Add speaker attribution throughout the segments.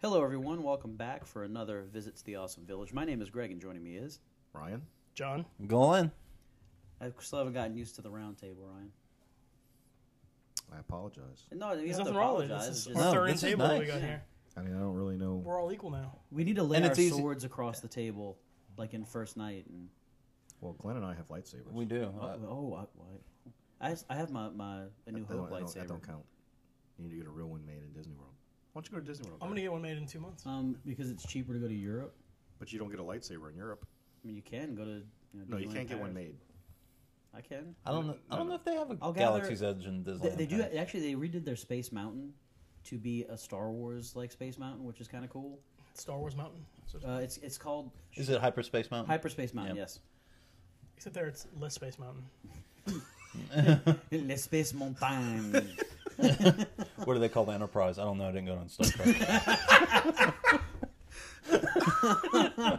Speaker 1: Hello, everyone. Welcome back for another visit to the awesome village. My name is Greg, and joining me is
Speaker 2: Ryan.
Speaker 3: John,
Speaker 4: Going.
Speaker 1: I still haven't gotten used to the round table, Ryan.
Speaker 2: I apologize.
Speaker 1: No, you
Speaker 3: there's
Speaker 1: have to
Speaker 3: nothing wrong with it.
Speaker 1: apologize.
Speaker 3: This
Speaker 1: It's
Speaker 3: is
Speaker 1: just-
Speaker 3: our
Speaker 4: No,
Speaker 3: third
Speaker 4: this is
Speaker 3: table that we
Speaker 4: nice.
Speaker 3: got here.
Speaker 2: I mean, I don't really know.
Speaker 3: We're all equal now.
Speaker 1: we need to lay
Speaker 4: And
Speaker 1: our
Speaker 4: it's easy-
Speaker 1: swords across the table like in first night. And
Speaker 2: Well, Glenn and I have lightsabers.
Speaker 4: We do.
Speaker 1: oh, oh, I, what? I, s- I have my my a
Speaker 2: That
Speaker 1: new
Speaker 2: don't-
Speaker 1: hope
Speaker 2: that don't- That
Speaker 1: lightsaber.
Speaker 2: don't count. You need to get a real one made in Disney World. Why don't you go to Disney World?
Speaker 3: I'm
Speaker 2: Greg?
Speaker 3: gonna get one made in two months.
Speaker 1: Um, because it's cheaper to go to Europe.
Speaker 2: But you don't get a lightsaber in Europe.
Speaker 1: I mean, you can go to. You know,
Speaker 2: No, you
Speaker 1: Disneyland
Speaker 2: can't get one
Speaker 1: Paris.
Speaker 2: made.
Speaker 1: I can.
Speaker 4: I don't know. I don't know if they have a
Speaker 1: I'll gather-
Speaker 4: Galaxy's Edge in Disney.
Speaker 1: They, they do actually. They redid their Space Mountain to be a Star Wars like Space Mountain, which is kind of cool.
Speaker 3: Star Wars Mountain. So-
Speaker 1: Uh, it's it's called
Speaker 4: Is it Hyperspace Mountain?
Speaker 1: Hyperspace Mountain.
Speaker 4: Yeah.
Speaker 1: Yes.
Speaker 3: Except there, it's less Space Mountain.
Speaker 1: L'espèce montagne.
Speaker 4: what do they call the Enterprise? I don't know. I didn't go on Star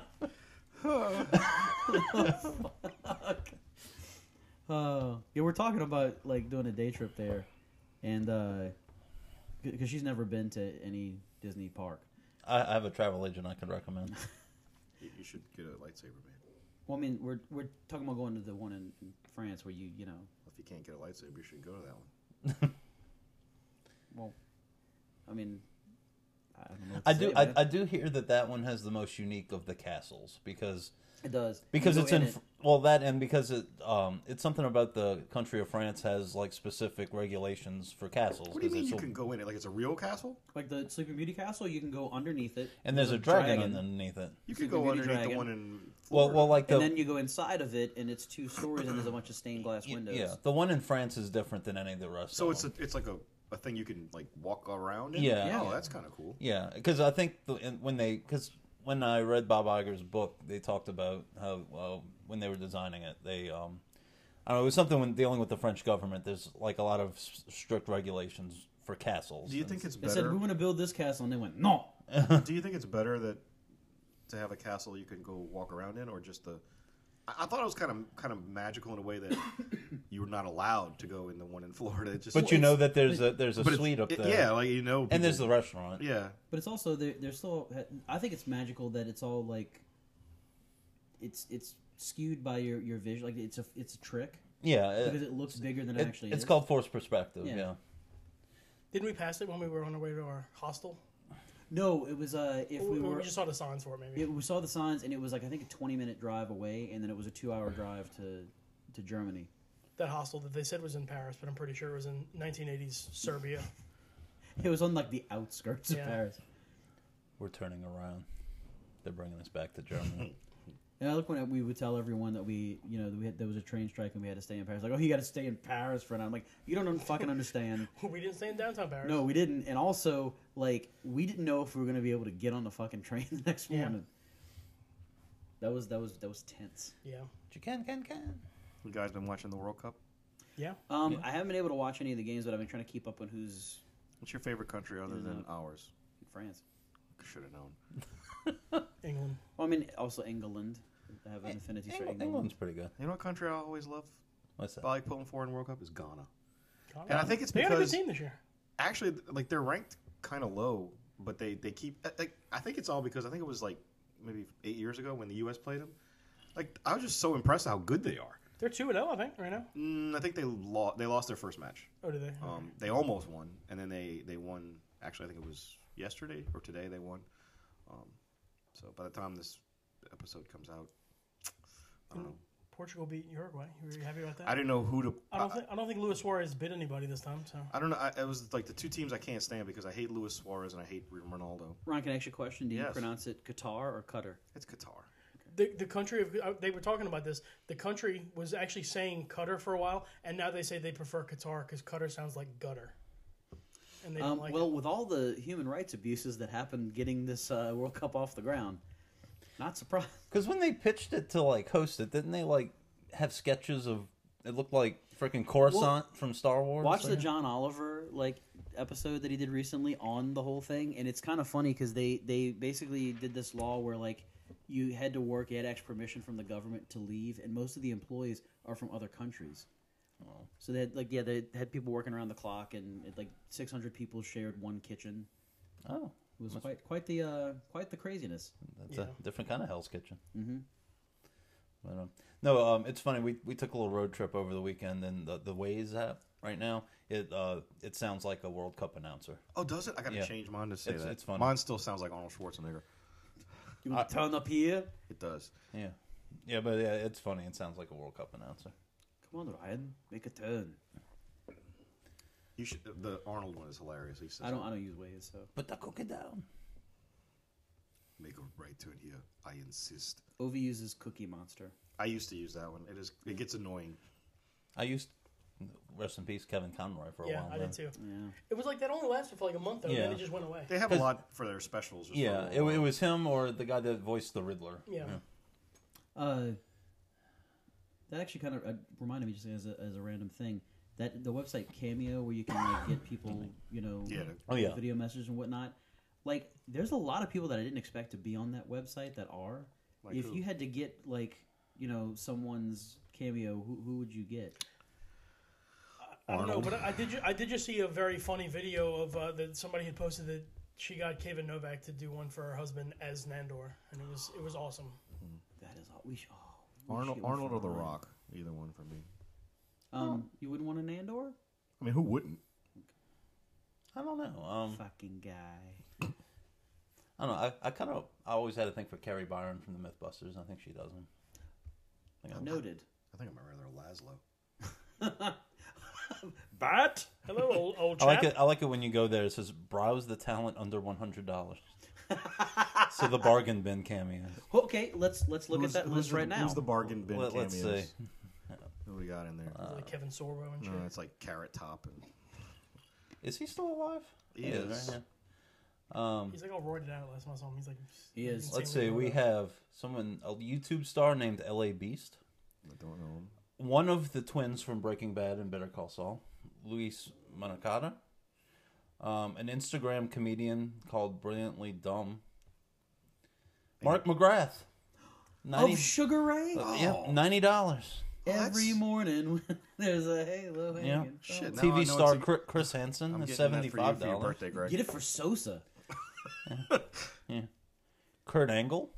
Speaker 4: Trek.
Speaker 1: Uh, yeah, we're talking about like doing a day trip there, and because she's never been to any Disney park.
Speaker 4: I, I have a travel agent I can recommend.
Speaker 2: You you should get a lightsaber made.
Speaker 1: Well, I mean, we're we're talking about going to the one in, in France where you you know,
Speaker 2: If you can't get a lightsaber, you should go to that one.
Speaker 1: well, I mean, I don't know. What to
Speaker 4: I do.
Speaker 1: say,
Speaker 4: I,
Speaker 1: man.
Speaker 4: I do hear that that one has the most unique of the castles because
Speaker 1: it does
Speaker 4: because
Speaker 1: You go
Speaker 4: it's in,
Speaker 1: it.
Speaker 4: Fr- well that and because it um it's something about the country of France has like specific regulations for castles.
Speaker 2: What do you
Speaker 4: 'cause
Speaker 2: mean
Speaker 4: it's
Speaker 2: you
Speaker 4: a-
Speaker 2: can go in it? Like it's a real castle?
Speaker 1: like the Sleeping Beauty castle. You can go underneath it,
Speaker 4: And there's a dragon, underneath it.
Speaker 2: You
Speaker 1: It's a
Speaker 2: could go
Speaker 1: Beauty
Speaker 2: underneath the
Speaker 1: Dragon.
Speaker 2: one in.
Speaker 4: Well,
Speaker 2: Florida.
Speaker 4: well, like the
Speaker 1: and then you go inside of it, and it's two stories, and there's a bunch of stained glass
Speaker 4: y-
Speaker 1: windows.
Speaker 4: yeah, the one in France is different than any of the rest.
Speaker 2: So
Speaker 4: of
Speaker 2: it's a,
Speaker 4: them.
Speaker 2: it's like a, a thing you can like walk around. In?
Speaker 4: Yeah.
Speaker 1: Yeah.
Speaker 2: Oh, that's kind of cool.
Speaker 4: Yeah, because I think the, and when they because when I read Bob Iger's book, they talked about how well, when they were designing it, they um, I don't know, it was something when dealing with the French government. There's like a lot of s- strict regulations for castles.
Speaker 2: Do you
Speaker 4: and-
Speaker 2: think it's
Speaker 1: They said we
Speaker 2: better?
Speaker 1: want to build this castle, and they went no.
Speaker 2: do you think it's better that to have a castle you can go walk around in, or just the? I, I thought it was kind of kind of magical in a way that you were not allowed to go in the one in Florida. It just,
Speaker 4: But you know that there's a there's a
Speaker 2: but it's-
Speaker 4: suite up
Speaker 2: it-
Speaker 4: there.
Speaker 2: Yeah, like you know,
Speaker 4: and there's the
Speaker 2: people-
Speaker 4: restaurant.
Speaker 2: yeah.
Speaker 1: But it's also they're, they're still. I think it's magical that it's all like. It's it's skewed by your your vision. Like it's a it's a trick
Speaker 4: Yeah,
Speaker 1: because
Speaker 4: it,
Speaker 1: it looks bigger than it,
Speaker 4: it-
Speaker 1: actually.
Speaker 4: it's
Speaker 1: is.
Speaker 4: called forced perspective.
Speaker 1: Yeah.
Speaker 4: Yeah.
Speaker 3: Didn't we pass it when we were on our way to our hostel?
Speaker 1: No, it was uh. If
Speaker 3: Or-
Speaker 1: we
Speaker 3: or
Speaker 1: were,
Speaker 3: we just saw the signs for it, maybe.
Speaker 1: it, we saw the signs and it was like I think a twenty minute drive away, and then it was a two hour drive to to Germany.
Speaker 3: That hostel that they said was in Paris, but I'm pretty sure it was in 1980s Serbia.
Speaker 1: It was on like the outskirts of
Speaker 3: Yeah.
Speaker 1: Paris.
Speaker 4: We're turning around. They're bringing us back to Germany.
Speaker 1: And I look when we would tell everyone that we, you know, that we had, there was a train strike and we had to stay in Paris. Like, oh, you got to stay in Paris for an hour. I'm like, you don't un- fucking understand.
Speaker 3: we didn't stay in downtown Paris.
Speaker 1: No, we didn't. And also, like, we didn't know if we were gonna be able to get on the fucking train the next
Speaker 3: Yeah.
Speaker 1: morning. That was that was that was tense.
Speaker 3: Yeah.
Speaker 4: you can, can, can.
Speaker 2: You guys been watching the World Cup?
Speaker 3: Yeah.
Speaker 1: Um, I haven't been able to watch any of the games, but I've been trying to keep up on who's
Speaker 2: What's your favorite country other
Speaker 1: Yeah.
Speaker 2: than ours?
Speaker 1: in France.
Speaker 2: Should have known.
Speaker 3: England.
Speaker 1: Well, I mean, also England. I have an affinity for
Speaker 4: England,
Speaker 1: England.
Speaker 4: England's pretty good.
Speaker 2: You know what country I always love?
Speaker 4: What's that?
Speaker 2: I like pulling for in World Cup is Ghana.
Speaker 3: God,
Speaker 2: And I think it's
Speaker 3: they had a good
Speaker 2: because
Speaker 3: team this year.
Speaker 2: actually th- like they're ranked kind of low, but they they keep I- like I think it's all because I think it was like maybe eight years ago when the U.S. played them. Like I was just so impressed how good they are.
Speaker 3: They're two and zero, I think, right now.
Speaker 2: Mm, I think they lost they lost their first match.
Speaker 3: Oh, did they?
Speaker 2: Um, they almost won, and then they they won. Actually, I think it was yesterday or today they won. Um, so by the time this episode comes out, I don't know.
Speaker 3: Portugal beat Uruguay. Were you happy about that?
Speaker 2: I didn't know who to.
Speaker 3: I don't think I don't think Luis Suarez bit anybody this time. So
Speaker 2: I don't know. I, it was like the two teams I can't stand because I hate Luis Suarez and I hate Ronaldo.
Speaker 1: Ron, can I ask you a question? Do you
Speaker 2: Yes.
Speaker 1: pronounce it Qatar or Qatar?
Speaker 2: It's Qatar.
Speaker 3: the, the country of uh, they were talking about this. The country was actually saying Qatar for a while, and now they say they prefer Qatar because Qatar sounds like gutter, and they don't
Speaker 1: Um,
Speaker 3: like.
Speaker 1: well,
Speaker 3: it.
Speaker 1: with all the human rights abuses that happened getting this uh, World Cup off the ground, not surprised.
Speaker 4: Because when they pitched it to like host it, didn't they like have sketches of it looked like freaking Coruscant from Star Wars?
Speaker 1: Watch the
Speaker 4: like-
Speaker 1: John Oliver like episode that he did recently on the whole thing, and it's kind of funny because they they basically did this law where like you had to work, you had to ask permission from the government to leave, and most of the employees are from other countries. So they had like yeah they had people working around the clock, and it, like six hundred people shared one kitchen.
Speaker 4: Oh,
Speaker 1: It was quite quite the uh, quite the craziness.
Speaker 4: That's
Speaker 3: Yeah.
Speaker 4: a different kind of Hell's Kitchen.
Speaker 1: Mm-hmm.
Speaker 4: But, um, no, um, it's funny. We, we took a little road trip over the weekend, and the the Waze app right now it uh, it sounds like a World Cup announcer.
Speaker 2: Oh, does it? I gotta
Speaker 4: Yeah.
Speaker 2: change mine to say
Speaker 4: It's-
Speaker 2: that.
Speaker 4: it's funny.
Speaker 2: Mine still sounds like Arnold Schwarzenegger.
Speaker 1: You want to turn up here?
Speaker 2: It does.
Speaker 4: Yeah, yeah, but yeah, it's funny. It sounds like a World Cup announcer.
Speaker 1: Come on, Ryan, make a turn.
Speaker 2: You should. The Arnold one is hilarious. He says,
Speaker 1: I don't I don't use Waze, so
Speaker 4: Put the cookie down.
Speaker 2: make a right turn here. I insist."
Speaker 1: Ovi uses Cookie Monster.
Speaker 2: I used to use that one. It is. It gets annoying.
Speaker 4: I used rest in peace Kevin Conroy for a
Speaker 3: Yeah,
Speaker 4: while.
Speaker 3: I
Speaker 4: then.
Speaker 3: did too.
Speaker 1: Yeah.
Speaker 3: It was like that only lasted for like a month though, and then
Speaker 4: Yeah.
Speaker 3: it just went away.
Speaker 2: They have a
Speaker 4: 'Cause-
Speaker 2: lot for their specials. just
Speaker 4: Yeah,
Speaker 2: for a
Speaker 4: it, it
Speaker 2: while.
Speaker 4: was him or the guy that voiced the Riddler.
Speaker 3: Yeah.
Speaker 1: Uh, that actually kind of uh, reminded me just as a, as a random thing that the website Cameo where you can like get people you know
Speaker 2: Yeah.
Speaker 4: Oh, yeah.
Speaker 1: video messages and whatnot. Like, there's a lot of people that I didn't expect to be on that website that are.
Speaker 2: Like
Speaker 1: if
Speaker 2: who?
Speaker 1: you had to get like you know someone's Cameo, who who would you get?
Speaker 3: I don't know,
Speaker 2: Arnold.
Speaker 3: but I, I did. Ju- I did just see a very funny video of uh, that somebody had posted that she got Kevin Novak to do one for her husband as Nandor, and it was it was awesome.
Speaker 1: That is all we should. Oh, we
Speaker 2: Arnold,
Speaker 1: should get one
Speaker 2: Arnold or
Speaker 1: for
Speaker 2: The
Speaker 1: Ryan.
Speaker 2: Rock. Either one for me.
Speaker 1: Um, you wouldn't want a Nandor?
Speaker 2: I mean, who wouldn't?
Speaker 4: I don't know. Um,
Speaker 1: Fucking guy.
Speaker 4: I don't know. I, I kind of I always had a thing for Carrie Byron from the MythBusters. I think she does them.
Speaker 1: Noted.
Speaker 2: I think I'm rather Laszlo.
Speaker 1: Bat.
Speaker 3: Hello, old, old
Speaker 4: I
Speaker 3: chap.
Speaker 4: like it. I like it when you go there. It says browse the talent under one hundred dollars. so the bargain bin cameo.
Speaker 1: Okay, let's let's look
Speaker 2: Who's-
Speaker 1: at that
Speaker 2: who's
Speaker 1: list
Speaker 2: the-
Speaker 1: right now.
Speaker 2: Who's the bargain bin
Speaker 4: Let,
Speaker 2: cameos?
Speaker 4: let's see. Uh,
Speaker 2: Who we got in there?
Speaker 3: It was like Kevin Sorbo and shit.
Speaker 2: no, it's like Carrot Top and
Speaker 4: Is he still alive?
Speaker 2: He is.
Speaker 4: right? Yeah. Um,
Speaker 3: He's like all roided out last time I saw him. He's like,
Speaker 1: He is.
Speaker 3: insanely
Speaker 4: let's see. We
Speaker 3: roided out.
Speaker 4: have someone a YouTube star named La Beast.
Speaker 2: I don't know him.
Speaker 4: one of the twins from Breaking Bad and Better Call Saul, Luis Manacata, um, an Instagram comedian called Brilliantly Dumb, Mark McGrath,
Speaker 2: Oh,
Speaker 4: ninety,
Speaker 1: of Oh, Sugar Ray. Oh.
Speaker 4: uh, yeah, ninety dollars.
Speaker 1: Every
Speaker 2: That's-
Speaker 1: morning there's a halo hanging.
Speaker 4: Yeah.
Speaker 1: phone.
Speaker 2: Shit, now I know
Speaker 4: TV
Speaker 2: it's
Speaker 4: Oh. star
Speaker 2: a-
Speaker 4: Chri- Chris Hansen
Speaker 2: I'm
Speaker 4: is
Speaker 2: getting that
Speaker 4: seventy
Speaker 2: for you
Speaker 4: five
Speaker 2: for your
Speaker 4: dollars.
Speaker 2: birthday, Greg.
Speaker 1: Get it for Sosa.
Speaker 4: Kurt Angle,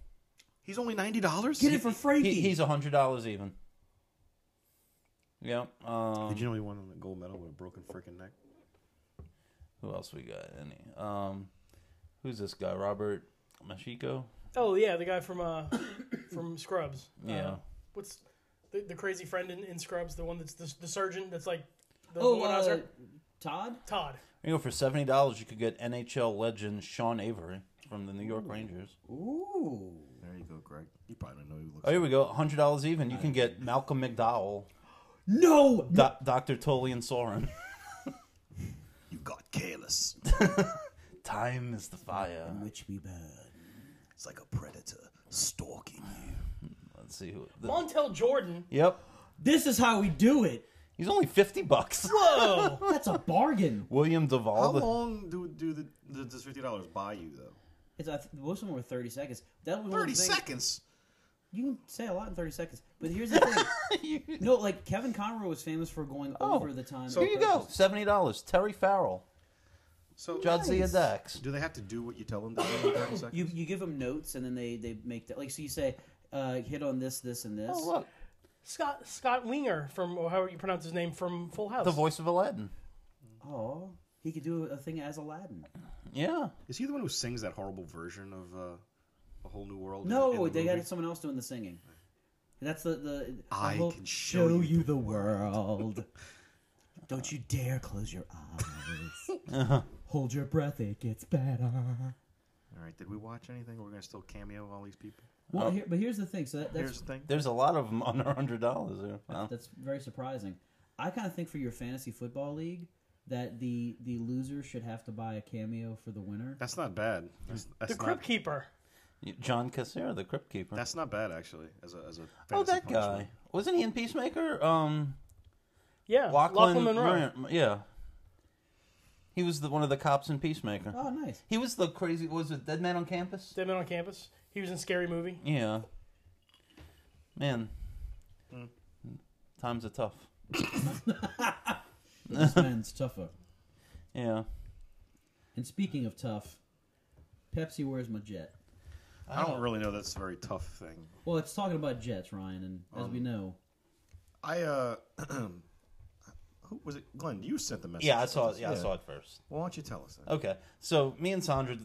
Speaker 2: He's only ninety dollars.
Speaker 1: Get it for Frankie.
Speaker 4: he, he's hundred dollars even. Yeah.
Speaker 2: Did
Speaker 4: Um,
Speaker 2: you know he won the gold medal with a broken freaking neck?
Speaker 4: who else we got? Any? Um, who's this guy? Robert
Speaker 2: Uh-huh.
Speaker 4: Machiko.
Speaker 3: Oh yeah, the guy from uh from Scrubs.
Speaker 4: Yeah.
Speaker 3: Uh, what's the, the crazy friend in, in Scrubs? The one that's the, the surgeon that's like the
Speaker 1: oh, uh,
Speaker 3: womanizer?
Speaker 1: Todd.
Speaker 3: Todd.
Speaker 4: You know, for seventy dollars, you could get NHL legend Sean Avery from the New York Rangers.
Speaker 1: Ooh.
Speaker 2: There you go, Greg. You probably don't know who he looks.
Speaker 4: Oh, here we go, hundred dollars even. You can get Malcolm McDowell,
Speaker 1: No.
Speaker 4: Do- Doctor Tolian Soren.
Speaker 2: You got careless.
Speaker 4: Time is the fire.
Speaker 1: Which we burn.
Speaker 2: It's like a predator stalking you.
Speaker 4: Let's see who. The-
Speaker 3: Montel Jordan.
Speaker 4: yep,
Speaker 1: This is how we do it.
Speaker 4: he's only fifty bucks.
Speaker 3: Whoa.
Speaker 4: Oh.
Speaker 1: That's a bargain.
Speaker 4: William
Speaker 2: How
Speaker 4: Duvall. the-
Speaker 2: long do do the, the does fifty dollars buy you though?
Speaker 1: It's, I th- most of them were thirty seconds. That was one of
Speaker 2: Thirty
Speaker 1: the things-
Speaker 2: seconds.
Speaker 1: You can say a lot in thirty seconds, but here's the thing. no, like Kevin Conroy was famous for going
Speaker 4: Oh.
Speaker 1: over the time.
Speaker 4: Here you go, seventy dollars. Terry Farrell,
Speaker 2: So
Speaker 4: John Zia Dax.
Speaker 2: do they have to do what you tell them to do in thirty seconds?
Speaker 1: You you give them notes, and then they they make that like so. You say, uh, hit on this, this, and this.
Speaker 4: Oh look,
Speaker 3: Scott Scott Winger from or however you pronounce his name from Full House.
Speaker 4: the voice of Aladdin.
Speaker 1: Oh, he could do a thing as Aladdin.
Speaker 4: Yeah,
Speaker 2: Is he the one who sings that horrible version of uh, a whole new world? in the- in
Speaker 1: No,
Speaker 2: the
Speaker 1: they
Speaker 2: movie?
Speaker 1: got someone else doing the singing. That's the the.
Speaker 2: I
Speaker 1: will
Speaker 2: can show you
Speaker 1: the world. Don't you dare close your eyes. Hold your breath, it gets better.
Speaker 2: All right, did we watch anything? We're gonna still cameo all these people.
Speaker 1: Well, here, but here's the thing. So that, that's
Speaker 2: Here's the thing.
Speaker 4: there's a lot of them under hundred dollars. there. Wow.
Speaker 1: that's very surprising. I kind of think for your fantasy football league that the the loser should have to buy a cameo for the winner.
Speaker 2: That's not bad. That's, that's
Speaker 3: the
Speaker 2: not,
Speaker 3: Crypt Keeper.
Speaker 4: John Cassera, the Crypt Keeper.
Speaker 2: That's not bad actually. As a as a
Speaker 4: Oh,
Speaker 2: fantasy
Speaker 4: that
Speaker 2: punishment.
Speaker 4: guy. Wasn't he in Peacemaker? Um,
Speaker 3: Yeah.
Speaker 4: Lachlan,
Speaker 3: Lachlan Monroe.
Speaker 4: Murray- yeah. He was the, one of the cops in Peacemaker.
Speaker 1: Oh, nice.
Speaker 4: He was the crazy. Was it Dead Man on Campus?
Speaker 3: Dead Man on Campus. He was in Scary Movie.
Speaker 4: Yeah. Man, times are tough.
Speaker 1: This man's tougher.
Speaker 4: Yeah.
Speaker 1: And speaking of tough, Pepsi, where's my jet?
Speaker 2: I don't really know. That's a very tough thing.
Speaker 1: Well, it's talking about jets, Ryan, and as we know,
Speaker 2: I uh, who was it? Glenn, you sent the message.
Speaker 4: Yeah, I saw it. Yeah, I
Speaker 2: Yeah.
Speaker 4: saw it first.
Speaker 2: Why don't you tell us? That?
Speaker 4: Okay, so me and Sandra,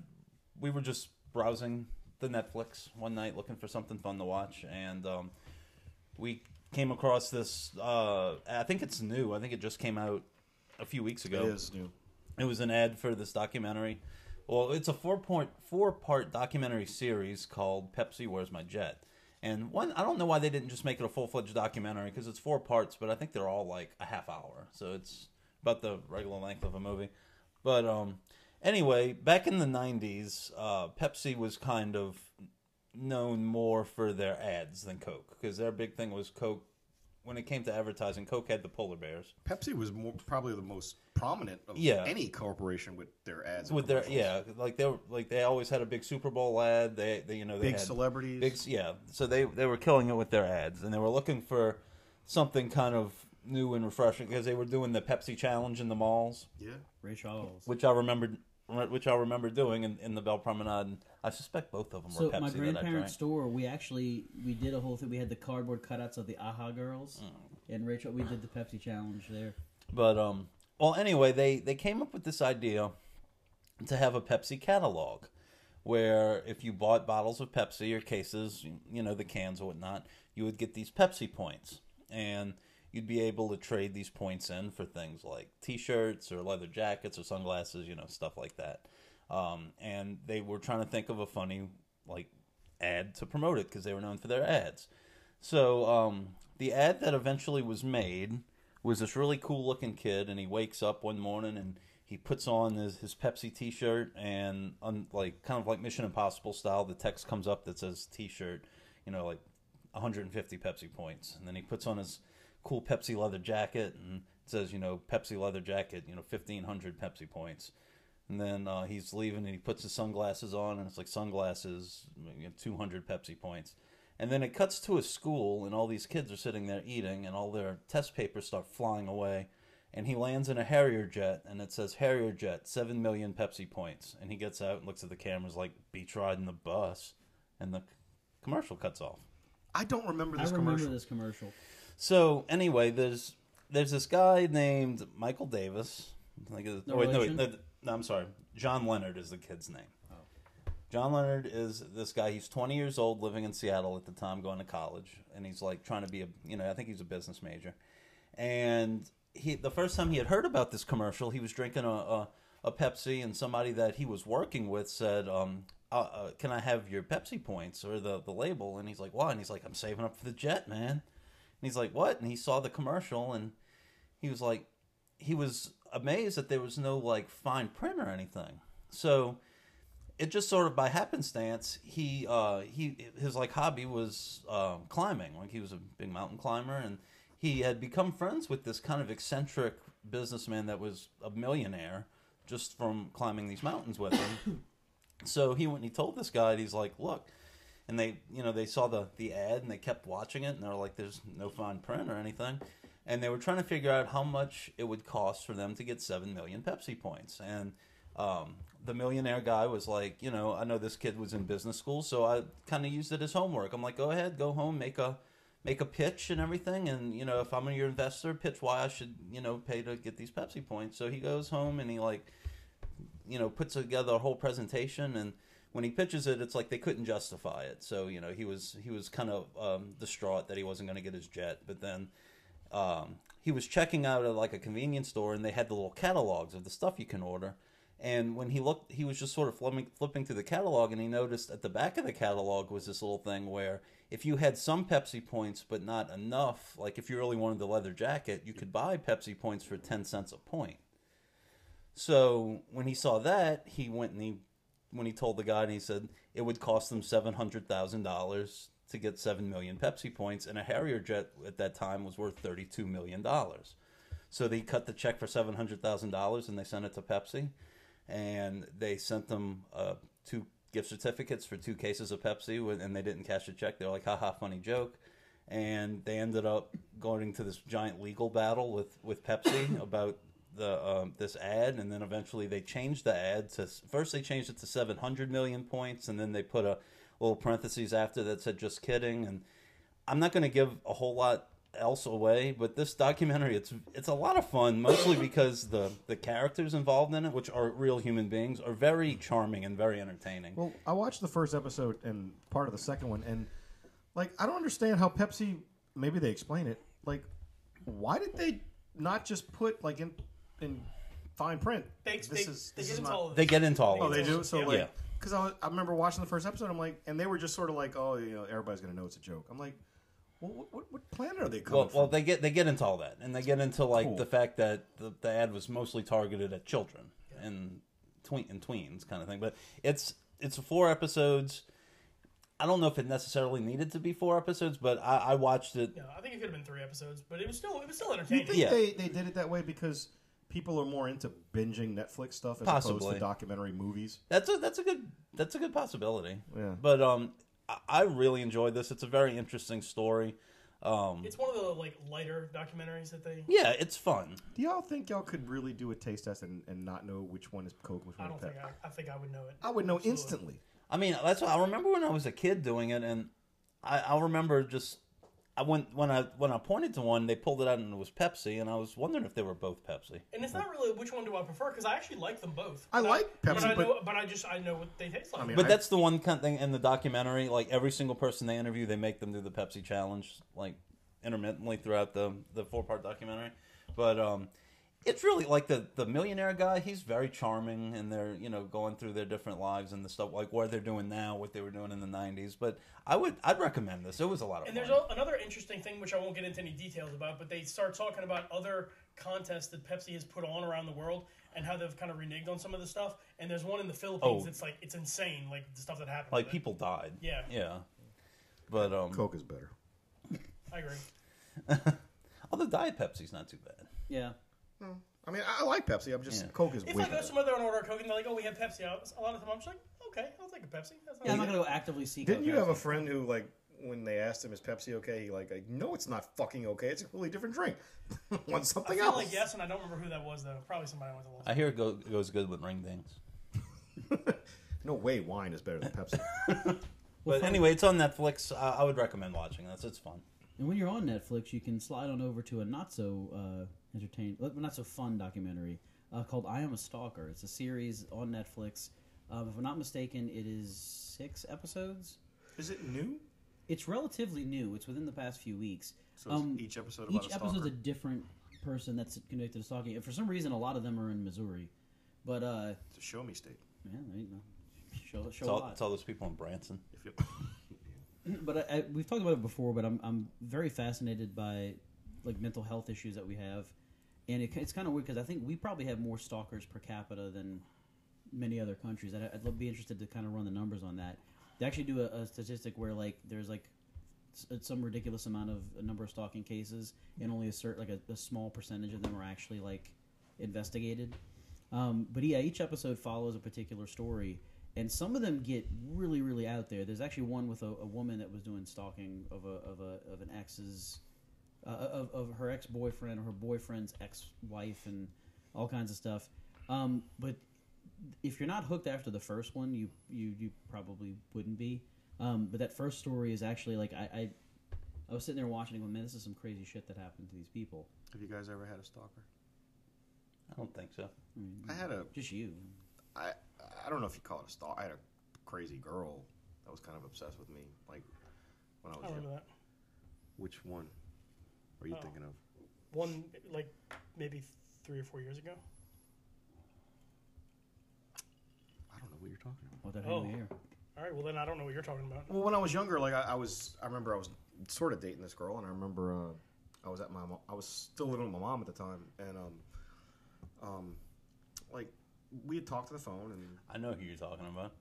Speaker 4: we were just browsing the Netflix one night looking for something fun to watch, and um, we came across this. Uh, I think it's new. I think it just came out a few weeks ago.
Speaker 2: It is new.
Speaker 4: It was an ad for this documentary. Well, it's a four point four part documentary series called Pepsi Where's My Jet. And one, I don't know why they didn't just make it a full fledged documentary because it's four parts, but I think they're all like a half hour, so it's about the regular length of a movie. But um, anyway, back in the '90s, uh, Pepsi was kind of known more for their ads than Coke because their big thing was Coke. When it came to advertising, Coke had the polar bears,
Speaker 2: Pepsi was more, probably the most prominent of
Speaker 4: Yeah.
Speaker 2: any corporation with their ads. and
Speaker 4: with their
Speaker 2: commercials.
Speaker 4: yeah, like they were like they always had a big Super Bowl ad. They, they you know they
Speaker 2: big
Speaker 4: had
Speaker 2: celebrities.
Speaker 4: big yeah. So they they were killing it with their ads, and they were looking for something kind of new and refreshing because they were doing the Pepsi challenge in the malls,
Speaker 2: yeah,
Speaker 1: Ray Charles.
Speaker 4: which I remembered which I remember doing in, in the Bell Promenade. and I suspect both of them
Speaker 1: So
Speaker 4: were Pepsi
Speaker 1: at my
Speaker 4: that I drank.
Speaker 1: grandparents' store, we actually we did a whole thing. We had the cardboard cutouts of the Aha Girls, and Rachel. We did the Pepsi challenge there.
Speaker 4: But um, well, anyway, they they came up with this idea to have a Pepsi catalog, where if you bought bottles of Pepsi or cases, you- you know the cans or whatnot, you would get these Pepsi points, and you'd be able to trade these points in for things like T-shirts or leather jackets or sunglasses, you know, stuff like that. Um, and they were trying to think of a funny like ad to promote it because they were known for their ads. So um, the ad that eventually was made was this really cool looking kid, and he wakes up one morning and he puts on his, his Pepsi T-shirt and un, like kind of like Mission Impossible style, the text comes up that says T-shirt, you know, like 150 Pepsi points, and then he puts on his cool Pepsi leather jacket and it says, you know, Pepsi leather jacket, you know, 1500 Pepsi points. And then uh, he's leaving and he puts his sunglasses on and it's like sunglasses, you know, 200 Pepsi points. And then it cuts to a school and all these kids are sitting there eating and all their test papers start flying away. And he lands in a Harrier jet and it says Harrier jet, 7 million Pepsi points. And he gets out and looks at the cameras like, beach riding the bus. And the c- commercial cuts off.
Speaker 2: I don't remember
Speaker 1: I
Speaker 2: this
Speaker 1: remember
Speaker 2: commercial.
Speaker 1: this commercial.
Speaker 4: So anyway, there's there's this guy named Michael Davis. Like, oh, wait, no, wait,
Speaker 1: relation?
Speaker 4: no, th- no, I'm sorry. John Leonard is the kid's name. John Leonard is this guy. He's 20 years old, living in Seattle at the time, going to college, and he's like trying to be a you know I think he's a business major. And he the first time he had heard about this commercial, he was drinking a a, a Pepsi, and somebody that he was working with said, um, uh, uh, "Can I have your Pepsi points or the the label?" And he's like, "Why?" And he's like, "I'm saving up for the jet, man." And he's like, "What?" And he saw the commercial, and he was like, he was amazed that there was no like fine print or anything. So it just sort of by happenstance, he uh, he his like hobby was uh, climbing. Like he was a big mountain climber, and he had become friends with this kind of eccentric businessman that was a millionaire just from climbing these mountains with him. so he went and he told this guy, and he's like, look. And they, you know, they saw the the ad and they kept watching it, and they were like, "There's no fine print or anything," and they were trying to figure out how much it would cost for them to get seven million Pepsi points. And um, the millionaire guy was like, you know, I know this kid was in business school, so I kind of used it as homework. I'm like, go ahead, go home, make a make a pitch and everything, and you know, if I'm your investor, pitch why I should, you know, pay to get these Pepsi points. So he goes home and he like, you know, puts together a whole presentation, and when he pitches it, it's like they couldn't justify it. So you know, he was he was kind of um, distraught that he wasn't going to get his jet, but then um, he was checking out at like a convenience store and they had the little catalogs of the stuff you can order and when he looked he was just sort of flipping, flipping through the catalog and he noticed at the back of the catalog was this little thing where if you had some pepsi points but not enough like if you really wanted the leather jacket you could buy pepsi points for 10 cents a point so when he saw that he went and he when he told the guy and he said it would cost them seven hundred thousand dollars to get seven million Pepsi points, and a Harrier jet at that time was worth thirty two million dollars. So they cut the check for seven hundred thousand dollars and they sent it to Pepsi, and they sent them uh, two gift certificates for two cases of Pepsi, with- and they didn't cash the check. They're like, haha, funny joke. And they ended up going to this giant legal battle with, with Pepsi about the um, this ad, and then eventually they changed the ad to first they changed it to 700 million points, and then they put a little parentheses after that said "just kidding." And I'm not going to give a whole lot else away, but this documentary it's it's a lot of fun, mostly because the the characters involved in it, which are real human beings, are very charming and very entertaining.
Speaker 2: Well, I watched the first episode and part of the second one, and like I don't understand how Pepsi. Maybe they explain it. Like, why did they not just put like in in fine print?
Speaker 3: They,
Speaker 2: this
Speaker 3: they,
Speaker 2: is
Speaker 3: they
Speaker 2: this
Speaker 3: get
Speaker 2: is
Speaker 3: into
Speaker 2: not-
Speaker 3: all of
Speaker 4: They
Speaker 3: this.
Speaker 4: get into all
Speaker 2: Oh,
Speaker 4: of
Speaker 2: they
Speaker 4: it.
Speaker 2: do. So
Speaker 3: Yeah.
Speaker 2: like,
Speaker 4: Yeah.
Speaker 2: because I, was- I remember watching the first episode, I'm like, and they were just sort of like, oh, you know, everybody's gonna know it's a joke. I'm like, well, what, what, what planet are they coming
Speaker 4: Well,
Speaker 2: from?
Speaker 4: well, they get they get into all that, and they get into like
Speaker 2: Cool.
Speaker 4: the fact that the, the ad was mostly targeted at children and tween and tweens kind of thing. But it's it's four episodes. I don't know if it necessarily needed to be four episodes, but I, I watched it.
Speaker 3: Yeah, I think it could have been three episodes, but it was still it was still
Speaker 2: you
Speaker 3: entertaining.
Speaker 2: think
Speaker 4: Yeah.
Speaker 2: they, they did it that way because people are more into binging Netflix stuff as opposed
Speaker 4: Possibly.
Speaker 2: to documentary movies?
Speaker 4: That's a that's a good that's a good possibility.
Speaker 2: Yeah.
Speaker 4: But um, I, I really enjoyed this. It's a very interesting story. Um,
Speaker 3: It's one of the like lighter documentaries that they.
Speaker 4: yeah, it's fun.
Speaker 2: Do y'all think y'all could really do a taste test and, and not know which one is Coke, which
Speaker 3: I
Speaker 2: one is
Speaker 3: don't think
Speaker 2: Pepsi?
Speaker 3: I, I think I would know it.
Speaker 2: I would know
Speaker 3: Absolutely.
Speaker 2: instantly.
Speaker 4: I mean, that's what I remember when I was a kid doing it, and I, I remember just I went when I when I pointed to one, they pulled it out and it was Pepsi, and I was wondering if they were both Pepsi.
Speaker 3: And it's not really which one do I prefer because I actually like them both.
Speaker 2: I
Speaker 3: And
Speaker 2: like Pepsi,
Speaker 3: but I
Speaker 2: but-
Speaker 3: know, but I just I know what they taste like.
Speaker 2: I mean,
Speaker 4: But that's the one kind of thing in the documentary. Like every single person they interview, they make them do the Pepsi challenge, like intermittently throughout the the four part documentary. But um, it's really like the the millionaire guy. He's very charming, and they're you know going through their different lives and the stuff like what they're doing now, what they were doing in the '90s. But I would I'd recommend this. It was a lot of
Speaker 3: And
Speaker 4: fun.
Speaker 3: there's a, another interesting thing which I won't get into any details about, but they start talking about other contests that Pepsi has put on around the world and how they've kind of reneged on some of the stuff. And there's one in the Philippines
Speaker 4: Oh.
Speaker 3: that's like it's insane, like the stuff that happened.
Speaker 4: like
Speaker 3: with it.
Speaker 4: people died.
Speaker 3: Yeah.
Speaker 4: yeah. But um,
Speaker 2: Coke is better.
Speaker 3: I agree.
Speaker 4: although Diet Pepsi's not too bad.
Speaker 1: Yeah.
Speaker 2: I mean, I I like Pepsi. I'm just
Speaker 4: Yeah.
Speaker 2: Coke is
Speaker 3: If
Speaker 2: way
Speaker 3: I go
Speaker 2: better.
Speaker 3: somewhere there and order a Coke and they're like, "Oh, we have Pepsi," I was, a lot of the time I'm just like, "Okay, I'll take a Pepsi." That's not
Speaker 1: Yeah, I'm not gonna go actively seek.
Speaker 2: Didn't
Speaker 1: out
Speaker 2: you have a
Speaker 1: Pepsi.
Speaker 2: friend who like when they asked him is Pepsi okay? He like, like no, it's not fucking okay. It's a completely different drink. Want
Speaker 3: I
Speaker 2: something
Speaker 3: feel
Speaker 2: else?
Speaker 3: like yes, and I don't remember who that was though. Probably somebody I went to. Los
Speaker 4: I hear it, go, it goes good with ring dings.
Speaker 2: No way, wine is better than Pepsi.
Speaker 1: Well,
Speaker 4: But
Speaker 1: fun.
Speaker 4: anyway, it's on Netflix. I, I would recommend watching this. It's fun.
Speaker 1: And when you're on Netflix, you can slide on over to a not so uh, entertain, well, not so fun documentary uh, called "I Am a Stalker." It's a series on Netflix. Um, if I'm not mistaken, it is six episodes.
Speaker 2: is it new?
Speaker 1: It's relatively new. It's within the past few weeks.
Speaker 2: So is
Speaker 1: Um,
Speaker 2: each episode about
Speaker 1: each
Speaker 2: a
Speaker 1: episode's
Speaker 2: stalker.
Speaker 1: a different person that's convicted of stalking. And for some reason, a lot of them are in Missouri. But uh,
Speaker 2: It's a show me state.
Speaker 1: man, there you go. Show, show
Speaker 4: It's
Speaker 1: a
Speaker 4: all,
Speaker 1: lot.
Speaker 4: it's all those people in Branson.
Speaker 2: If you,
Speaker 1: but I, I, we've talked about it before. But I'm I'm very fascinated by like mental health issues that we have, and it, it's kind of weird because I think we probably have more stalkers per capita than many other countries. I'd, I'd love be interested to kind of run the numbers on that. They actually do a, a statistic where like there's like s- some ridiculous amount of a number of stalking cases, and only a certain like a, a small percentage of them are actually like investigated. Um, but yeah, each episode follows a particular story, and some of them get really, really out there. There's actually one with a, a woman that was doing stalking of a of a of an ex's uh, of, of her ex boyfriend or her boyfriend's ex wife and all kinds of stuff. Um, but if you're not hooked after the first one, you you, you probably wouldn't be. Um, but that first story is actually like I, I I was sitting there watching, and going, man, this is some crazy shit that happened to these people.
Speaker 2: have you guys ever had a stalker?
Speaker 4: I don't think so.
Speaker 1: I mean,
Speaker 2: I had a.
Speaker 1: just you.
Speaker 2: I I don't know if you call it a stalker. I had a crazy girl that was kind of obsessed with me, like when I
Speaker 3: I
Speaker 2: was young.
Speaker 3: remember that
Speaker 2: Which one are you
Speaker 3: Oh.
Speaker 2: thinking of?
Speaker 3: one, like maybe three or four years ago.
Speaker 2: I don't know what you're talking about.
Speaker 1: Oh, that
Speaker 3: Oh.
Speaker 1: hang in the air.
Speaker 3: All right, well then I don't know what you're talking about.
Speaker 2: Well, when I was younger, like I, I was, I remember I was sort of dating this girl, and I remember uh, I was at my, mo- I was still living with my mom at the time, and um, um, like we had talked on the phone, and
Speaker 4: I know who you're talking about.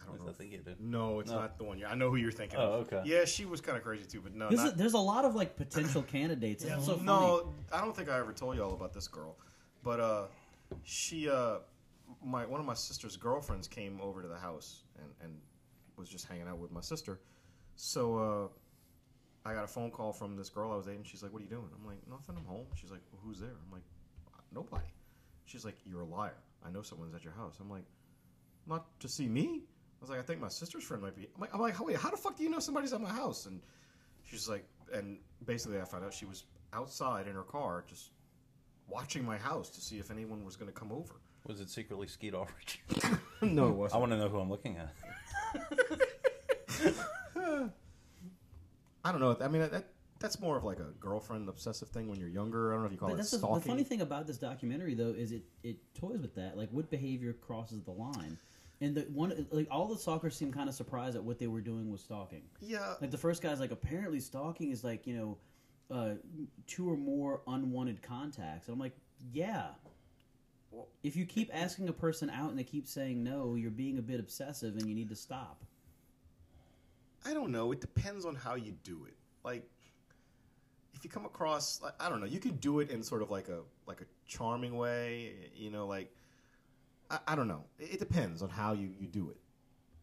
Speaker 2: I
Speaker 4: At
Speaker 2: don't
Speaker 4: least
Speaker 2: know. Mm.
Speaker 4: I think you do.
Speaker 2: No, it's
Speaker 4: No.
Speaker 2: not the one. you I know who you're thinking.
Speaker 4: Oh,
Speaker 2: of.
Speaker 4: okay.
Speaker 2: Yeah, she was kind of crazy too, but no,
Speaker 1: This
Speaker 2: not,
Speaker 1: is, there's a lot of like potential candidates. It's so funny.
Speaker 2: no, I don't think I ever told y'all about this girl, but uh, she, uh, my one of my sister's girlfriends came over to the house and and was just hanging out with my sister, so uh, I got a phone call from this girl I was dating. She's like, "What are you doing?" I'm like, "Nothing. I'm home." She's like, well, "Who's there?" I'm like, Nobody. She's like, You're a liar. I know someone's at your house. I'm like, Not to see me? I was like, I think my sister's friend might be. I'm like, I'm like wait, how the fuck do you know somebody's at my house? And she's like, And basically, I found out she was outside in her car just watching my house to see if anyone was going to come over.
Speaker 4: Was it secretly Skeet Ulrich?
Speaker 2: no, it
Speaker 4: I
Speaker 2: wasn't.
Speaker 4: want to know who I'm looking at.
Speaker 2: I don't know. I mean, that that's more of like a girlfriend obsessive thing when you're younger. I don't know if you call
Speaker 1: But
Speaker 2: it
Speaker 1: that's the, the
Speaker 2: Oh, stalking.
Speaker 1: funny thing about this documentary, though, is it it toys with that. Like, what behavior crosses the line? And the one, like, all the stalkers seem kind of surprised at what they were doing was stalking.
Speaker 2: Yeah,
Speaker 1: Like the first guy's like, apparently stalking is like you know, uh, two or more unwanted contacts. And I'm like, yeah. If you keep asking a person out and they keep saying no, you're being a bit obsessive and you need to stop.
Speaker 2: I don't know. It depends on how you do it. Like, if you come across, like, I don't know, you could do it in sort of like a like a charming way. You know, like I, I don't know. It, it depends on how you you do it.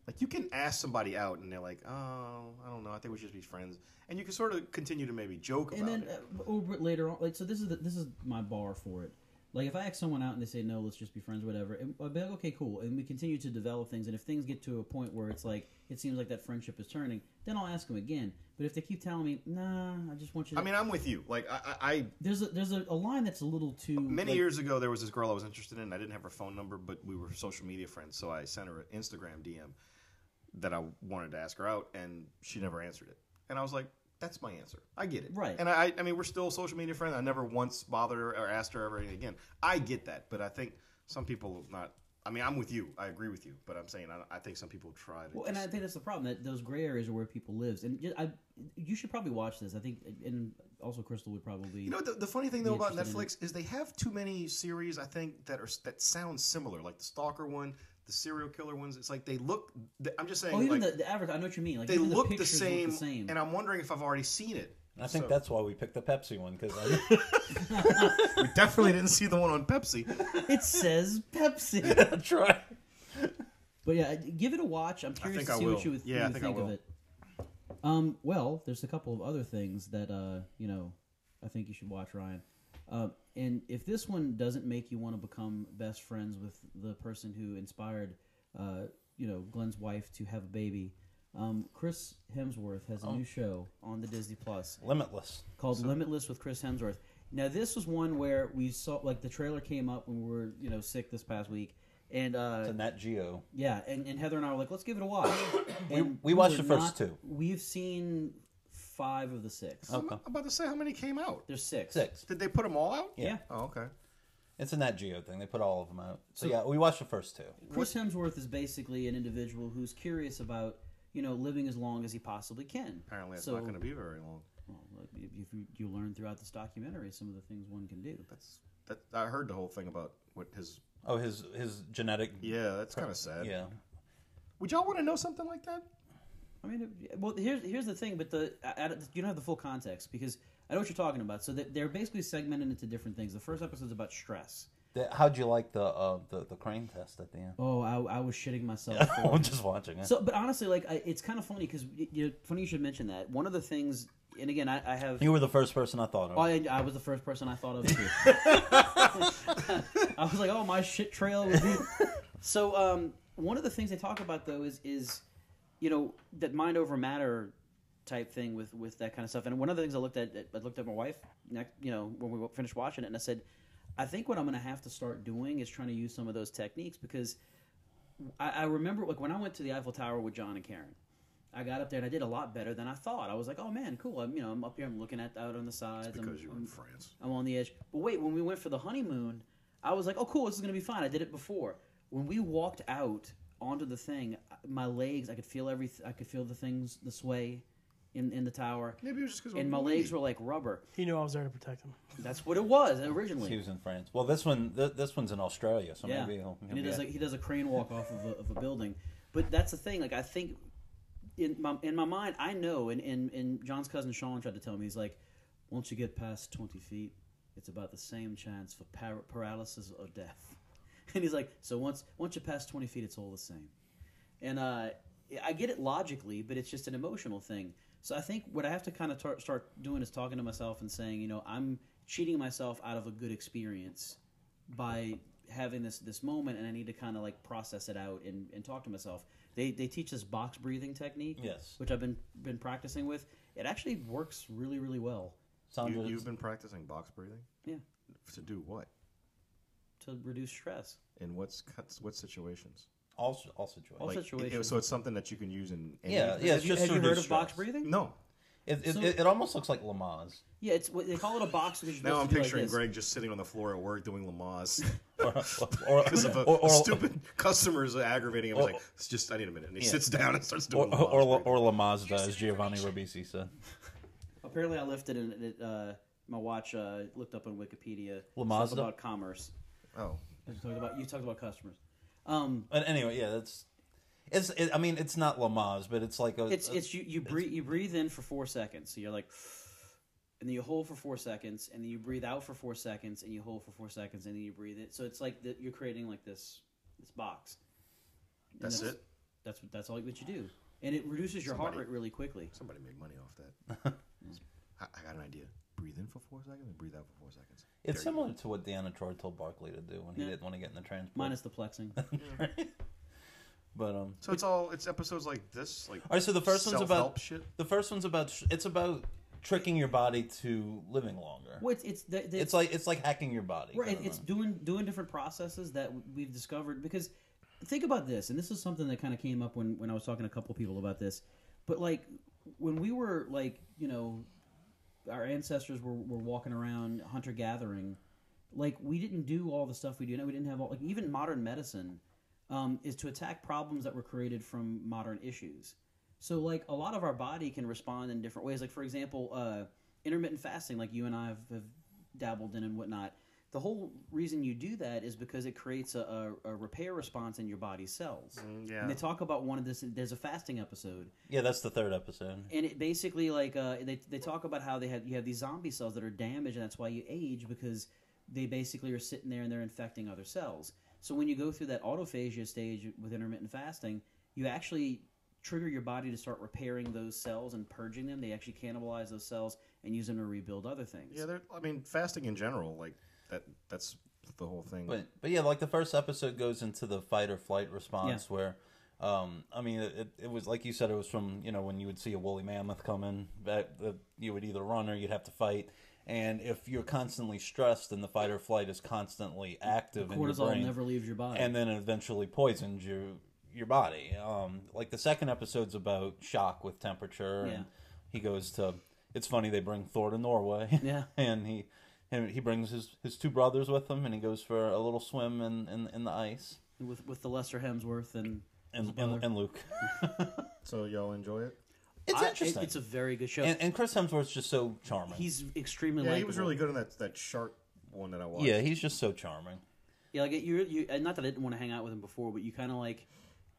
Speaker 2: Like you can ask somebody out and they're like, oh, I don't know, I think we should just be friends, and you can sort of continue to maybe joke about
Speaker 1: and then
Speaker 2: it.
Speaker 1: uh, or but later on like so this is the, this is my bar for it like if i ask someone out and they say no let's just be friends whatever and i'd be like okay cool and we continue to develop things and if things get to a point where it's like it seems like that friendship is turning then i'll ask them again but if they keep telling me nah i just want you to
Speaker 2: I mean, I'm with you. Like, I, I, I
Speaker 1: there's a there's a, a line that's a little too
Speaker 2: Many
Speaker 1: like,
Speaker 2: years ago, there was this girl I was interested in. I didn't have her phone number, but we were social media friends, so I sent her an Instagram DM that I wanted to ask her out, and she never answered it. And I was like, "That's my answer. I get it."
Speaker 1: Right.
Speaker 2: And I, I mean, we're still social media friends. I never once bothered her or asked her ever again. I get that, but I think some people not. I mean, I'm with you. I agree with you, but I'm saying I, I think some people try to.
Speaker 1: Well, and I
Speaker 2: just-
Speaker 1: think that's the problem that those gray areas are where people lives, and ju- I, you should probably watch this. I think, and also Crystal would probably.
Speaker 2: You know what the, the funny thing though about
Speaker 1: interested in
Speaker 2: Netflix is they have too many series I think that are that sound similar, like the Stalker one, the serial killer ones. It's like they look. th- I'm just saying,
Speaker 1: oh, even
Speaker 2: like,
Speaker 1: the, the advert. I know what you mean. Like
Speaker 2: they
Speaker 1: even
Speaker 2: look, the
Speaker 1: pictures
Speaker 2: same,
Speaker 1: Look the same.
Speaker 2: And I'm wondering if I've already seen it.
Speaker 4: I think
Speaker 2: So-
Speaker 4: that's why we picked the Pepsi one because
Speaker 2: we definitely didn't see the one on Pepsi.
Speaker 1: it says Pepsi.
Speaker 4: I try.
Speaker 1: But yeah, give it a watch. I'm curious
Speaker 2: think
Speaker 1: to
Speaker 2: I
Speaker 1: see
Speaker 2: will.
Speaker 1: what you would
Speaker 2: Yeah, I
Speaker 1: what you
Speaker 2: think I
Speaker 1: think of
Speaker 2: will.
Speaker 1: it. Um, well, there's a couple of other things that uh, you know, I think you should watch, Ryan. Um, and if this one doesn't make you want to become best friends with the person who inspired, uh, you know, Glenn's wife to have a baby, um, Chris Hemsworth has a
Speaker 2: Oh.
Speaker 1: new show on the Disney Plus
Speaker 4: Limitless.
Speaker 1: called Limitless with Chris Hemsworth. Now this was one where we saw like the trailer came up when we were you know sick this past week, and uh,
Speaker 4: It's a Nat Geo.
Speaker 1: yeah, and, and Heather and I were like, let's give it a watch. And
Speaker 4: we watched
Speaker 1: were
Speaker 4: the first two. Oh.
Speaker 1: We've seen five of the six.
Speaker 2: I'm about to say how many came out.
Speaker 1: There's six.
Speaker 4: Six.
Speaker 2: Did they put them all out?
Speaker 4: Yeah.
Speaker 1: Yeah.
Speaker 2: Oh, okay.
Speaker 4: It's a Nat Geo thing. They put all of them out. So, yeah, we watched the first two.
Speaker 1: Chris Hemsworth is basically an individual who's curious about, you know, living as long as he possibly can.
Speaker 2: Apparently, it's
Speaker 1: so,
Speaker 2: not going to be very long.
Speaker 1: well, look, if you, if you learn throughout this documentary some of the things one can do.
Speaker 2: That's that. I heard the whole thing about what his.
Speaker 4: Oh, his his genetic.
Speaker 2: Yeah, that's kind of sad.
Speaker 4: Yeah.
Speaker 2: Would y'all want to know something like that?
Speaker 1: I mean, it- well, here's here's the thing, but the I, I, don't- you don't have the full context because I know what you're talking about. So they- they're basically segmented into different things. The first episode's about stress.
Speaker 4: The- How'd you like the uh, the the crane test at the end?
Speaker 1: Oh, I, I was shitting myself. for
Speaker 4: I'm just watching it.
Speaker 1: So, but honestly, like I, it's kind of funny because you know, funny you should mention that. One of the things, and again, I, I have.
Speaker 4: you were the first person I thought of.
Speaker 1: Oh, I, I was the first person I thought of too. I was like, oh, my shit trail. Would be... So, um, one of the things they talk about though is is you know that mind over matter type thing with with that kind of stuff. And one of the things I looked at, I looked at my wife. Next, you know, when we finished watching it, and I said, I think what I'm going to have to start doing is trying to use some of those techniques because I, I remember like when I went to the Eiffel Tower with John and Karen. I got up there and I did a lot better than I thought. I was like, "Oh man, cool! I'm you know I'm up here, I'm looking at out on the sides. I'm,
Speaker 2: Because you were in
Speaker 1: I'm-
Speaker 2: France.
Speaker 1: I'm on the edge. But wait, when we went for the honeymoon, I was like, oh, cool, this is going to be fine. I did it before. When we walked out onto the thing, my legs, I could feel every, I could feel the things, the sway in, in the tower.
Speaker 2: Maybe it was just because.
Speaker 1: And my legs were like rubber.
Speaker 3: He knew I was there to protect him.
Speaker 1: That's what it was
Speaker 4: He
Speaker 1: originally.
Speaker 4: was in France. Well, this one th- this one's in Australia, so
Speaker 1: Yeah.
Speaker 4: maybe he'll, he'll
Speaker 1: and he
Speaker 4: be
Speaker 1: does, like, he does a crane walk off of a, of a building. But that's the thing. Like, I think in my, in my mind, I know, and, and, and John's cousin Sean tried to tell me, he's like, once you get past 20 feet, it's about the same chance for par- paralysis or death. And he's like, so once once you pass 20 feet, it's all the same. And uh, I get it logically, but it's just an emotional thing. So I think what I have to kind of tar- start doing is talking to myself and saying, you know, I'm cheating myself out of a good experience by having this this moment, and I need to kind of like process it out and, and talk to myself. They they teach this box breathing technique,
Speaker 4: Yes.
Speaker 1: which I've been been practicing with. It actually works really really well.
Speaker 4: Sounds
Speaker 2: You, you've been practicing box breathing
Speaker 1: Yeah,
Speaker 2: to do what?
Speaker 1: to reduce stress.
Speaker 2: In what's cuts? What situations?
Speaker 4: all all situations.
Speaker 1: All
Speaker 2: Like, it-
Speaker 1: situations.
Speaker 2: so it's something that you can use in. Any
Speaker 4: yeah, yeah. It's
Speaker 1: have you,
Speaker 4: just
Speaker 1: have
Speaker 4: to
Speaker 1: you heard
Speaker 4: reduce
Speaker 1: of box
Speaker 4: stress.
Speaker 1: breathing?
Speaker 2: No.
Speaker 4: It, it,
Speaker 1: So-
Speaker 4: it, it almost looks like Lamaze.
Speaker 1: Yeah, it's what- they call it a box. Because you're
Speaker 2: Now I'm
Speaker 1: supposed to do like
Speaker 2: picturing
Speaker 1: this.
Speaker 2: Greg just sitting on the floor at work doing Lamaze
Speaker 4: or, or,
Speaker 2: because of a,
Speaker 4: or,
Speaker 2: a
Speaker 4: or,
Speaker 2: stupid customers aggravating him. He's
Speaker 4: Or-
Speaker 2: like, it's just I need a minute, and he sits down and starts
Speaker 4: or,
Speaker 2: doing.
Speaker 4: or,
Speaker 2: Lamaze
Speaker 4: or,
Speaker 2: breathing.
Speaker 4: Lamaze does, Giovanni Ribisi said.
Speaker 1: Apparently, I left it in it, uh, my watch. Uh, looked up on Wikipedia.
Speaker 4: La
Speaker 1: Talked
Speaker 4: Mazda?
Speaker 1: about commerce.
Speaker 2: oh,
Speaker 1: You talked about you talked about customers. Um,
Speaker 4: But anyway, yeah, that's. It's. It, I mean, it's not Lamaze, but it's like a.
Speaker 1: it's
Speaker 4: a-
Speaker 1: it's you you breathe you breathe in for four seconds. So you're like, and then you hold for four seconds, and then you breathe out for four seconds, and you hold for four seconds, and then you breathe it. So it's like the, you're creating like this this box. And
Speaker 2: That's it?
Speaker 1: That's what that's all that you do, and it reduces your heart
Speaker 2: Somebody-
Speaker 1: rate really quickly.
Speaker 2: somebody made money off that. I, I got an idea. Breathe in for four seconds and breathe out for four seconds.
Speaker 4: It's similar to what Deanna Troy told Barkley to do when he
Speaker 1: Yeah.
Speaker 4: didn't want to get in the transport.
Speaker 1: Minus the plexing.
Speaker 4: But um,
Speaker 2: So it's all it's episodes like this, like
Speaker 4: all right. So the first one's
Speaker 2: self-help
Speaker 4: about
Speaker 2: shit.
Speaker 4: the first one's about sh- it's about tricking your body to living longer.
Speaker 1: well, it's it's, the, the,
Speaker 4: It's like it's like hacking your body.
Speaker 1: Right,
Speaker 4: kinda.
Speaker 1: it's doing doing different processes that we've discovered because think about this, and this is something that kind of came up when when I was talking to a couple people about this. But like when we were like you know our ancestors were, were walking around hunter gathering, like we didn't do all the stuff we do now. We didn't have all like even modern medicine um, is to attack problems that were created from modern issues. So like a lot of our body can respond in different ways. Like for example, uh, intermittent fasting, like you and I have, have dabbled in and whatnot. The whole reason you do that is because it creates a, a, a repair response in your body's cells.
Speaker 2: Mm, yeah.
Speaker 1: And they talk about one of this. There's a fasting episode,
Speaker 4: yeah, that's the third episode.
Speaker 1: and it basically like uh, they they talk about how they have you have these zombie cells that are damaged, and that's why you age because they basically are sitting there and they're infecting other cells. So when you go through that autophagia stage with intermittent fasting, you actually trigger your body to start repairing those cells and purging them. They actually cannibalize those cells and use them to rebuild other things.
Speaker 2: Yeah, they're, I mean, fasting in general, like that. That's the whole thing.
Speaker 4: But but yeah, like the first episode goes into the fight or flight response where, um, I mean, it, it was like you said, it was from you know when you would see a woolly mammoth coming that, that you would either run or you'd have to fight. And if you're constantly stressed, then the fight or flight is constantly active in your
Speaker 1: Cortisol
Speaker 4: brain,
Speaker 1: never leaves your body.
Speaker 4: and then it eventually poisons your your body. Um, like the second episode's about shock with temperature,
Speaker 1: Yeah.
Speaker 4: and he goes to. It's funny they bring Thor to Norway.
Speaker 1: Yeah.
Speaker 4: and he and he brings his, his two brothers with him, and he goes for a little swim in, in, in the ice.
Speaker 1: with with the lesser Hemsworth and
Speaker 4: And, and, and Luke,
Speaker 2: so y'all enjoy it.
Speaker 4: it's
Speaker 1: I- it-
Speaker 4: interesting.
Speaker 1: it's a very good show.
Speaker 4: and, and Chris Hemsworth's just so charming.
Speaker 1: he's extremely.
Speaker 2: Yeah, he was
Speaker 1: likable.
Speaker 2: really good in that that shark one that I watched.
Speaker 4: yeah, he's just so charming.
Speaker 1: Yeah, like you, you. And not that I didn't want to hang out with him before, but you kind of like,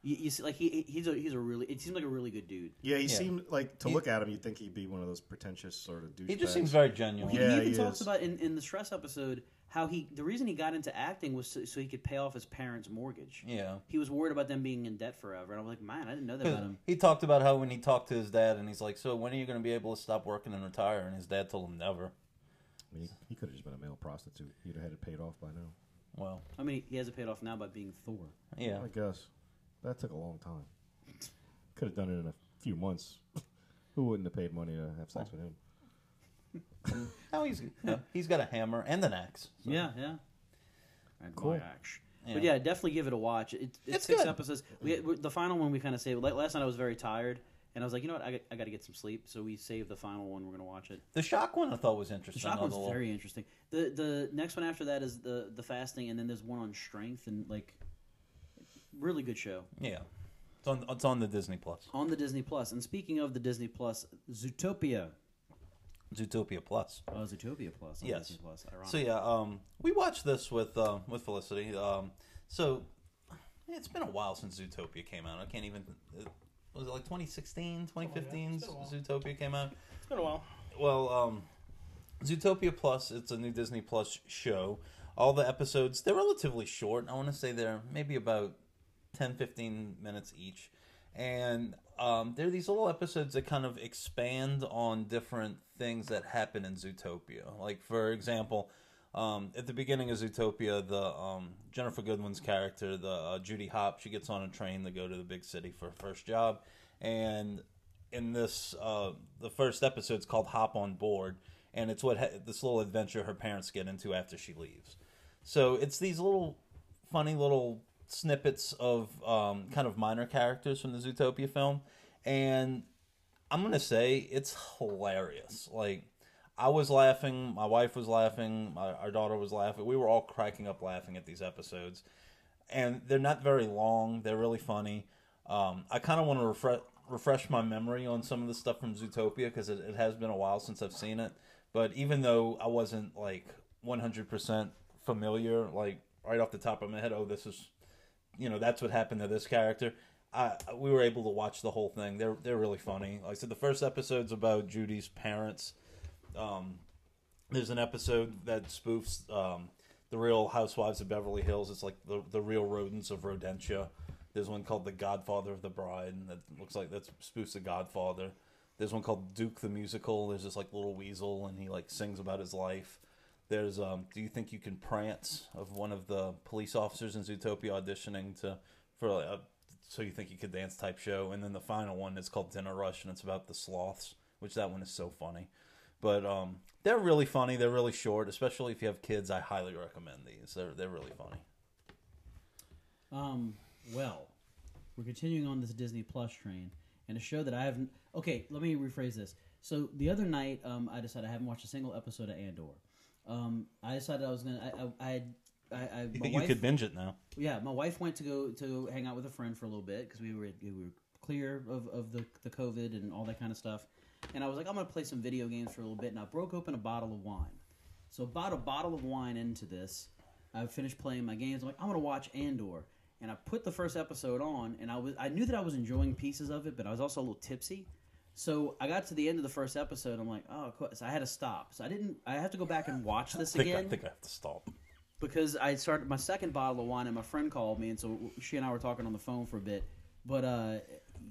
Speaker 1: you, you see, like he, he's a, he's a really. It seemed like a really good dude.
Speaker 2: Yeah, he
Speaker 4: Yeah.
Speaker 2: seemed like to look at him, you'd think he'd be one of those pretentious sort of douchebags.
Speaker 4: He just seems very genuine.
Speaker 1: He-
Speaker 2: Yeah,
Speaker 1: he even
Speaker 2: he
Speaker 1: talks
Speaker 2: is.
Speaker 1: about in, in the stress episode how he the reason he got into acting was so, so he could pay off his parents' mortgage.
Speaker 4: yeah.
Speaker 1: He was worried about them being in debt forever, and I was like, man, I didn't know that about him.
Speaker 4: He talked about how when he talked to his dad, and he's like, "So when are you going to be able to stop working and retire?" And his dad told him, "Never."
Speaker 2: I mean, he could have just been a male prostitute. He'd have had it paid off by now.
Speaker 4: Well,
Speaker 1: I mean, he has it paid off now by being Thor.
Speaker 4: yeah,
Speaker 2: I guess that took a long time. Could have done it in a few months. Who wouldn't have paid money to have sex with him?
Speaker 4: Oh, he's no, he's got a hammer and an axe. so-
Speaker 1: Yeah, yeah. And
Speaker 2: Cool.
Speaker 1: my axe. But yeah, definitely give it a watch. It, it's,
Speaker 4: It's
Speaker 1: six
Speaker 4: good.
Speaker 1: episodes. We, we, the final one we kind of saved. Like, last night I was very tired, and I was like, you know what, I got, I got to get some sleep. So we saved the final one. We're gonna watch it.
Speaker 4: The shock one I thought was interesting.
Speaker 1: The shock one's
Speaker 4: although-
Speaker 1: very interesting. The the next one after that is the the fasting, and then there's one on strength and like really good show
Speaker 4: Yeah, it's on it's on the Disney Plus,
Speaker 1: on the Disney Plus. And speaking of the Disney Plus, Zootopia.
Speaker 4: Zootopia Plus.
Speaker 1: Oh, Zootopia Plus. On
Speaker 4: Yes.
Speaker 1: Disney Plus. Ironic.
Speaker 4: So yeah, um, we watched this with um with Felicity. Um, so it's been a while since Zootopia came out. I can't even. It, was it like 2016,
Speaker 3: yeah.
Speaker 4: 2015?
Speaker 3: It's been a while.
Speaker 4: Zootopia came out.
Speaker 3: It's been a while.
Speaker 4: Well, um, Zootopia Plus, it's a new Disney Plus show. All the episodes, they're relatively short. I want to say they're maybe about 10, 15 minutes each. And um, they're these little episodes that kind of expand on different things that happen in Zootopia. Like, for example, Um, at the beginning of Zootopia, the um, Jennifer Goodwin's character, the uh, Judy Hop, she gets on a train to go to the big city for her first job, and in this, uh, the first episode's called "Hop on Board," and it's what ha- this little adventure her parents get into after she leaves. So it's these little funny little snippets of um, kind of minor characters from the Zootopia film, and I'm gonna say it's hilarious. Like I was laughing, my wife was laughing, my, our daughter was laughing. We were all cracking up laughing at these episodes, and they're not very long. They're really funny. Um, I kind of want to refresh refresh my memory on some of the stuff from Zootopia because it, it has been a while since I've seen it. But even though I wasn't like 100% familiar, like right off the top of my head, oh, this is you know that's what happened to this character. I we were able to watch the whole thing. They're they're really funny. Like I said, the first episode's about Judy's parents. Um, there's an episode that spoofs um, the Real Housewives of Beverly Hills. It's like the the real rodents of Rodentia. There's one called The Godfather of the Bride, and that looks like that spoofs The Godfather. There's one called Duke the Musical. There's this like little weasel, and he like sings about his life. There's um, Do You Think You Can Prance of one of the police officers in Zootopia auditioning to for like, a So You Think You Could Dance type show, and then the final one is called Dinner Rush, and it's about the sloths, which that one is so funny. But um, they're really funny. They're really short, especially if you have kids. I highly recommend these. They're they're really funny.
Speaker 1: Um, well, we're continuing on this Disney Plus train, and a show that I haven't. Okay, let me rephrase this. So the other night, um, I decided I haven't watched a single episode of Andor. Um, I decided I was gonna. I, I, I, had- I, I my
Speaker 4: you
Speaker 1: wife,
Speaker 4: could binge it now.
Speaker 1: yeah, my wife went to go to hang out with a friend for a little bit because we were we were clear of, of the the COVID and all that kind of stuff. And I was like, I'm gonna play some video games for a little bit, and I broke open a bottle of wine. So about a bottle of wine into this, I finished playing my games. I'm like, I'm gonna watch Andor, and I put the first episode on, and I was I knew that I was enjoying pieces of it, but I was also a little tipsy. So I got to the end of the first episode. I'm like, oh, cool. so I had to stop. So I didn't. I have to go back and watch this
Speaker 4: I think,
Speaker 1: again
Speaker 4: I think I have to stop.
Speaker 1: because I started my second bottle of wine, and my friend called me, and so she and I were talking on the phone for a bit. But uh,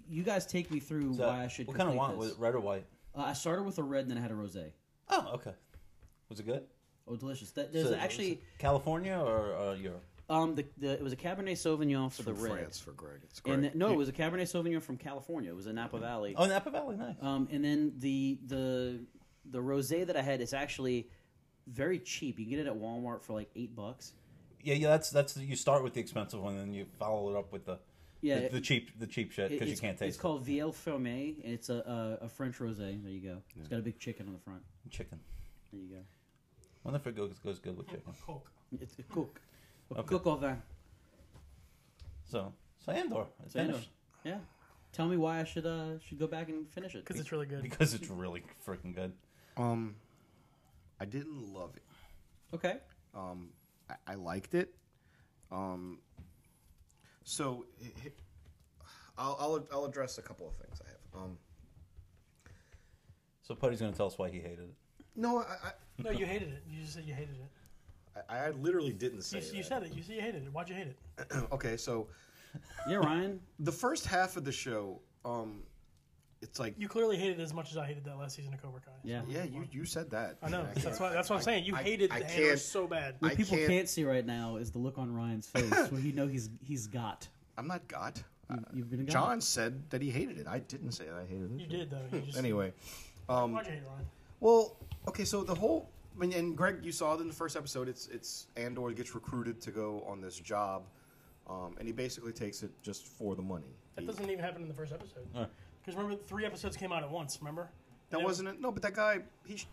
Speaker 1: you guys take me through
Speaker 4: So,
Speaker 1: why I should.
Speaker 4: What kind of wine
Speaker 1: complete
Speaker 4: was
Speaker 1: this.
Speaker 4: it? Red or white?
Speaker 1: Uh, I started with a red, and then I had a rosé.
Speaker 4: Oh, okay. Was it good?
Speaker 1: Oh, delicious! That, there's
Speaker 4: So,
Speaker 1: actually
Speaker 4: was it California or uh, Europe.
Speaker 1: um the, the it was a Cabernet Sauvignon for the
Speaker 2: From
Speaker 1: red,
Speaker 2: France for Greg. It's great.
Speaker 1: and the- no, it was a Cabernet Sauvignon from California. It was in Napa Valley.
Speaker 4: Oh, Napa Valley, nice.
Speaker 1: Um, and then the the the rosé that I had is actually very cheap. You can get it at Walmart for like eight bucks.
Speaker 4: yeah, yeah. That's that's you start with the expensive one, and you follow it up with the
Speaker 1: Yeah,
Speaker 4: the,
Speaker 1: it-
Speaker 4: the cheap the cheap shit
Speaker 1: It-
Speaker 4: because you
Speaker 1: it's-
Speaker 4: can't taste
Speaker 1: It's called Viel Fermé, and it's a, a, a French rosé. There you go. It's got a big chicken on the front.
Speaker 4: it. chicken.
Speaker 1: There you go.
Speaker 4: I wonder if it goes, goes good with chicken.
Speaker 3: Hulk.
Speaker 1: It's a cook. A
Speaker 4: Okay.
Speaker 1: cook over.
Speaker 4: So so Andor, it's finished
Speaker 1: Yeah. Tell me why I should uh should go back and finish it.
Speaker 3: Because it's really good.
Speaker 4: because it's really freaking good.
Speaker 2: um, I didn't love it.
Speaker 1: Okay.
Speaker 2: Um, I, I liked it. Um, so h- h- I'll, I'll I'll address a couple of things I have. Um,
Speaker 4: So Putty's gonna tell us why he hated it.
Speaker 2: no, I I,
Speaker 3: No, you hated it. You just said you hated it.
Speaker 2: I, I literally didn't say
Speaker 3: You, you
Speaker 2: that.
Speaker 3: said it. You said you hated it. Why'd you hate it?
Speaker 2: okay, so
Speaker 1: Yeah, Ryan.
Speaker 2: the first half of the show, um, it's like
Speaker 3: You clearly hated it as much as I hated that last season of Cobra Kai.
Speaker 1: Yeah.
Speaker 2: yeah, you you said that.
Speaker 3: I know.
Speaker 2: can't-
Speaker 3: That's what, that's what I'm saying. You
Speaker 2: I-
Speaker 3: hated
Speaker 2: I
Speaker 3: the Andor
Speaker 2: can't-
Speaker 3: so bad.
Speaker 1: What
Speaker 2: I
Speaker 1: people can't...
Speaker 2: can't-
Speaker 1: see right now is the look on Ryan's face where you know he's he's got.
Speaker 2: I'm not God. Uh,
Speaker 1: You- You've been got.
Speaker 2: John said that he hated it. I didn't say that I hated
Speaker 3: You
Speaker 2: it.
Speaker 3: did, though. You just,
Speaker 2: Anyway, um,
Speaker 3: Why'd you hate it, Ryan?
Speaker 2: Well, okay, so the whole I mean, and Greg, you saw it in the first episode. It's it's Andor gets recruited to go on this job, um, and he basically takes it just for the money.
Speaker 3: That
Speaker 2: He-
Speaker 3: doesn't even happen in the first episode.
Speaker 4: Uh.
Speaker 3: Because remember, three episodes came out at once, remember?
Speaker 2: that
Speaker 3: Yeah.
Speaker 2: wasn't it. No, but that guy he sh-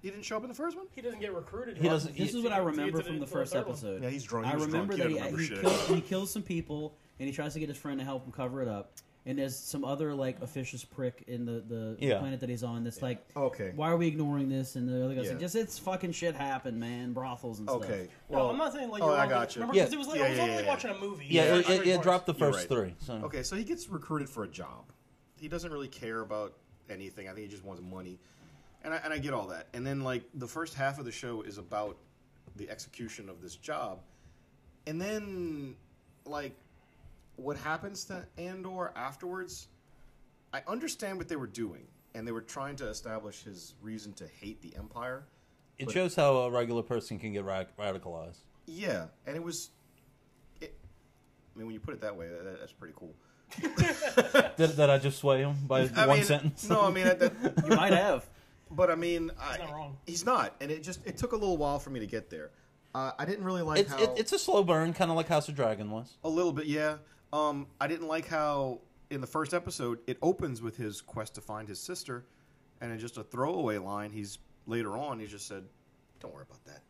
Speaker 2: he didn't show up in the first one.
Speaker 3: He doesn't get recruited.
Speaker 4: He doesn't-
Speaker 1: This
Speaker 4: You-
Speaker 1: is what I
Speaker 3: you-
Speaker 1: remember
Speaker 3: you-
Speaker 1: from the
Speaker 3: you-
Speaker 1: first
Speaker 3: you- you-
Speaker 1: episode.
Speaker 2: Yeah, he's drunk.
Speaker 1: I
Speaker 2: He was
Speaker 1: remember
Speaker 2: drunk. He
Speaker 1: that
Speaker 2: didn't
Speaker 1: he, he,
Speaker 2: remember
Speaker 1: kills, he kills some people and he tries to get his friend to help him cover it up. And there's some other like officious prick in the, the
Speaker 4: Yeah.
Speaker 1: planet that he's on that's like,
Speaker 2: Okay.
Speaker 1: why are we ignoring this? And the other guy's
Speaker 2: Yeah.
Speaker 1: like, just it's fucking shit happened, man. Brothels and stuff.
Speaker 2: Okay.
Speaker 3: No,
Speaker 2: Well,
Speaker 3: I'm not saying like
Speaker 2: oh,
Speaker 3: you're
Speaker 2: I
Speaker 3: wrong,
Speaker 2: got you.
Speaker 3: Remember,
Speaker 4: Yeah.
Speaker 3: 'cause it was like
Speaker 2: Yeah,
Speaker 3: I was
Speaker 2: yeah,
Speaker 3: only
Speaker 2: yeah,
Speaker 3: like
Speaker 2: yeah.
Speaker 3: watching a movie.
Speaker 4: Yeah,
Speaker 3: Like,
Speaker 4: it, it,
Speaker 3: three
Speaker 4: it
Speaker 3: parts.
Speaker 4: dropped the
Speaker 2: You're
Speaker 4: first
Speaker 2: right.
Speaker 4: three. So.
Speaker 2: Okay, so he gets recruited for a job. He doesn't really care about anything. I think he just wants money, and I, and I get all that. And then like the first half of the show is about the execution of this job, and then like what happens to Andor afterwards. I understand what they were doing, and they were trying to establish his reason to hate the Empire,
Speaker 4: it
Speaker 2: But-
Speaker 4: shows how a regular person can get ra- radicalized.
Speaker 2: Yeah, and it was. It, I mean, when you put it that way, that, that's pretty cool.
Speaker 4: Did, did I just sway him by
Speaker 2: I
Speaker 4: one
Speaker 2: mean,
Speaker 4: sentence?
Speaker 2: No, I mean, that, that-
Speaker 1: You might have.
Speaker 2: but I mean, I,
Speaker 3: not wrong.
Speaker 2: He's not, and it just it took a little while for me to get there. Uh, I didn't really like
Speaker 4: it's
Speaker 2: how
Speaker 4: it, it's a slow burn, kind of like House of Dragon was.
Speaker 2: a little bit, yeah. Um, I didn't like how in the first episode it opens with his quest to find his sister, and in just a throwaway line, he's later on he just said, "Don't worry about that,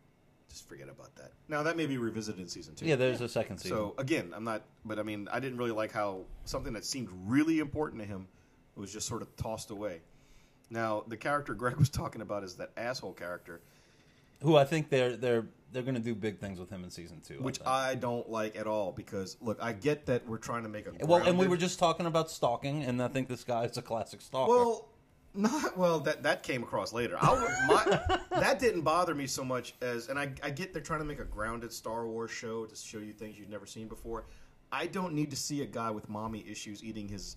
Speaker 2: just forget about that." Now that may be revisited in season two.
Speaker 4: Yeah, there's a second season.
Speaker 2: So again, I'm not, but I mean, I didn't really like how something that seemed really important to him was just sort of tossed away. Now, the character Greg was talking about is that asshole character,
Speaker 4: Who I think they're they're they're going to do big things with him in season two.
Speaker 2: which
Speaker 4: think.
Speaker 2: I don't like at all because look, I get that we're trying to make a
Speaker 4: well, and we
Speaker 2: grounded-
Speaker 4: were just talking about stalking, and I think this guy is a classic stalker.
Speaker 2: well, not well that that came across later. I, would- my, that didn't bother me so much as, and I, I get they're trying to make a grounded Star Wars show to show you things you've never seen before. I don't need to see a guy with mommy issues eating his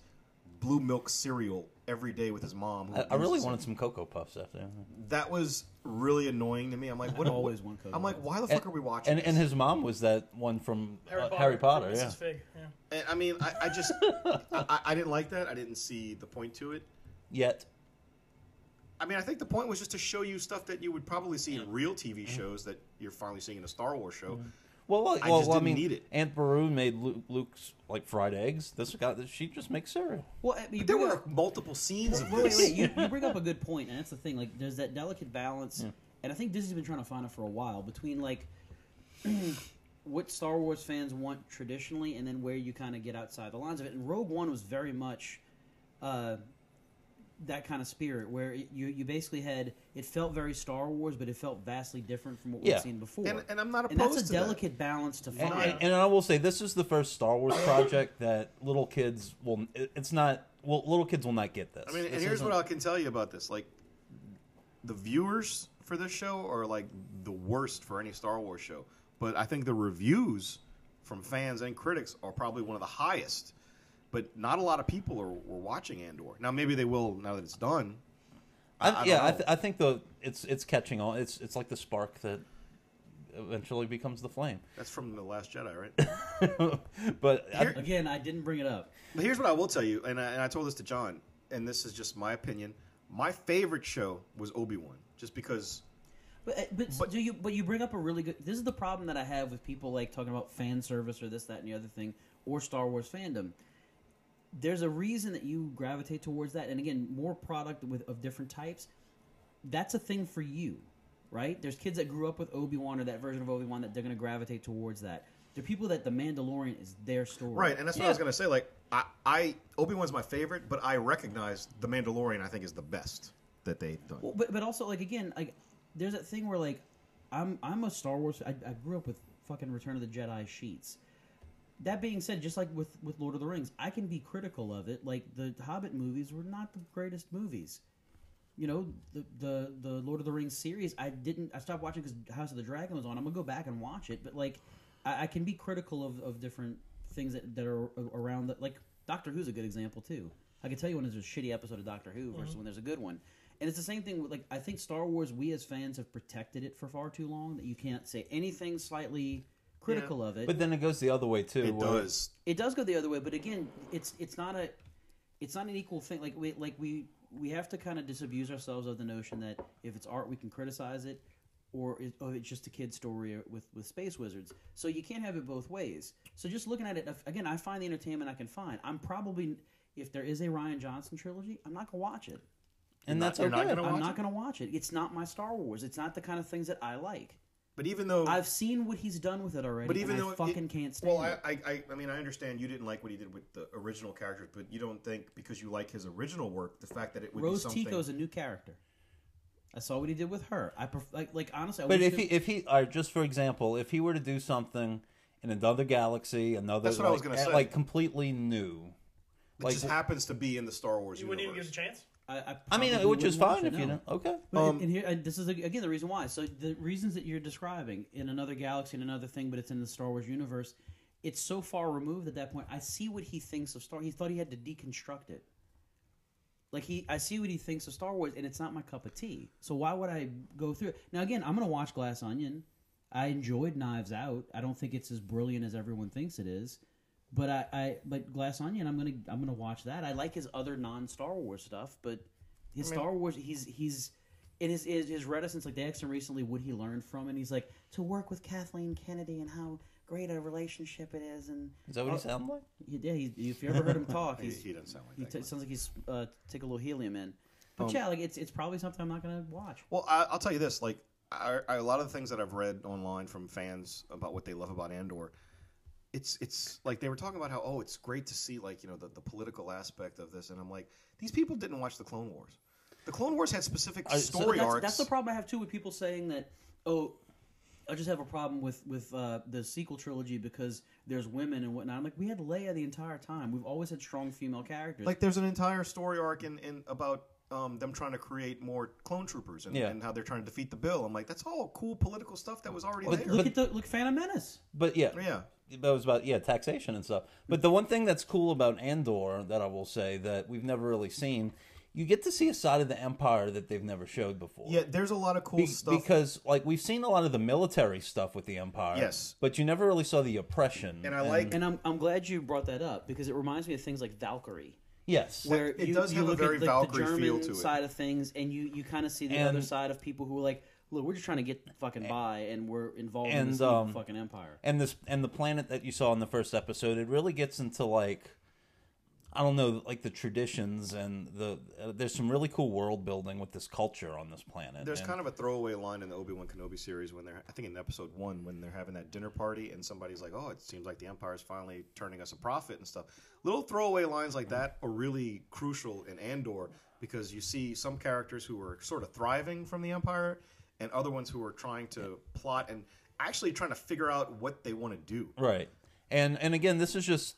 Speaker 2: blue milk cereal every day with his mom. who
Speaker 4: I, I really
Speaker 2: abuses him.
Speaker 4: wanted some cocoa puffs after.
Speaker 2: that was really annoying to me. I'm like, what?
Speaker 1: Always
Speaker 2: what-
Speaker 1: one coat.
Speaker 2: I'm like, why the fuck are we watching?
Speaker 4: And
Speaker 2: this?
Speaker 4: and his mom was that one from uh,
Speaker 3: Harry Potter.
Speaker 4: Harry Potter.
Speaker 3: Mrs.
Speaker 4: Yeah.
Speaker 3: Fig. Yeah.
Speaker 2: And, I mean, I, I just, I, I- I didn't like that. I didn't see the point to it.
Speaker 4: Yet
Speaker 2: I mean, I think the point was just to show you stuff that you would probably see in real TV shows that you're finally seeing in a Star Wars show.
Speaker 4: Well, well,
Speaker 2: I
Speaker 4: well,
Speaker 2: just
Speaker 4: well, I
Speaker 2: didn't
Speaker 4: mean,
Speaker 2: need it.
Speaker 4: Aunt Beru made Lu- Luke's like fried eggs. This guy, she just makes cereal.
Speaker 1: Well, I mean,
Speaker 2: There
Speaker 1: you
Speaker 2: were
Speaker 1: bring
Speaker 2: multiple scenes of
Speaker 1: up- wait, wait,
Speaker 2: this.
Speaker 1: wait. You, you bring up a good point, and that's the thing. Like, there's that delicate balance, and I think Disney's been trying to find it for a while between like what Star Wars fans want traditionally, and then where you kind of get outside the lines of it. And Rogue One was very much. Uh, that kind of spirit where it, you you basically had it felt very Star Wars, but it felt vastly different from what
Speaker 4: Yeah.
Speaker 1: we've seen before.
Speaker 2: And- and I'm not
Speaker 1: And that's
Speaker 2: opposed
Speaker 1: a
Speaker 2: to that.
Speaker 1: delicate balance to
Speaker 4: And,
Speaker 1: find.
Speaker 4: and, and I will say, this is the first Star Wars project that little kids will. it- It's not. Well, little kids will not get this.
Speaker 2: I mean, and
Speaker 4: This
Speaker 2: here's what
Speaker 4: isn't-
Speaker 2: I can tell you about this: like, the viewers for this show are like the worst for any Star Wars show, but I think the reviews from fans and critics are probably one of the highest. But not a lot of people are were watching Andor now. Maybe they will now that it's done.
Speaker 4: I,
Speaker 2: I don't
Speaker 4: yeah, I,
Speaker 2: know.
Speaker 4: th- I think the it's it's catching on. It's it's like the spark that eventually becomes the flame.
Speaker 2: That's from the Last Jedi, right?
Speaker 4: But I-
Speaker 2: Here-
Speaker 1: Again, I didn't bring it up.
Speaker 2: But here's what I will tell you, and I, and I told this to John, and this is just my opinion. My favorite show was Obi Wan, just because
Speaker 1: But, but,
Speaker 2: But-
Speaker 1: do you but you bring up a really good this is the problem that I have with people like talking about fan service or this that and the other thing or Star Wars fandom. There's a reason that you gravitate towards that and again more product with of different types. That's a thing for you, right? There's kids that grew up with Obi-Wan or that version of Obi-Wan that they're going to gravitate towards that. There are people that The Mandalorian is their story.
Speaker 2: Right, and that's what I was
Speaker 4: Yeah.
Speaker 2: gonna say. Like, I, I Obi Wan's my favorite, but I recognize The Mandalorian. I think is the best that they've done.
Speaker 1: Well, but but also like again, like there's that thing where like I'm I'm a Star Wars. I, I grew up with fucking Return of the Jedi sheets. That being said, just like with with Lord of the Rings, I can be critical of it. Like the Hobbit movies were not the greatest movies. You know the the the Lord of the Rings series. I didn't. I stopped watching because House of the Dragon was on. I'm gonna go back and watch it, but like I, I can be critical of, of different things that, that are around. That like Doctor Who's a good example too. I can tell you when there's a shitty episode of Doctor Who versus when there's a good one. And it's the same thing with like I think Star Wars. We as fans have protected it for far too long that you can't say anything slightly critical of it.
Speaker 4: but then it goes the other way too.
Speaker 2: it
Speaker 4: where-
Speaker 2: does.
Speaker 1: it does go the other way, but again, it's it's not a it's not an equal thing. Like we like we we have to kind of disabuse ourselves of the notion that if it's art, we can criticize it, or it, oh, it's just a kid's story with with space wizards. So you can't have it both ways. So just looking at it if- again, I find the entertainment I can find. I'm probably if there is a Ryan Johnson trilogy, I'm not gonna watch it.
Speaker 4: and
Speaker 2: You're
Speaker 4: that's
Speaker 2: not- you're not
Speaker 4: okay.
Speaker 2: gonna
Speaker 1: I'm
Speaker 2: watch
Speaker 1: not
Speaker 2: it?
Speaker 1: gonna watch it. It's not my Star Wars. It's not the kind of things that I like.
Speaker 2: But even though,
Speaker 1: I've seen what he's done with it already,
Speaker 2: but even
Speaker 1: and
Speaker 2: though,
Speaker 1: I
Speaker 2: it-
Speaker 1: fucking can't stand
Speaker 2: Well,
Speaker 1: it.
Speaker 2: I, I, I- I mean, I understand you didn't like what he did with the original characters, but you don't think because you like his original work, the fact that it would
Speaker 1: Rose
Speaker 2: be something.
Speaker 1: Tico's a new character. I saw what he did with her. I pref- like, like honestly. I
Speaker 4: But
Speaker 1: wish
Speaker 4: if he, if he, or just for example, if he were to do something in another galaxy, another
Speaker 2: That's what
Speaker 4: like,
Speaker 2: I was gonna
Speaker 4: eh,
Speaker 2: say.
Speaker 4: like completely new.
Speaker 2: that
Speaker 4: like-
Speaker 2: just happens to be in the Star Wars
Speaker 3: You wouldn't even give
Speaker 2: universe.
Speaker 3: us a chance.
Speaker 1: I, I,
Speaker 4: I mean,
Speaker 1: probably
Speaker 4: which is
Speaker 1: wouldn't watch
Speaker 4: fine
Speaker 1: it,
Speaker 4: if you
Speaker 1: no.
Speaker 4: know. Okay.
Speaker 1: But
Speaker 2: Um,
Speaker 1: and here, and this is again the reason why. So the reasons that you're describing in another galaxy and another thing, but it's in the Star Wars universe. It's so far removed at that point. I see what he thinks of Star. He thought he had to deconstruct it. Like he, I see what he thinks of Star Wars, and it's not my cup of tea. So why would I go through it? Now again, I'm gonna watch Glass Onion. I enjoyed Knives Out. I don't think it's as brilliant as everyone thinks it is, but I, I but Glass Onion, I'm gonna, I'm gonna watch that. I like his other non Star Wars stuff, but his Star Wars, he's he's. And his, his, his reticence, like they asked him recently what he learned from, and he's like, to work with Kathleen Kennedy and how great a relationship it is. And
Speaker 4: Is that what
Speaker 2: uh,
Speaker 4: he sounded like?
Speaker 1: he- yeah, he, if you ever heard him talk, he's,
Speaker 2: he doesn't sound like
Speaker 1: he
Speaker 2: that. Um,
Speaker 1: t- sounds like he's uh, take a little helium in. But yeah, like it's it's probably something I'm not gonna watch.
Speaker 2: Well, I, I'll tell you this: like I, I, a lot of the things that I've read online from fans about what they love about Andor, it's it's like they were talking about how oh, it's great to see like you know the, the political aspect of this, and I'm like, these people didn't watch the Clone Wars. The Clone Wars had specific
Speaker 4: so
Speaker 2: story
Speaker 1: that's,
Speaker 2: arcs.
Speaker 1: that's the problem I have too with people saying that. Oh, I just have a problem with with uh, the sequel trilogy because there's women and whatnot. I'm like, we had Leia the entire time. We've always had strong female characters.
Speaker 2: Like, there's an entire story arc in, in about um, them trying to create more clone troopers and,
Speaker 4: Yeah.
Speaker 2: and how they're trying to defeat the bill. I'm like, that's all cool political stuff that was already there.
Speaker 1: look at the look Phantom Menace.
Speaker 4: But yeah,
Speaker 2: yeah.
Speaker 4: that was about yeah taxation and stuff. But the one thing that's cool about Andor that I will say that we've never really seen, you get to see a side of the Empire that they've never showed before.
Speaker 2: Yeah, there's a lot of cool
Speaker 4: Be-
Speaker 2: stuff.
Speaker 4: Because like we've seen a lot of the military stuff with the Empire.
Speaker 2: Yes.
Speaker 4: But you never really saw the oppression.
Speaker 2: and I like
Speaker 1: And I'm I'm glad you brought that up because it reminds me of things like Valkyrie.
Speaker 4: yes.
Speaker 1: where
Speaker 2: It
Speaker 1: you,
Speaker 2: does
Speaker 1: you
Speaker 2: have a
Speaker 1: look
Speaker 2: very
Speaker 1: at like, the
Speaker 2: Valkyrie
Speaker 1: German
Speaker 2: feel to it.
Speaker 1: side of things, and you, you kind of see the
Speaker 4: And-
Speaker 1: other side of people who are like, look, we're just trying to get fucking by, and we're involved in
Speaker 4: And,
Speaker 1: this evil
Speaker 4: um,
Speaker 1: fucking empire.
Speaker 4: and this and the planet that you saw in the first episode it really gets into like i don't know like the traditions and the uh, there's some really cool world building with this culture on this planet
Speaker 2: There's
Speaker 4: and,
Speaker 2: kind of a throwaway line in the Obi Wan Kenobi series when they're, I think in episode one, when they're having that dinner party and somebody's like, oh, it seems like the Empire's finally turning us a profit and stuff. Little throwaway lines like that are really crucial in Andor because you see some characters who are sort of thriving from the Empire and other ones who are trying to plot and actually trying to figure out what they want to do.
Speaker 4: right and and again this is just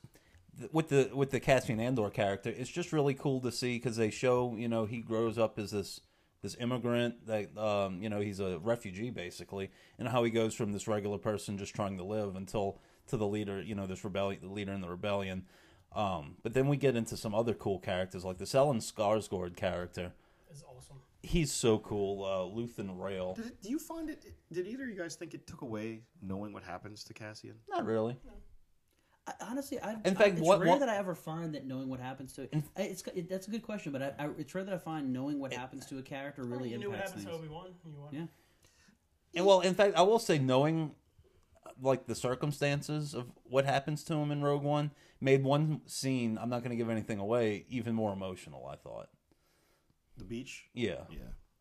Speaker 4: with the with the cassian andor character it's just really cool to see because they show you know he grows up as this this immigrant that um, you know he's a refugee basically and how he goes from this regular person just trying to live until to the leader you know this rebellion the leader in the rebellion um, but then we get into some other cool characters like the Stellan Skarsgård character
Speaker 3: It's awesome.
Speaker 4: he's so cool uh, Luthen Rail
Speaker 2: Did it, do you find it, did either of you guys think it took away knowing what happens to Cassian?
Speaker 4: not really
Speaker 1: I, honestly, I,
Speaker 4: In
Speaker 1: in
Speaker 4: fact,
Speaker 1: fact, it's
Speaker 4: what-
Speaker 1: rare
Speaker 4: what-
Speaker 1: that I ever find that knowing what happens to I- it's I- that's a good question, but I, I, it's rare that I find knowing what happens to a character really
Speaker 3: you knew what
Speaker 1: impacts
Speaker 3: happened
Speaker 1: things.
Speaker 3: to Obi Wan. You watched.
Speaker 1: Yeah.
Speaker 4: And well, in fact, I will say knowing uh, like the circumstances of what happens to him in Rogue One made one scene, I'm not going to give anything away, even more emotional, I thought.
Speaker 2: The beach?
Speaker 4: Yeah.
Speaker 2: Yeah.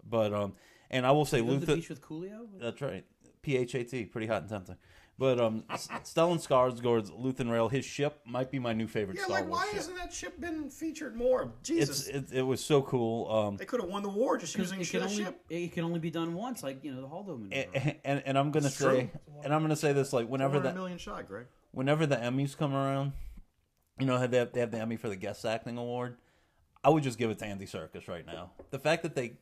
Speaker 4: But um and I will say
Speaker 1: Go to the
Speaker 4: Luther
Speaker 1: beach with Coolio.
Speaker 4: That's right. PHAT, pretty hot and tempting. But um S- Stellan Skarsgård's Luthen Rail, his ship might be my new favorite
Speaker 2: Yeah,
Speaker 4: Star
Speaker 2: like,
Speaker 4: Wars
Speaker 2: why
Speaker 4: ship.
Speaker 2: hasn't that ship been featured more? Jesus.
Speaker 4: It's it, it was so cool. Um
Speaker 2: They could have won the war just
Speaker 1: 'Cause
Speaker 2: using
Speaker 1: It
Speaker 2: shit
Speaker 1: can
Speaker 2: a
Speaker 1: only
Speaker 2: ship.
Speaker 1: it can only be done once, like you know the Haldo maneuver.
Speaker 4: and, and, and I'm gonna
Speaker 2: It's
Speaker 4: say,
Speaker 2: true.
Speaker 4: and I'm gonna say this like whenever
Speaker 2: Over
Speaker 4: that
Speaker 2: that million shot, Greg.
Speaker 4: whenever the Emmys come around, you know how they have, they have the Emmy for the guest acting award. I would just give it to Andy Serkis right now. The fact that they,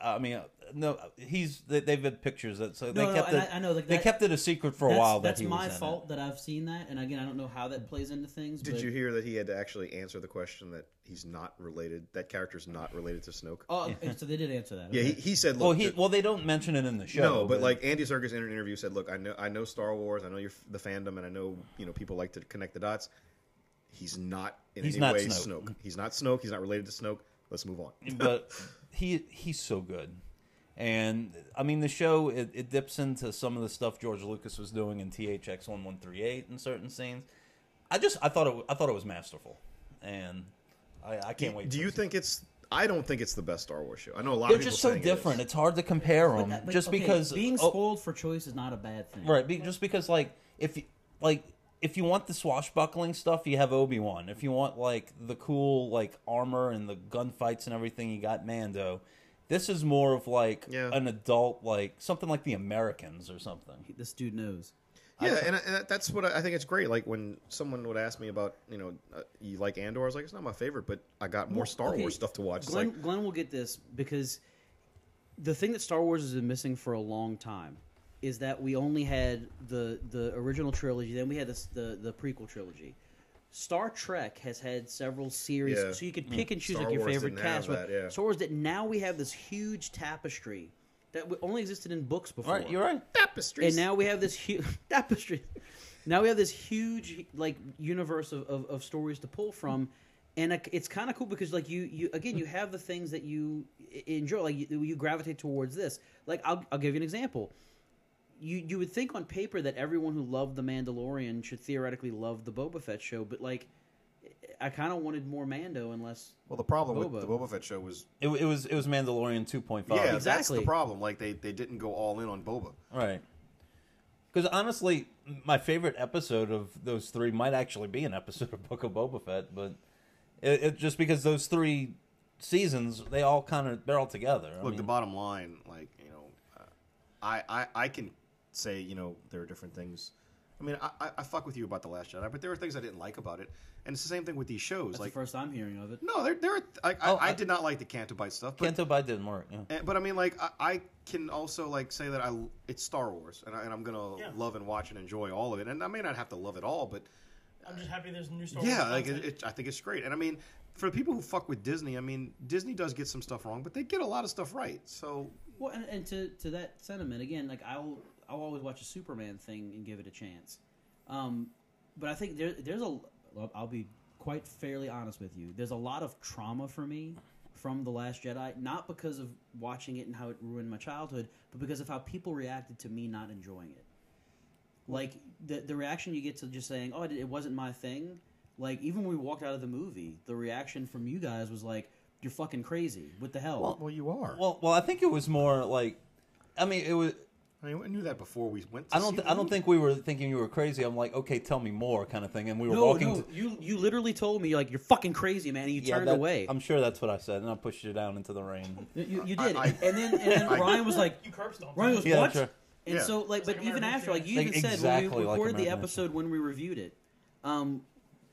Speaker 4: I mean, no, he's they, they've had pictures that so they
Speaker 1: No, no,
Speaker 4: kept
Speaker 1: and
Speaker 4: it.
Speaker 1: I- I know, like,
Speaker 4: they
Speaker 1: that-
Speaker 4: kept it a secret for a
Speaker 1: that's
Speaker 4: while.
Speaker 1: that's
Speaker 4: that he
Speaker 1: my
Speaker 4: was in it.
Speaker 1: fault that I've seen that, and again I don't know how that plays into things.
Speaker 2: Did
Speaker 1: but,
Speaker 2: you hear that he had to actually answer the question that he's not related? That character's not related to Snoke.
Speaker 1: Oh, so they did answer that.
Speaker 2: yeah,
Speaker 1: okay.
Speaker 2: he, he said. Look,
Speaker 4: Well, he
Speaker 2: th-
Speaker 4: well they don't mention it in the show.
Speaker 2: no, but like Andy Serkis in an interview said, "Look, I know, I know Star Wars. I know you're f- the fandom, and I know you know people like to connect the dots. He's not in
Speaker 4: He's
Speaker 2: any
Speaker 4: not
Speaker 2: way
Speaker 4: Snoke.
Speaker 2: Snoke. He's not Snoke. He's not related to Snoke. Let's move on.
Speaker 4: but he he's so good. And I mean, the show it, it dips into some of the stuff George Lucas was doing in THX one one three eight in certain scenes. I just I thought it wa- I thought it was masterful, and I, I can't wait.
Speaker 2: Do
Speaker 4: for
Speaker 2: you
Speaker 4: it.
Speaker 2: think it's? I don't think it's the best Star Wars show. I know a lot
Speaker 4: They're
Speaker 2: of people
Speaker 4: just so
Speaker 2: saying it is.
Speaker 4: different. It's hard to compare them,
Speaker 1: But- but,
Speaker 4: just
Speaker 1: okay,
Speaker 4: because
Speaker 1: being
Speaker 4: oh,
Speaker 1: spoiled for choice is not a bad thing.
Speaker 4: Right, be, just because like if you, like if you want the swashbuckling stuff, you have Obi Wan. If you want like the cool like armor and the gunfights and everything, you got Mando. This is more of like
Speaker 2: Yeah.
Speaker 4: an adult like something like the Americans or something.
Speaker 1: This dude knows.
Speaker 2: Yeah, and, I- and that- that's what I I think it's great. Like when someone would ask me about, you know, uh, you like Andor, I was like, it's not my favorite, but I got more Star
Speaker 1: Okay,
Speaker 2: Wars stuff to watch. It's
Speaker 1: Glenn,
Speaker 2: like,
Speaker 1: Glenn will get this because the thing that Star Wars has been missing for a long time is that we only had the the original trilogy, then we had this, the the prequel trilogy. Star Trek has had several series,
Speaker 2: Yeah. Mm.
Speaker 1: so you could pick and choose
Speaker 2: Star
Speaker 1: like your
Speaker 2: Wars
Speaker 1: favorite
Speaker 2: didn't have
Speaker 1: cast. with
Speaker 2: that, yeah.
Speaker 1: Star Wars that now we have this huge tapestry that w- only existed in books before.
Speaker 4: Right, you're right.
Speaker 2: Tapestries.
Speaker 1: And now we have this huge tapestry. Now we have this huge like universe of, of, of stories to pull from, and like, it's kind of cool because like you you again you have the things that you i- enjoy like you, you gravitate towards this. Like I'll I'll give you an example. You you would think on paper that everyone who loved the Mandalorian should theoretically love the Boba Fett show, but like I kind of wanted more Mando and less.
Speaker 2: well, the problem
Speaker 1: Boba.
Speaker 2: with the Boba Fett show was
Speaker 4: It, it was it was Mandalorian 2.5.
Speaker 2: yeah, that's
Speaker 1: Exactly.
Speaker 2: the problem. Like they, they didn't go all in on Boba.
Speaker 4: Right. Because honestly, my favorite episode of those three might actually be an episode of Book of Boba Fett, but it, it just because those three seasons they all kind of they're all together. I
Speaker 2: Look, the
Speaker 4: mean,
Speaker 2: bottom line, like you know, uh, I, I I can say you know there are different things. I mean, I, I, I fuck with you about the Last Jedi, but there were things I didn't like about it, and it's the same thing with these shows.
Speaker 1: That's
Speaker 2: like,
Speaker 1: the first I'm hearing of it.
Speaker 2: no, there there are. th- I,
Speaker 4: Oh,
Speaker 2: I,
Speaker 4: I-
Speaker 2: I did not like the Canto Bite stuff, but
Speaker 4: Canto Bite didn't work. Yeah.
Speaker 2: And, but I mean, like, I, I can also like say that I it's Star Wars, and, I, and I'm gonna
Speaker 3: Yeah.
Speaker 2: love and watch and enjoy all of it. And I may not have to love it all, but
Speaker 3: I'm just happy there's new Star Wars.
Speaker 2: yeah, like, it,
Speaker 3: content.
Speaker 2: it, I think it's great. And I mean, for the people who fuck with Disney, I mean, Disney does get some stuff wrong, but they get a lot of stuff right. So
Speaker 1: Well, and, and to to that sentiment again, like I'll I'll always watch a Superman thing and give it a chance, um, but I think there there's a I'll be quite fairly honest with you. There's a lot of trauma for me from the Last Jedi, not because of watching it and how it ruined my childhood, but because of how people reacted to me not enjoying it. Like the the reaction you get to just saying, "Oh, it wasn't my thing." Like even when we walked out of the movie, the reaction from you guys was like, "You're fucking crazy. What the hell?"
Speaker 2: well, you are.
Speaker 4: Well, well, I think it was more like, I mean, it was.
Speaker 2: I mean, we knew that before we went. To
Speaker 4: I don't.
Speaker 2: see
Speaker 4: Th-
Speaker 2: the
Speaker 4: I don't
Speaker 2: movie.
Speaker 4: think we were thinking you were crazy. I'm like, okay, tell me more, kind of thing. And we were
Speaker 1: No,
Speaker 4: walking.
Speaker 1: no,
Speaker 4: to-
Speaker 1: you you literally told me like you're fucking crazy, man, and you
Speaker 4: Yeah,
Speaker 1: turned
Speaker 4: that-
Speaker 1: away.
Speaker 4: I'm sure that's what I said, and I pushed you down into the rain.
Speaker 1: you, you
Speaker 2: I-
Speaker 1: did,
Speaker 2: I-
Speaker 1: and then and then
Speaker 2: I-
Speaker 1: Ryan was like,
Speaker 3: you curb stomped.
Speaker 1: Ryan goes,
Speaker 4: Yeah,
Speaker 1: what?
Speaker 4: sure.
Speaker 1: And
Speaker 2: Yeah.
Speaker 1: so like, but
Speaker 3: like
Speaker 1: even
Speaker 3: American
Speaker 1: after, like you
Speaker 4: Like,
Speaker 1: even said when
Speaker 4: exactly
Speaker 1: we
Speaker 4: like
Speaker 1: recorded the
Speaker 4: American
Speaker 1: episode when we reviewed it, um,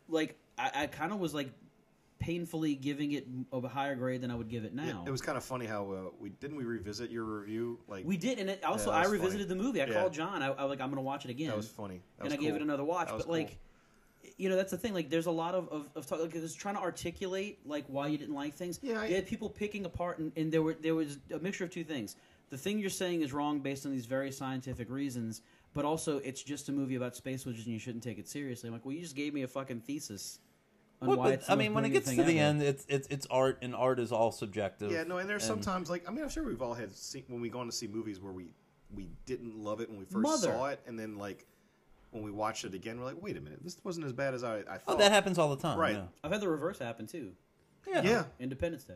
Speaker 1: like I, I kind of was like painfully giving it a higher grade than I would give it now.
Speaker 2: It, it was kind of funny how uh, we didn't we revisit your review. Like
Speaker 1: we did, and it also
Speaker 2: Yeah, that
Speaker 1: I
Speaker 2: was
Speaker 1: revisited
Speaker 2: funny.
Speaker 1: the movie. I
Speaker 2: Yeah.
Speaker 1: called John. I, I like I'm gonna watch it again.
Speaker 2: that was funny, That
Speaker 1: and
Speaker 2: was
Speaker 1: I gave
Speaker 2: cool.
Speaker 1: it another watch.
Speaker 2: That
Speaker 1: But
Speaker 2: was
Speaker 1: like,
Speaker 2: cool.
Speaker 1: you know, that's the thing. Like, there's a lot of of, of talk. Like, it was trying to articulate like why you didn't like things.
Speaker 2: Yeah, I-
Speaker 1: they had people picking apart, and, and there were there was a mixture of two things. The thing you're saying is wrong based on these very scientific reasons, but also it's just a movie about space witches, and you shouldn't take it seriously. I'm like, well, you just gave me a fucking thesis on
Speaker 4: Well,
Speaker 1: why
Speaker 4: but,
Speaker 1: it's. the
Speaker 4: I
Speaker 1: most
Speaker 4: mean, when it
Speaker 1: brilliant
Speaker 4: gets to
Speaker 1: thing
Speaker 4: the
Speaker 1: ever.
Speaker 4: end, it's it's it's art, and art is all subjective.
Speaker 2: Yeah, no, and there's
Speaker 4: sometimes.
Speaker 2: sometimes like I mean, I'm sure we've all had seen, when we gone to see movies where we we didn't love it when we first
Speaker 1: Mother.
Speaker 2: saw it, and then like when we watched it again, we're like, wait a minute, this wasn't as bad as I, I
Speaker 4: Oh,
Speaker 2: thought.
Speaker 4: that happens all the time.
Speaker 2: Right.
Speaker 4: yeah.
Speaker 1: I've had the reverse happen too.
Speaker 4: Yeah.
Speaker 2: Yeah,
Speaker 1: Independence Day.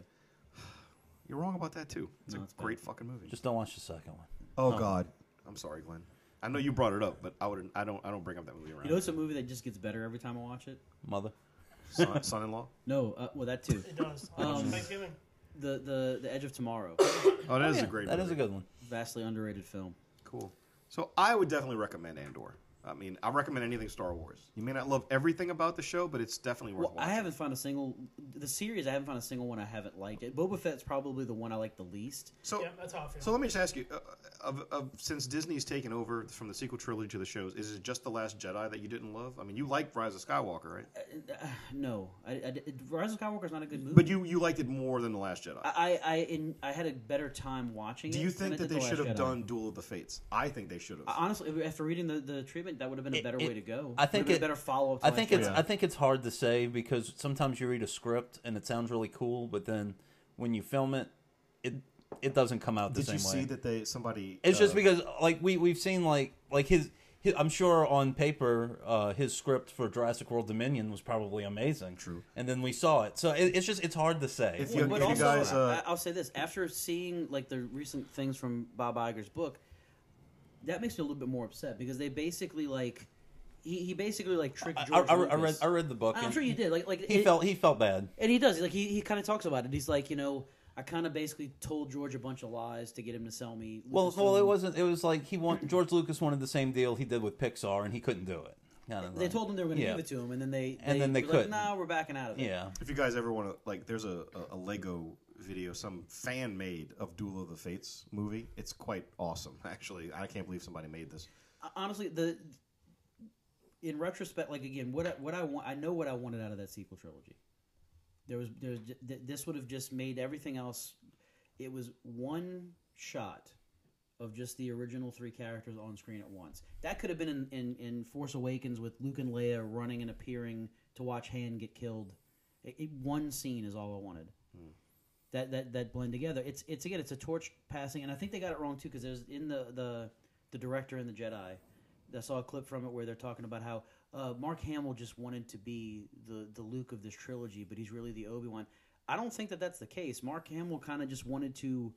Speaker 2: you're wrong about that too. It's
Speaker 1: No,
Speaker 2: a
Speaker 1: it's bad.
Speaker 2: great fucking movie.
Speaker 4: Just don't watch the second one.
Speaker 2: oh god, I'm sorry, Glenn. I know you brought it up, but I wouldn't. I don't. I don't bring up that movie around.
Speaker 1: You know, it's a movie that just gets better every time I watch it.
Speaker 4: Mother.
Speaker 2: Son, son-in-law.
Speaker 1: No, uh, well, that too.
Speaker 3: It does.
Speaker 1: Um,
Speaker 3: Thanksgiving.
Speaker 1: The the the Edge of Tomorrow,
Speaker 2: Oh, that is
Speaker 4: Yeah,
Speaker 2: a great.
Speaker 4: That
Speaker 2: movie.
Speaker 4: is a good one.
Speaker 1: vastly underrated film.
Speaker 2: Cool. So I would definitely recommend Andor. I mean, I recommend anything Star Wars. You may not love everything about the show, but it's definitely worth
Speaker 1: Well, I
Speaker 2: watching.
Speaker 1: haven't found a single the series. I haven't found a single one I haven't liked. It. Boba Fett's probably the one I like the least.
Speaker 2: So
Speaker 3: Yeah, that's how I feel.
Speaker 2: So let me just ask you: uh, of, of since Disney's taken over from the sequel trilogy to the shows, is it just the Last Jedi that you didn't love? I mean, you liked Rise of Skywalker, right?
Speaker 1: Uh, No, I, I, Rise of Skywalker is not a good movie.
Speaker 2: But you you liked it more than the Last Jedi.
Speaker 1: I I I, in, I had a better time watching.
Speaker 2: Do
Speaker 1: it
Speaker 2: you
Speaker 1: than I
Speaker 2: think that
Speaker 1: did
Speaker 2: they
Speaker 1: The
Speaker 2: should
Speaker 1: Last
Speaker 2: have
Speaker 1: Jedi.
Speaker 2: done Duel of the Fates? I think they should have.
Speaker 1: I- Honestly, after reading the, the treatment, that would have been a
Speaker 4: It-
Speaker 1: better
Speaker 4: it-
Speaker 1: way to go.
Speaker 4: I
Speaker 1: Would've
Speaker 4: think
Speaker 1: been
Speaker 4: it-
Speaker 1: a better follow up.
Speaker 4: I think it's
Speaker 2: Yeah.
Speaker 4: I think it's hard to say because sometimes you read a script and it sounds really cool, but then when you film it, it it doesn't come out the
Speaker 2: Did
Speaker 4: same
Speaker 2: you see
Speaker 4: way.
Speaker 2: that they somebody?
Speaker 4: it's just
Speaker 2: uh,
Speaker 4: because like we we've seen like like his. his- I'm sure on paper, uh, his script for Jurassic World Dominion was probably amazing.
Speaker 2: True.
Speaker 4: and then we saw it, so it, it's just it's hard to say.
Speaker 2: If
Speaker 1: Well,
Speaker 2: you-
Speaker 1: but
Speaker 2: if
Speaker 1: also,
Speaker 2: guys,
Speaker 1: I,
Speaker 2: uh,
Speaker 1: I'll say this: after seeing like the recent things from Bob Iger's book, that makes me a little bit more upset because they basically like he, he basically like tricked
Speaker 4: I, I,
Speaker 1: George
Speaker 4: I, I read
Speaker 1: Lucas.
Speaker 4: I read the book.
Speaker 1: I'm
Speaker 4: and
Speaker 1: sure you did. Like like
Speaker 4: He
Speaker 1: it-
Speaker 4: felt he felt bad.
Speaker 1: and he does. Like he, he kind of talks about it. He's like, you know, I kind of basically told George a bunch of lies to get him to sell me.
Speaker 4: Well, well,
Speaker 1: Lucasfilm.
Speaker 4: it wasn't. It was like he want George Lucas wanted the same deal he did with Pixar, and he couldn't do it. Kind of
Speaker 1: They
Speaker 4: thing.
Speaker 1: told him they were going to
Speaker 4: Yeah.
Speaker 1: give it to him, and then they,
Speaker 4: And then they
Speaker 1: were like,
Speaker 4: couldn't.
Speaker 1: No, we're backing out of it.
Speaker 4: Yeah,
Speaker 2: if you guys ever want to, like, there's a, a, a Lego video some fan made of Duel of the Fates movie. It's quite awesome, actually. I can't believe somebody made this.
Speaker 1: Honestly, the in retrospect, like again, what I, what I want, I know what I wanted out of that sequel trilogy. There was there was, j- th- this would have just made everything else. It was one shot of just the original three characters on screen at once. That could have been in, in, in Force Awakens with Luke and Leia running and appearing to watch Han get killed. It, it- one scene is all I wanted. That, that that blend together. It's it's again it's a torch passing, and I think they got it wrong too because there's in the the the director and the Jedi. I saw a clip from it where they're talking about how uh, Mark Hamill just wanted to be the the Luke of this trilogy, but he's really the Obi Wan. I don't think that that's the case. Mark Hamill kind of just wanted to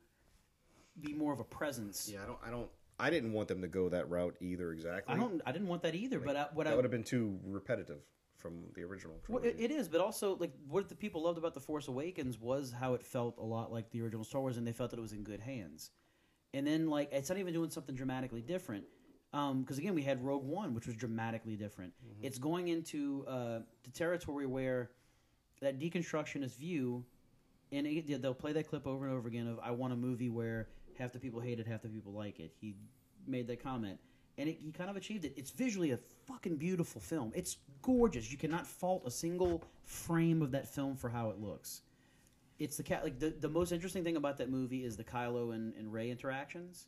Speaker 1: be more of a presence.
Speaker 5: Yeah, I don't. I don't. I didn't want them to go that route either. Exactly.
Speaker 1: I don't. I didn't want that either. but I, what I
Speaker 5: That would have been too repetitive from the original.
Speaker 1: well, it,
Speaker 5: trilogy.
Speaker 1: it is, but also like what the people loved about the Force Awakens was how it felt a lot like the original Star Wars, and they felt that it was in good hands. And then like it's not even doing something dramatically different, because again we had Rogue One, which was dramatically different. It's going into uh, the territory where that deconstructionist view, and it, they'll play that clip over and over again of "I want a movie where half the people hate it, half the people like it." He made that comment, and it, he kind of achieved it. It's visually a fucking beautiful film. It's gorgeous. You cannot fault a single frame of that film for how it looks. It's the cat. Like the, the most interesting thing about that movie is the Kylo and, and Ray interactions.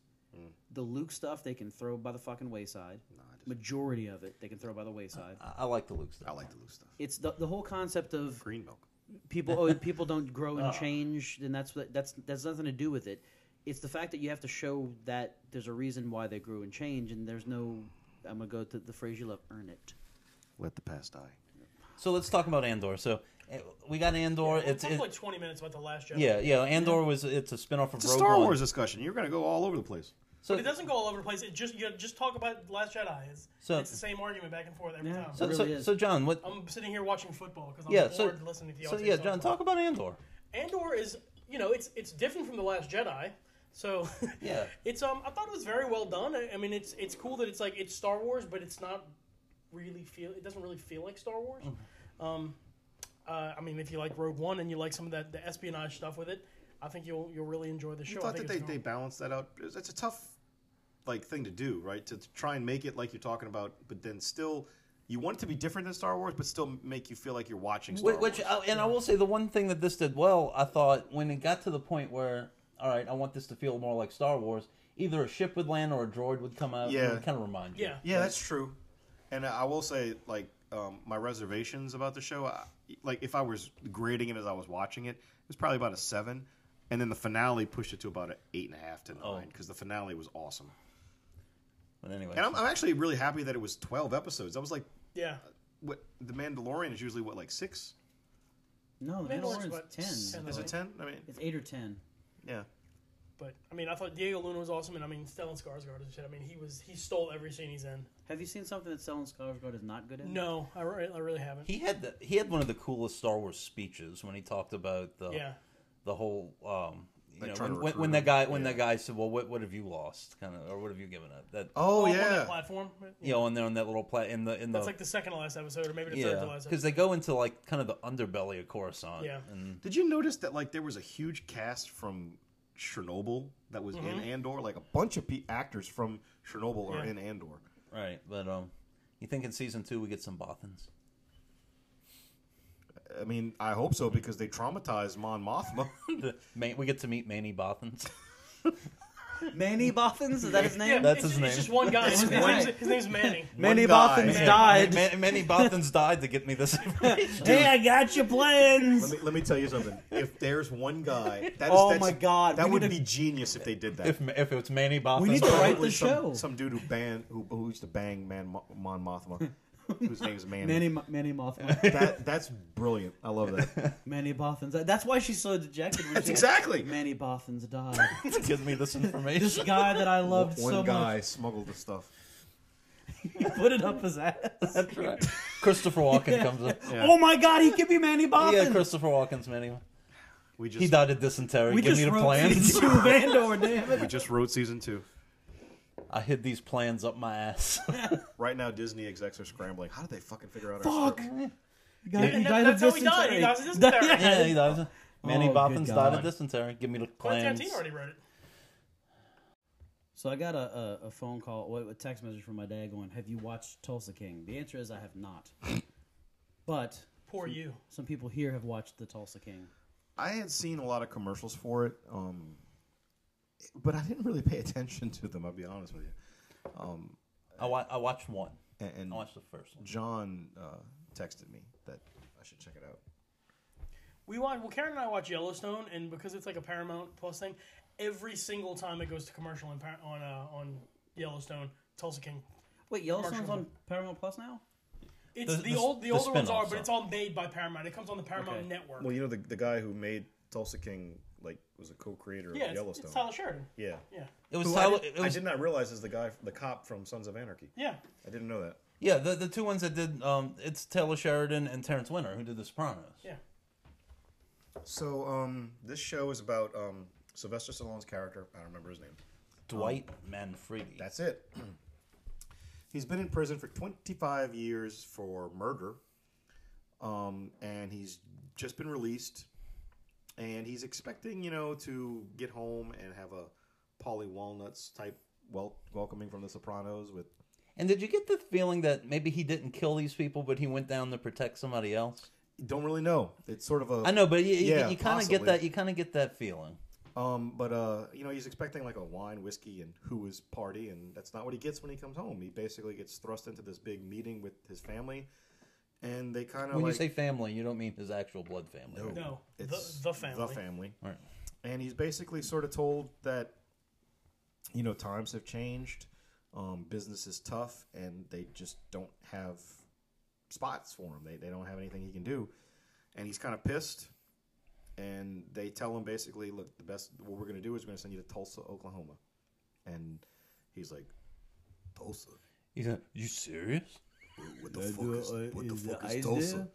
Speaker 1: The Luke stuff they can throw by the fucking wayside. Majority of it they can throw by the wayside.
Speaker 4: I, I like the Luke stuff.
Speaker 5: I like the loose stuff.
Speaker 1: it's the the whole concept of
Speaker 5: Green milk.
Speaker 1: people oh people don't grow and change and that's what that's that's nothing to do with it it's the fact that you have to show that there's a reason why they grew and change and there's no i'm gonna go to the phrase you love earn it
Speaker 5: Let the past die.
Speaker 4: So let's talk about Andor. So eh, we got Andor.
Speaker 3: We'll
Speaker 4: it's
Speaker 3: talk
Speaker 4: it,
Speaker 3: like 20 minutes about the last Jedi.
Speaker 4: yeah, yeah. Andor was it's a spin off of
Speaker 2: It's a
Speaker 4: Rogue
Speaker 2: Star
Speaker 4: One.
Speaker 2: Wars discussion. You're going to go all over the place.
Speaker 4: So,
Speaker 3: But it doesn't go all over the place. It just you just talk about Last Jedi. It's,
Speaker 4: So-
Speaker 3: it's the same argument back and forth every
Speaker 1: Yeah.
Speaker 3: time.
Speaker 4: so,
Speaker 1: It
Speaker 4: so,
Speaker 1: really is.
Speaker 4: so John, what?
Speaker 3: I'm sitting here watching football because I'm
Speaker 4: yeah, so
Speaker 3: bored listening to y'all.
Speaker 4: so
Speaker 3: two
Speaker 4: yeah, John,
Speaker 3: about
Speaker 4: talk about Andor.
Speaker 3: it. Andor is you know it's it's different from the Last Jedi. So
Speaker 4: Yeah.
Speaker 3: it's um I thought it was very well done. I, I mean it's it's cool that it's like it's Star Wars, but it's not really feel it doesn't really feel like Star Wars.
Speaker 2: Mm-hmm.
Speaker 3: Um, uh, I mean if you like Rogue One and you like some of that the espionage stuff with it, I think you'll you'll really enjoy the
Speaker 2: You
Speaker 3: show. I
Speaker 2: thought that
Speaker 3: think
Speaker 2: they,
Speaker 3: it's
Speaker 2: they
Speaker 3: normal.
Speaker 2: balanced that out. It's, it's a tough like thing to do, right? To try and make it like you're talking about, but then still, you want it to be different than Star Wars, but still make you feel like you're watching Star
Speaker 4: Which, which
Speaker 2: Wars.
Speaker 4: I, and I will say the one thing that this did well, I thought when it got to the point where, all right, I want this to feel more like Star Wars. Either a ship would land or a droid would come out.
Speaker 2: Yeah.
Speaker 4: and kind of remind you.
Speaker 3: yeah.
Speaker 2: Yeah, that's true. And I will say, like, um, my reservations about the show, I, like, if I was grading it as I was watching it, it was probably about a seven. And then the finale pushed it to about an eight and a half to
Speaker 3: Oh.
Speaker 2: nine because the finale was awesome.
Speaker 4: But anyway,
Speaker 2: And I'm, I'm actually really happy that it was 12 episodes. That was like,
Speaker 3: Yeah.
Speaker 2: what The Mandalorian is usually, what, like six?
Speaker 1: no the
Speaker 3: Mandalorian's
Speaker 1: mandalorian's
Speaker 3: about
Speaker 1: 10
Speaker 3: seven.
Speaker 2: Is it 10? I mean,
Speaker 1: it's 8 or 10
Speaker 2: yeah.
Speaker 3: But I mean, I thought Diego Luna was awesome, and I mean Stellan Skarsgård and shit. I mean, he was he stole every scene he's in.
Speaker 1: have you seen something that Stellan Skarsgård is not good at
Speaker 3: No, I, re- I really haven't.
Speaker 4: he had the, he had one of the coolest Star Wars speeches when he talked about the
Speaker 3: yeah,
Speaker 4: the whole um, you
Speaker 2: Like
Speaker 4: know,
Speaker 2: trying
Speaker 4: when,
Speaker 2: to
Speaker 4: when,
Speaker 2: recruit
Speaker 4: when that
Speaker 2: him.
Speaker 4: guy when that guy said, well, what what have you lost, kind of, or what have you given up? That
Speaker 2: Oh,
Speaker 3: On- on that
Speaker 2: yeah.
Speaker 3: platform.
Speaker 4: you know, and they're on that little plat in the in the
Speaker 3: That's like the second to last episode, or maybe the third to
Speaker 4: yeah,
Speaker 3: last.
Speaker 4: because
Speaker 3: episode.
Speaker 4: they go into like kind of the underbelly of Coruscant.
Speaker 3: Yeah.
Speaker 4: and
Speaker 2: Did you notice that like there was a huge cast from Chernobyl that was in Andor? Like a bunch of pe- actors from Chernobyl are
Speaker 3: Mm-hmm. Yeah.
Speaker 2: in Andor.
Speaker 4: right, but um, you think in season two we get some Bothans?
Speaker 2: I mean, I hope so because they traumatized Mon Mothma.
Speaker 4: Man, we get to meet Manny Bothans.
Speaker 1: Manny Boffins is that his name
Speaker 3: Yeah,
Speaker 4: That's
Speaker 3: it's,
Speaker 4: his
Speaker 3: it's
Speaker 4: name.
Speaker 3: just one guy. his,
Speaker 1: one
Speaker 3: name's,
Speaker 1: guy.
Speaker 3: his name's Manny.
Speaker 1: Manny
Speaker 2: One guy.
Speaker 1: Bothans
Speaker 2: Man-
Speaker 1: died
Speaker 4: Man, Manny Bothans died to get me this. information.
Speaker 1: hey I got your plans
Speaker 2: let me let me tell you something. If there's one guy, that is,
Speaker 1: Oh
Speaker 2: that's-
Speaker 1: my God,
Speaker 2: that
Speaker 1: we
Speaker 2: would
Speaker 1: need
Speaker 2: be
Speaker 1: to-
Speaker 2: genius if they did that.
Speaker 4: if if it's Manny Bothans,
Speaker 1: need to write-
Speaker 2: Probably
Speaker 1: the
Speaker 2: some,
Speaker 1: show.
Speaker 2: Some dude who banned who, who used to bang Man Mo- Mon Mothma, whose name is Manny.
Speaker 1: Manny Mo- Manny Mothman
Speaker 2: That that's brilliant. I love that.
Speaker 1: Manny Boffins that's why she's so dejected when
Speaker 2: That's
Speaker 1: she-
Speaker 2: exactly.
Speaker 1: Manny Boffins died
Speaker 4: to give me this
Speaker 1: this
Speaker 4: information.
Speaker 1: guy that I loved
Speaker 2: one
Speaker 1: so
Speaker 2: guy smuggled the stuff.
Speaker 1: much put it up his ass
Speaker 4: That's right. Christopher Walken comes up.
Speaker 2: Yeah.
Speaker 1: Oh my God, he could be Manny Boffin.
Speaker 4: Yeah, Christopher Walken's Manny.
Speaker 2: We just
Speaker 4: He died of dysentery.
Speaker 1: we
Speaker 4: give
Speaker 1: just
Speaker 4: me the
Speaker 1: wrote
Speaker 4: plans.
Speaker 1: two of Andor, damn it.
Speaker 2: we just wrote season two.
Speaker 4: I hid these plans up my ass.
Speaker 2: Right now, Disney execs are scrambling. How did they fucking figure out? Our
Speaker 1: Fuck.
Speaker 2: script?
Speaker 1: He died-
Speaker 3: And that-
Speaker 1: died of
Speaker 3: that's how he died. He died of dysentery.
Speaker 1: Yeah.
Speaker 4: yeah, he died.
Speaker 1: Oh,
Speaker 4: Manny
Speaker 1: good
Speaker 4: Bothans died
Speaker 1: God.
Speaker 4: of dysentery. Give me the
Speaker 3: Quentin
Speaker 4: plans.
Speaker 3: Tarantino already wrote it.
Speaker 1: So I got a, a, a phone call, well, a text message from my dad going, "Have you watched Tulsa King?" The answer is I have not. but
Speaker 3: Poor you.
Speaker 1: some people here have watched the Tulsa King.
Speaker 2: I had seen a lot of commercials for it, um, but I didn't really pay attention to them. I'll be honest with you.
Speaker 4: I, wa- I watched one.
Speaker 2: And, and
Speaker 3: Oh,
Speaker 4: I watched the first one.
Speaker 2: John uh, texted me that I should check it out.
Speaker 3: We watch. Well, Karen and I watch Yellowstone, and because it's like a Paramount Plus thing, every single time it goes to commercial on Par- on uh, on Yellowstone, Tulsa King.
Speaker 1: Wait, Yellowstone's
Speaker 3: Commercial.
Speaker 1: on Paramount Plus now.
Speaker 3: It's
Speaker 4: The-
Speaker 3: the,
Speaker 4: the-
Speaker 3: old the,
Speaker 4: the
Speaker 3: older ones are,
Speaker 4: spin-offs
Speaker 3: but it's all made by Paramount. It comes on the Paramount
Speaker 1: Okay.
Speaker 3: network.
Speaker 2: Well,
Speaker 5: Well, you know the the guy who made Tulsa King like was a co-creator
Speaker 3: yeah,
Speaker 5: of
Speaker 3: it's,
Speaker 5: Yellowstone.
Speaker 3: it's Tyler Sheridan.
Speaker 5: yeah.
Speaker 3: Yeah,
Speaker 4: It was
Speaker 5: Who
Speaker 4: Tyler.
Speaker 5: I, did,
Speaker 4: It was,
Speaker 5: not realize is the guy, the cop from Sons of Anarchy.
Speaker 3: yeah.
Speaker 5: I didn't know that.
Speaker 4: yeah, the, the two ones that did. Um, it's Taylor Sheridan and Terrence Winter who did The Sopranos.
Speaker 3: Yeah.
Speaker 5: So, um,
Speaker 2: This show is about um, Sylvester Stallone's character. I don't remember his name.
Speaker 4: Dwight Manfredi.
Speaker 2: That's it. he's been in prison for 25 years for murder, um, and he's just been released. And he's expecting, you know, to get home and have a Polly Walnuts type wel- welcoming from The Sopranos with
Speaker 4: And did you get the feeling that maybe he didn't kill these people, but he went down to protect somebody else?
Speaker 2: don't really know. It's sort of a
Speaker 4: I know, but you, you,
Speaker 2: Yeah,
Speaker 4: you kind of get
Speaker 2: possibly.
Speaker 4: that. You kind of get that feeling.
Speaker 2: Um, but uh, you know, he's expecting like a wine, whiskey, and who is party, and that's not what he gets when he comes home. He basically gets thrust into this big meeting with his family, and they kind of
Speaker 4: When
Speaker 2: like
Speaker 4: you say family, you don't mean his actual blood family. right?
Speaker 3: No, the-
Speaker 2: it's
Speaker 3: the family.
Speaker 2: the family,
Speaker 4: Right.
Speaker 2: and he's basically sort of told that you know times have changed, um, business is tough, and they just don't have spots for him. They they don't have anything he can do, and he's kind of pissed. And they tell him basically, look, the best what we're going to do is we're going to send you to Tulsa, Oklahoma, and he's like, Tulsa,
Speaker 4: He's like, you serious?
Speaker 2: what the fuck is, what the
Speaker 1: uh,
Speaker 2: fuck is Tulsa?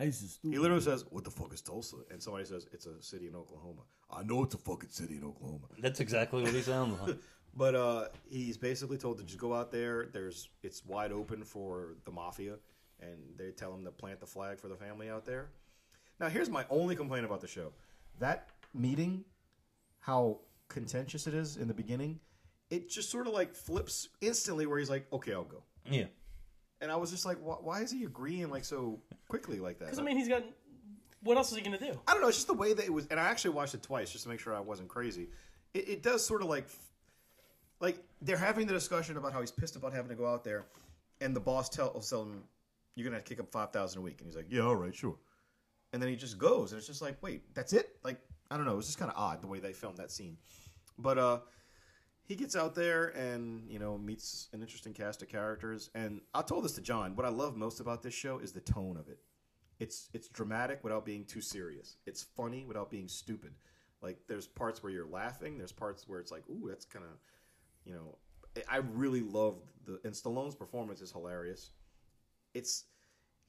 Speaker 2: He
Speaker 1: stupid.
Speaker 2: literally says, "What the fuck is Tulsa?" And somebody says, "It's a city in Oklahoma." I know it's a fucking city in Oklahoma,
Speaker 4: That's exactly what he sounds like.
Speaker 2: but uh, he's basically told to just go out there. There's it's wide open for the mafia, and they tell him to plant the flag for the family out there. Now, here's my only complaint about the show: that meeting, how contentious it is in the beginning. It just sort of like flips instantly, where he's like, "Okay, I'll go,"
Speaker 4: yeah.
Speaker 2: and I was just like, "Why, why is he agreeing like so quickly like that?"
Speaker 3: Because I mean, he's got. What else is he gonna do?
Speaker 2: I don't know. It's just the way that it was, and I actually watched it twice just to make sure I wasn't crazy. It, it does sort of like, like they're having the discussion about how he's pissed about having to go out there, and the boss tells him, "You're gonna have to kick him five thousand a week," and he's like, "Yeah, all right, sure." And then he just goes, and it's just like, wait, that's it? Like I don't know. It was just kind of odd the way they filmed that scene, but uh, he gets out there and you know meets an interesting cast of characters. And I told this to John. What I love most about this show is the tone of it it's it's dramatic without being too serious. It's funny without being stupid. Like there's parts where you're laughing. There's parts where it's like, ooh, that's kind of, you know, I- I really love the and Stallone's performance is hilarious. It's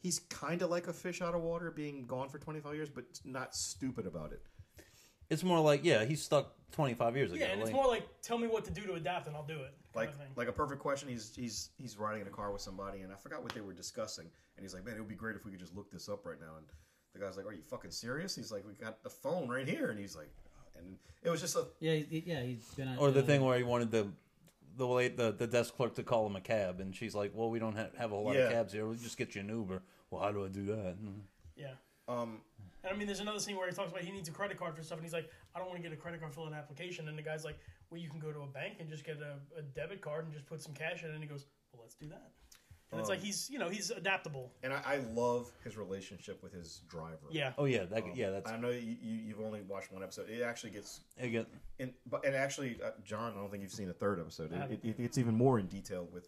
Speaker 2: he's kind of like a fish out of water, being gone for 25 years, but not stupid about it.
Speaker 4: It's more like, yeah, he's stuck 25 years ago.
Speaker 3: Yeah, and it's
Speaker 4: like-
Speaker 3: more like tell me what to do to adapt, and I'll do it. kind
Speaker 2: like
Speaker 3: of thing.
Speaker 2: like a perfect question. He's he's he's riding in a car with somebody, and I forgot what they were discussing. And he's like, "Man, it would be great if we could just look this up right now." And the guy's like, "Are you fucking serious?" He's like, "We got the phone right here," and he's like, "Uh," and it was just a
Speaker 1: Yeah, he- he- yeah, he's been on.
Speaker 4: or the
Speaker 1: uh,
Speaker 4: thing where he wanted the the late the, the desk clerk to call him a cab, and she's like, "Well, we don't have, have a whole lot
Speaker 2: Yeah.
Speaker 4: of cabs here. We'll just get you an Uber." Well, how do I do that? Mm.
Speaker 3: yeah.
Speaker 2: um.
Speaker 3: And I mean, there's another scene where he talks about he needs a credit card for stuff, and he's like, I don't want to get a credit card for an application. And the guy's like, Well, you can go to a bank and just get a, a debit card and just put some cash in. it. And he goes, Well, let's do that. And it's like
Speaker 4: Um,
Speaker 3: he's you know he's adaptable.
Speaker 2: And I, I love his relationship with his driver.
Speaker 3: Yeah.
Speaker 4: Oh yeah, that, yeah, that's
Speaker 3: Um,
Speaker 2: I know you, you you've only watched one episode. It actually gets
Speaker 4: again.
Speaker 2: and but and actually, uh, John, I don't think you've seen a third episode. It,
Speaker 3: haven't.
Speaker 2: it, it gets even more in detail with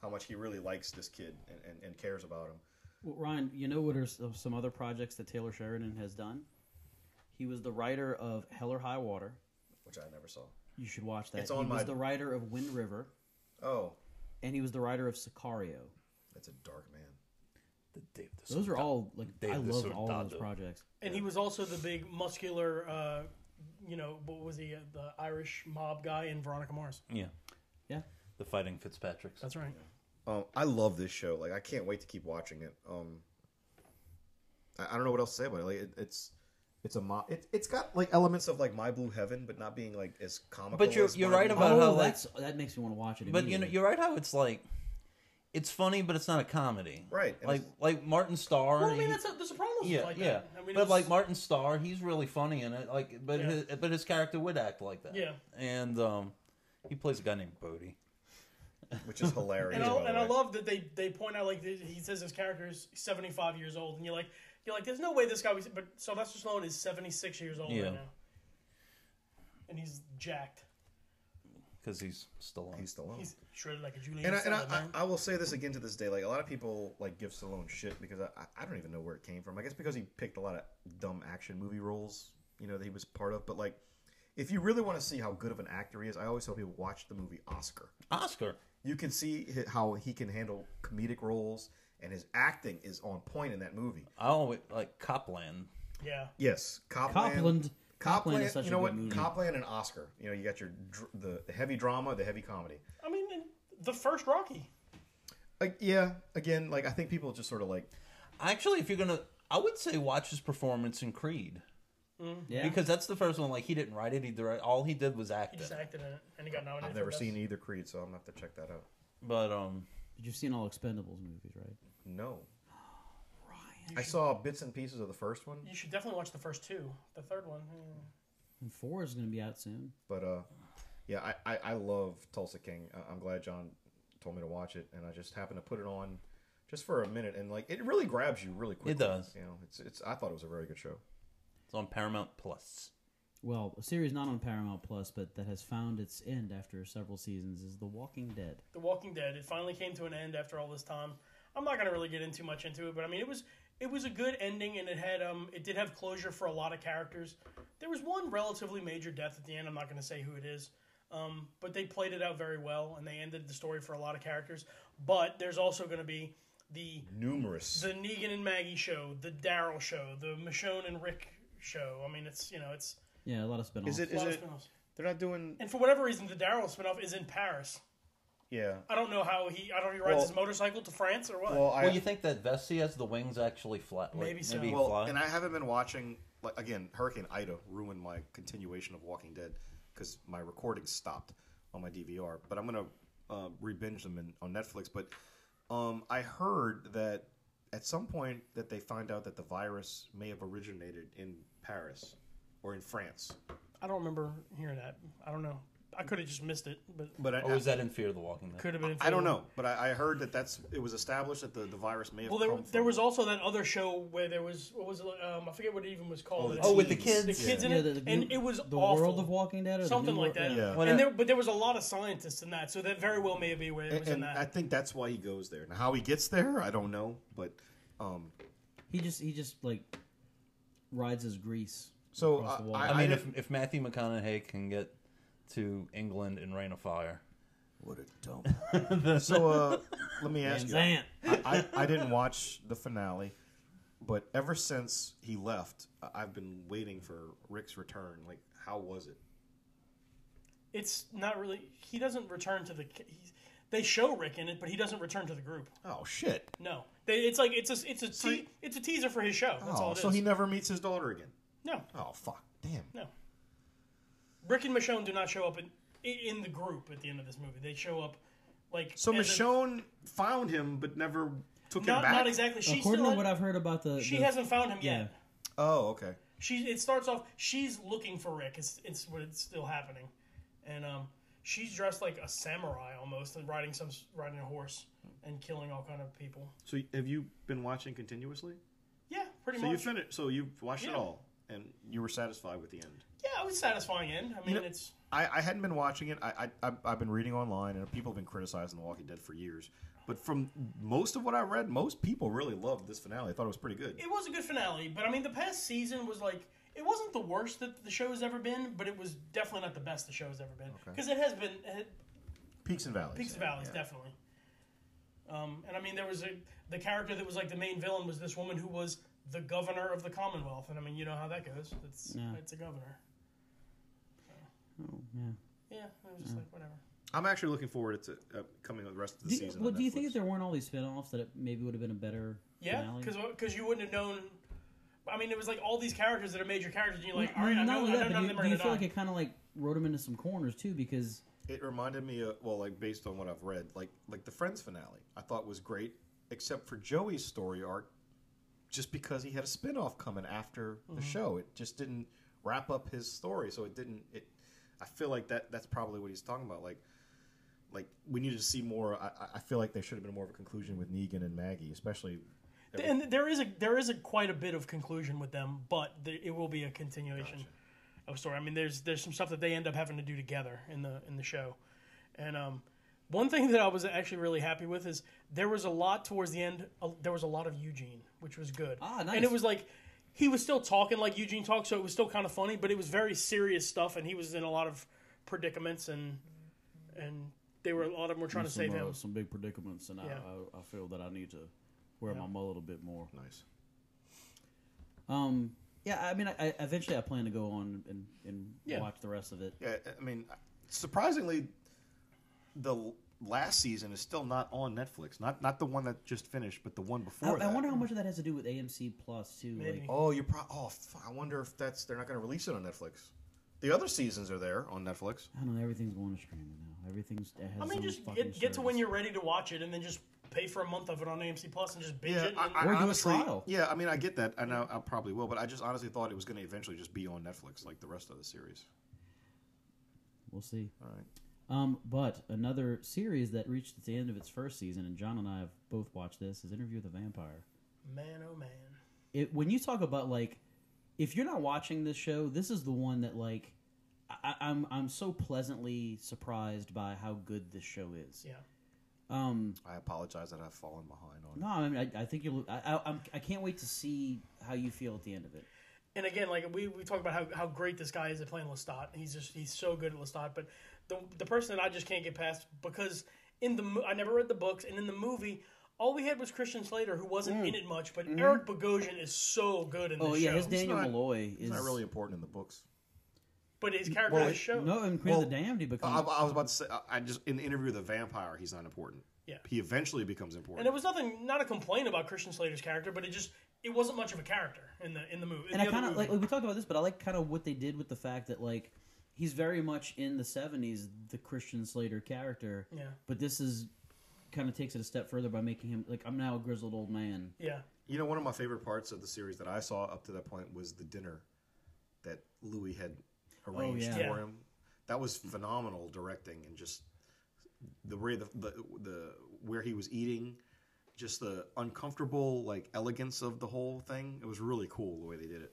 Speaker 2: how much he really likes this kid and, and, and cares about him.
Speaker 1: Well, Ryan, you know what are s- some other projects that Taylor Sheridan has done? He was the writer of Hell or High Water.
Speaker 2: Which I never saw.
Speaker 1: You should watch that.
Speaker 2: It's on
Speaker 1: he was
Speaker 2: my-
Speaker 1: the writer of Wind River,
Speaker 2: Oh,
Speaker 1: and he was the writer of Sicario.
Speaker 2: that's a dark man.
Speaker 4: The Dave the
Speaker 1: Those are all like I
Speaker 4: David
Speaker 1: love all of
Speaker 4: Soldado.
Speaker 1: those projects.
Speaker 3: And he was also the big muscular, uh, you know, what was he? Uh, the Irish mob guy in Veronica Mars.
Speaker 4: yeah,
Speaker 1: Yeah,
Speaker 4: the fighting Fitzpatrick's.
Speaker 3: That's right.
Speaker 2: Um, I love this show. Like, I can't wait to keep watching it. Um, I, I don't know what else to say about it. Like, it, it's It's a mo- it, it's got like elements of like My Blue Heaven, but not being like as comical.
Speaker 4: But you're-
Speaker 2: as
Speaker 4: you're
Speaker 2: My
Speaker 4: right
Speaker 2: Blue
Speaker 4: about
Speaker 1: oh,
Speaker 4: how, like-
Speaker 1: that's that makes me want to watch it.
Speaker 4: But you know,
Speaker 1: immediately.
Speaker 4: you're right. How it's like, it's funny, but it's not a comedy.
Speaker 2: Right, and
Speaker 4: Like
Speaker 2: it's-
Speaker 4: like Martin Starr.
Speaker 3: Well, I mean,
Speaker 4: he-
Speaker 3: that's a, there's a problem
Speaker 4: yeah,
Speaker 3: like
Speaker 4: yeah.
Speaker 3: that. I mean,
Speaker 4: but
Speaker 3: it's-
Speaker 4: like Martin Starr, he's really funny in it. Like, but
Speaker 3: Yeah.
Speaker 4: his, but his character would act like that.
Speaker 3: Yeah.
Speaker 4: And um, he plays a guy named Bodie.
Speaker 2: which is hilarious.
Speaker 3: and I,
Speaker 2: by the
Speaker 3: and I
Speaker 2: way.
Speaker 3: love that they, they point out like th- he says his character is 75 years old, and you're like you're like there's no way this guy was but Sylvester Stallone is 76 years old
Speaker 4: Yeah.
Speaker 3: right now, and he's jacked.
Speaker 4: Because he's still on.
Speaker 2: he's still on.
Speaker 3: He's shredded like a Julian
Speaker 2: And I, and I,
Speaker 3: salad, man.
Speaker 2: I, I will say this again to this day. Like a lot of people like give Stallone shit because I, I- I don't even know where it came from. I guess because he picked a lot of dumb action movie roles, you know, that he was part of. But like, if you really want to see how good of an actor he is, I always tell people watch the movie Oscar.
Speaker 4: Oscar.
Speaker 2: You can see hi- how he can handle comedic roles, and his acting is on point in that movie.
Speaker 4: I always like Copland.
Speaker 3: yeah.
Speaker 2: Yes, Copland.
Speaker 1: Copland. Copland is such
Speaker 2: you
Speaker 1: a
Speaker 2: know
Speaker 1: good
Speaker 2: what?
Speaker 1: movie.
Speaker 2: Copland and Oscar. You know, you got your dr- the the heavy drama, the heavy comedy.
Speaker 3: I mean, and the first Rocky.
Speaker 2: Like, yeah, again, like I think people just sort of like
Speaker 4: Actually, if you're gonna, I would say watch his performance in Creed
Speaker 1: yeah.
Speaker 4: because that's the first one. Like he didn't write it. He direct. All he did was
Speaker 3: He
Speaker 4: act.
Speaker 3: just
Speaker 4: in it.
Speaker 3: acted in it, and he got nominated.
Speaker 2: I've
Speaker 3: for
Speaker 2: never
Speaker 3: best.
Speaker 2: seen either Creed, so I'm gonna have to check that out.
Speaker 4: But um,
Speaker 1: But you've seen all Expendables movies, right?
Speaker 2: No,
Speaker 1: Ryan
Speaker 2: I saw bits and pieces of the first one,
Speaker 3: You should definitely watch the first two. The third one, eh.
Speaker 1: And four is going to be out soon.
Speaker 2: but uh, yeah, I, I, I love Tulsa King. I, I'm glad John told me to watch it, and I just happened to put it on just for a minute, and like it really grabs you really quickly.
Speaker 4: does.
Speaker 2: You know, it's it's. I thought it was a very good show.
Speaker 4: it's on Paramount Plus.
Speaker 1: Well, a series not on Paramount Plus, but that has found its end after several seasons is The Walking Dead.
Speaker 3: The Walking Dead. It finally came to an end after all this time. I'm not gonna really get in too much into it, but I mean, it was it was a good ending, and it had um it did have closure for a lot of characters. There was one relatively major death at the end. I'm not gonna say who it is, um, but they played it out very well, and they ended the story for a lot of characters. But there's also gonna be the
Speaker 2: Numerous.
Speaker 3: the Negan and Maggie show, the Daryl show, the Michonne and Rick show. I mean, it's you know it's
Speaker 1: Yeah, a lot of spin-offs.
Speaker 2: Is it
Speaker 3: a
Speaker 2: is
Speaker 3: lot
Speaker 2: it?
Speaker 3: of spinoffs.
Speaker 2: They're not doing.
Speaker 3: And for whatever reason, the Daryl spinoff is in Paris.
Speaker 2: Yeah.
Speaker 3: I don't know how he. I don't know if he rides
Speaker 2: Well-
Speaker 3: his motorcycle to France or what.
Speaker 2: Well, I
Speaker 4: Well, you think that vest he has the wings actually flat? Like,
Speaker 3: Maybe so.
Speaker 4: Maybe he
Speaker 2: well,
Speaker 4: fly?
Speaker 2: and I haven't been watching. Like again, Hurricane Ida ruined my continuation of Walking Dead because my recording stopped on my DVR. But I'm gonna uh, re-binge them in, on Netflix. But um, I heard that at some point that they find out that the virus may have originated in Paris or in France.
Speaker 3: I don't remember hearing that. I don't know. I could have just missed it, but
Speaker 2: But I,
Speaker 4: or was that in Fear the Walking Dead?
Speaker 3: could have been.
Speaker 2: I don't know. But I, I heard that that's it was established that the, the virus may have.
Speaker 3: Well, there,
Speaker 2: come
Speaker 3: there
Speaker 2: from-
Speaker 3: was also that other show where there was what was it, um I forget what it even was called.
Speaker 2: the
Speaker 3: It's-
Speaker 4: Oh, with the
Speaker 2: teens.
Speaker 4: kids.
Speaker 3: the kids in
Speaker 1: Yeah,
Speaker 3: it,
Speaker 1: the- the
Speaker 3: and
Speaker 1: new-
Speaker 3: it was
Speaker 1: The
Speaker 3: awful.
Speaker 1: World of Walking Dead, or the
Speaker 3: something
Speaker 1: new
Speaker 3: like that.
Speaker 1: world-
Speaker 2: Yeah.
Speaker 3: And there, but there was a lot of scientists in that, so that very well may be where it
Speaker 2: And,
Speaker 3: was in
Speaker 2: and
Speaker 3: that.
Speaker 2: I think that's why he goes there. Now, how he gets there, I don't know. But um,
Speaker 1: He just he just like rides his grease.
Speaker 2: so uh,
Speaker 1: Across the wall.
Speaker 4: I mean,
Speaker 2: didn't-
Speaker 4: if, if Matthew McConaughey can get to England and rain a fire,
Speaker 2: What a dumb. so uh, let me ask
Speaker 1: And
Speaker 2: you. I,
Speaker 1: Zan.
Speaker 2: I, I didn't watch the finale, but ever since he left, I- I've been waiting for Rick's return. Like, how was it?
Speaker 3: it's not really. He doesn't return to the. He's, they show Rick in it, but he doesn't return to the group.
Speaker 2: Oh shit!
Speaker 3: No, they, it's like it's a it's a te- it's a teaser for his show. That's all
Speaker 2: Oh,
Speaker 3: it is.
Speaker 2: so he never meets his daughter again.
Speaker 3: no,
Speaker 2: Oh fuck! Damn.
Speaker 3: No. Rick and Michonne do not show up in in the group at the end of this movie. They show up like
Speaker 2: So
Speaker 3: as a-
Speaker 2: Michonne found him, but never took him
Speaker 3: not
Speaker 2: back.
Speaker 3: not exactly. She
Speaker 1: According
Speaker 3: still
Speaker 1: to what I've heard about the,
Speaker 3: she
Speaker 1: the-
Speaker 3: hasn't found him yet.
Speaker 1: Yeah.
Speaker 2: Oh, okay.
Speaker 3: She it starts off she's looking for Rick. It's it's what it's still happening, and um she's dressed like a samurai almost and riding some riding a horse and killing all kind of people.
Speaker 2: So have you been watching continuously?
Speaker 3: Yeah, pretty
Speaker 2: So you
Speaker 3: much.
Speaker 2: finished. So you watched it
Speaker 3: Yeah.
Speaker 2: all, and you were satisfied with the end.
Speaker 3: yeah, it was satisfying end. I mean,
Speaker 2: know-
Speaker 3: it's
Speaker 2: I, I hadn't been watching it. I, I I've- I've been reading online, and people have been criticizing The Walking Dead for years. But from most of what I read, most people really loved this finale. I thought it was pretty good.
Speaker 3: it was a good finale, but I mean, the past season was like it wasn't the worst that the show's ever been, but it was definitely not the best the show's ever been because it has been it had
Speaker 2: Peaks and valleys.
Speaker 3: peaks and valleys
Speaker 2: Yeah.
Speaker 3: definitely. Um, and I mean, there was a the character that was like the main villain was this woman who was the governor of the Commonwealth, and I mean, you know how that goes. It's
Speaker 1: Yeah.
Speaker 3: it's a governor.
Speaker 1: Oh, yeah.
Speaker 3: Yeah, it was just like whatever.
Speaker 2: I'm actually looking forward to uh, coming with the rest of the
Speaker 1: Do,
Speaker 2: season.
Speaker 1: well,
Speaker 2: on
Speaker 1: do you think
Speaker 2: Netflix.
Speaker 1: if there weren't all these spin-offs that it maybe would have been a better
Speaker 3: Yeah,
Speaker 1: finale?
Speaker 3: because you wouldn't have known I mean, it was like all these characters that are major characters, and you're like, all right, I
Speaker 1: Not
Speaker 3: know,
Speaker 1: only
Speaker 3: I know
Speaker 1: that,
Speaker 3: none
Speaker 1: but
Speaker 3: of them
Speaker 1: do, do
Speaker 3: are gonna
Speaker 1: you
Speaker 3: die.
Speaker 1: feel like it kind of like wrote him into some corners too? Because
Speaker 2: It reminded me of well, like based on what I've read, like like the Friends finale, I thought was great, except for Joey's story arc, just because he had a spin-off coming after
Speaker 1: Mm-hmm.
Speaker 2: the show. It just didn't wrap up his story, so it didn't. It, I feel like that that's probably what he's talking about. Like, like we needed to see more. I, I- I feel like there should have been more of a conclusion with Negan and Maggie, especially.
Speaker 3: and there is a there is a quite a bit of conclusion with them, but the, it will be a continuation of story. I mean, there's there's some stuff that they end up having to do together in the in the show, and um, one thing that I was actually really happy with is there was a lot towards the end. Uh, there was a lot of Eugene, which was good.
Speaker 1: Ah, nice.
Speaker 3: And it was like he was still talking like Eugene talks, so it was still kind of funny, but it was very serious stuff, and he was in a lot of predicaments, and and they were a lot of them were trying to save him.
Speaker 1: some big predicaments, and
Speaker 3: Yeah.
Speaker 1: I, I feel that I need to wear my mullet a bit more.
Speaker 2: Nice.
Speaker 1: Um, yeah, I mean, I, I eventually I plan to go on and, and
Speaker 3: Yeah.
Speaker 1: watch the rest of it.
Speaker 2: Yeah, I mean, surprisingly, the l- last season is still not on Netflix. Not not the one that just finished, but the one
Speaker 1: I,
Speaker 2: before.
Speaker 1: I
Speaker 2: that.
Speaker 1: wonder how much of that has to do with AMC Plus too.
Speaker 3: Maybe.
Speaker 1: Like,
Speaker 2: Oh, you pro- oh, f- I wonder if that's they're not going to release it on Netflix. The other seasons are there on Netflix.
Speaker 1: I don't know. Everything's going to streaming now. Everything's. It has
Speaker 3: I mean,
Speaker 1: its own
Speaker 3: just
Speaker 1: fucking
Speaker 3: get, get to when
Speaker 1: service.
Speaker 3: you're ready to watch it, and then just pay for a month of it on AMC Plus and just binge
Speaker 2: Yeah,
Speaker 3: it.
Speaker 2: I,
Speaker 3: and-
Speaker 2: I
Speaker 1: Or do a
Speaker 2: honestly,
Speaker 1: trial.
Speaker 2: yeah, I mean, I get that, and I, I probably will, but I just honestly thought it was going to eventually just be on Netflix like the rest of the series.
Speaker 1: We'll see.
Speaker 2: All right,
Speaker 1: Um, but another series that reached the end of its first season, and John and I have both watched this, is Interview with the Vampire.
Speaker 3: man, oh man,
Speaker 1: It, when you talk about like, if you're not watching this show, this is the one that like, I, I- I'm I'm so pleasantly surprised by how good this show is.
Speaker 3: yeah.
Speaker 1: Um,
Speaker 2: I apologize that I've fallen behind on.
Speaker 1: no, I mean, I, I think you're. I, I, I'm, I can't wait to see how you feel at the end of it.
Speaker 3: And again, like we, we talk about how, how great this guy is at playing Lestat. He's just he's so good at Lestat. But the the person that I just can't get past because in the mo- I never read the books, and in the movie, all we had was Christian Slater, who wasn't in it much. But Eric Bogosian is so good in this
Speaker 1: Mm. Mm-hmm. Oh yeah,
Speaker 3: show.
Speaker 1: his Daniel
Speaker 2: not-
Speaker 1: Malloy is
Speaker 2: It's not really important in the books.
Speaker 3: but his character
Speaker 2: Well,
Speaker 3: in the show,
Speaker 1: no, and Queen of the
Speaker 2: Well,
Speaker 1: Damned. He
Speaker 2: I,
Speaker 1: becomes
Speaker 2: I was about to say, I- I just in the interview with the vampire, he's not important.
Speaker 3: Yeah.
Speaker 2: he eventually becomes
Speaker 3: and
Speaker 2: important.
Speaker 3: there was nothing not a complaint about Christian Slater's character, but it just it wasn't much of a character in the in the movie.
Speaker 1: and I kind of like we talked about this, but I like kind of what they did with the fact that like he's very much in the '70s, the Christian Slater character.
Speaker 3: Yeah.
Speaker 1: But this is kind of takes it a step further by making him like I'm now a grizzled old man.
Speaker 3: yeah.
Speaker 2: you know, one of my favorite parts of the series that I saw up to that point was the dinner that Louis had arranged
Speaker 1: yeah.
Speaker 2: for
Speaker 3: Yeah.
Speaker 2: him. That was phenomenal directing and just the way the, the the where he was eating, just the uncomfortable like elegance of the whole thing. It was really cool the way they did it.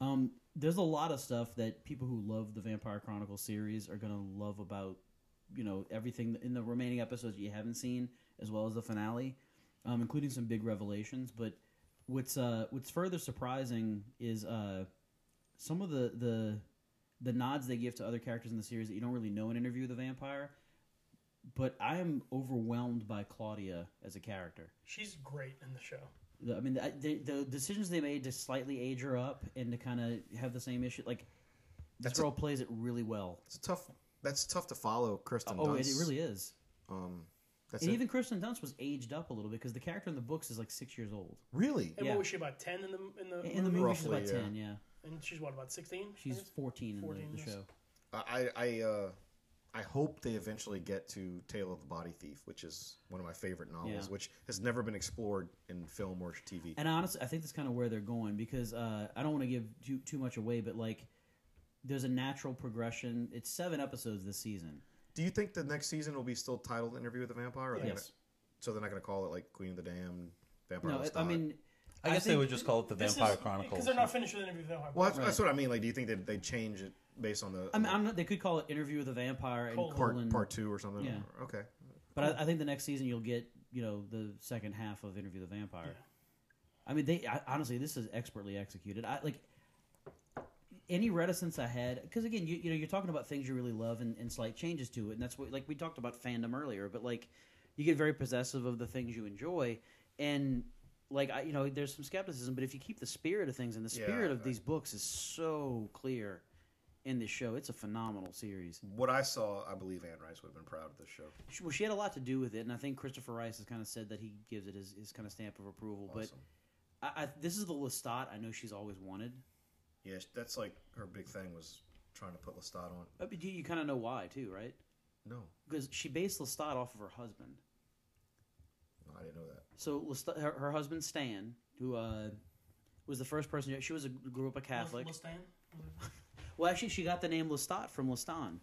Speaker 1: Um, there's a lot of stuff that people who love the Vampire Chronicles series are gonna love about you know everything in the remaining episodes that you haven't seen, as well as the finale, um, including some big revelations. But what's uh, what's further surprising is uh, some of the the the nods they give to other characters in the series that you don't really know in Interview with the Vampire. But I am overwhelmed by Claudia as a character.
Speaker 3: She's great in the show.
Speaker 1: The- I mean, the, the, the decisions they made to slightly age her up and to kind of have the same issue, like this
Speaker 2: That's
Speaker 1: girl plays it really well.
Speaker 2: It's tough. That's tough to follow, Kristen.
Speaker 1: Oh, it,
Speaker 2: Dunst.
Speaker 1: it really is.
Speaker 2: Um, that's
Speaker 1: And
Speaker 2: it.
Speaker 1: even Kristen Dunst was aged up a little bit because the character in the books is like six years old.
Speaker 2: really.
Speaker 3: And
Speaker 1: Yeah.
Speaker 3: what was she about ten in the in the
Speaker 1: In the movie, she's
Speaker 2: Roughly,
Speaker 1: about
Speaker 2: yeah.
Speaker 1: ten. Yeah,
Speaker 3: And she's what about sixteen?
Speaker 1: she's fourteen in the-
Speaker 3: 14,
Speaker 1: the,
Speaker 3: yes.
Speaker 1: show.
Speaker 2: I I uh, I hope they eventually get to Tale of the Body Thief, which is one of my favorite novels,
Speaker 1: Yeah.
Speaker 2: which has never been explored in film or TV.
Speaker 1: And honestly, I think that's kind of where they're going because uh, I don't want to give too too much away, but like, there's a natural progression. It's seven episodes this season.
Speaker 2: Do you think the next season will be still titled "Interview with a Vampire"? Or are they
Speaker 1: Yes.
Speaker 2: gonna- so they're not going to call it like "Queen of the Damned," "Vampire."
Speaker 1: No, I
Speaker 2: Lestat?
Speaker 1: mean,
Speaker 4: I guess they would just call it the Vampire
Speaker 3: because
Speaker 4: Chronicles.
Speaker 3: they're not finished with the interview. with Vampire
Speaker 2: well, that's, that's what I mean. Like, do you think that they change it based on the
Speaker 1: I mean, I'm not, they could call it Interview with a Vampire and
Speaker 3: Colon.
Speaker 2: part
Speaker 1: colon-
Speaker 2: part two or something?
Speaker 1: Yeah.
Speaker 2: Okay.
Speaker 1: But I, I think the next season you'll get you know the second half of Interview the Vampire. I mean, they I, honestly this is expertly executed. I like any reticence I had because again, you you know you're talking about things you really love and, and slight changes to it, and that's what like we talked about fandom earlier. But like you get very possessive of the things you enjoy, and like I you know there's some skepticism, but if you keep the spirit of things and the
Speaker 2: Yeah,
Speaker 1: spirit of
Speaker 2: I-
Speaker 1: these books is so clear in this show, it's a phenomenal series.
Speaker 2: What I saw, I believe Anne Rice would have been proud of this show.
Speaker 1: She- well, she had a lot to do with it, and I think Christopher Rice has kind of said that he gives it his, his kind of stamp of approval.
Speaker 2: Awesome.
Speaker 1: I, I, this is the Lestat I know she's always wanted.
Speaker 2: Yeah, sh- that's like her big thing was trying to put Lestat on.
Speaker 1: Uh, But you, you kind of know why too, right?
Speaker 2: No,
Speaker 1: Because she based Lestat off of her husband.
Speaker 2: no, I didn't know that.
Speaker 1: So Lestat, her, her husband Stan, who uh, was the first person she was a, grew up a Catholic.
Speaker 3: Lestan?
Speaker 1: Well, actually, she got the name Lestat from Lestan.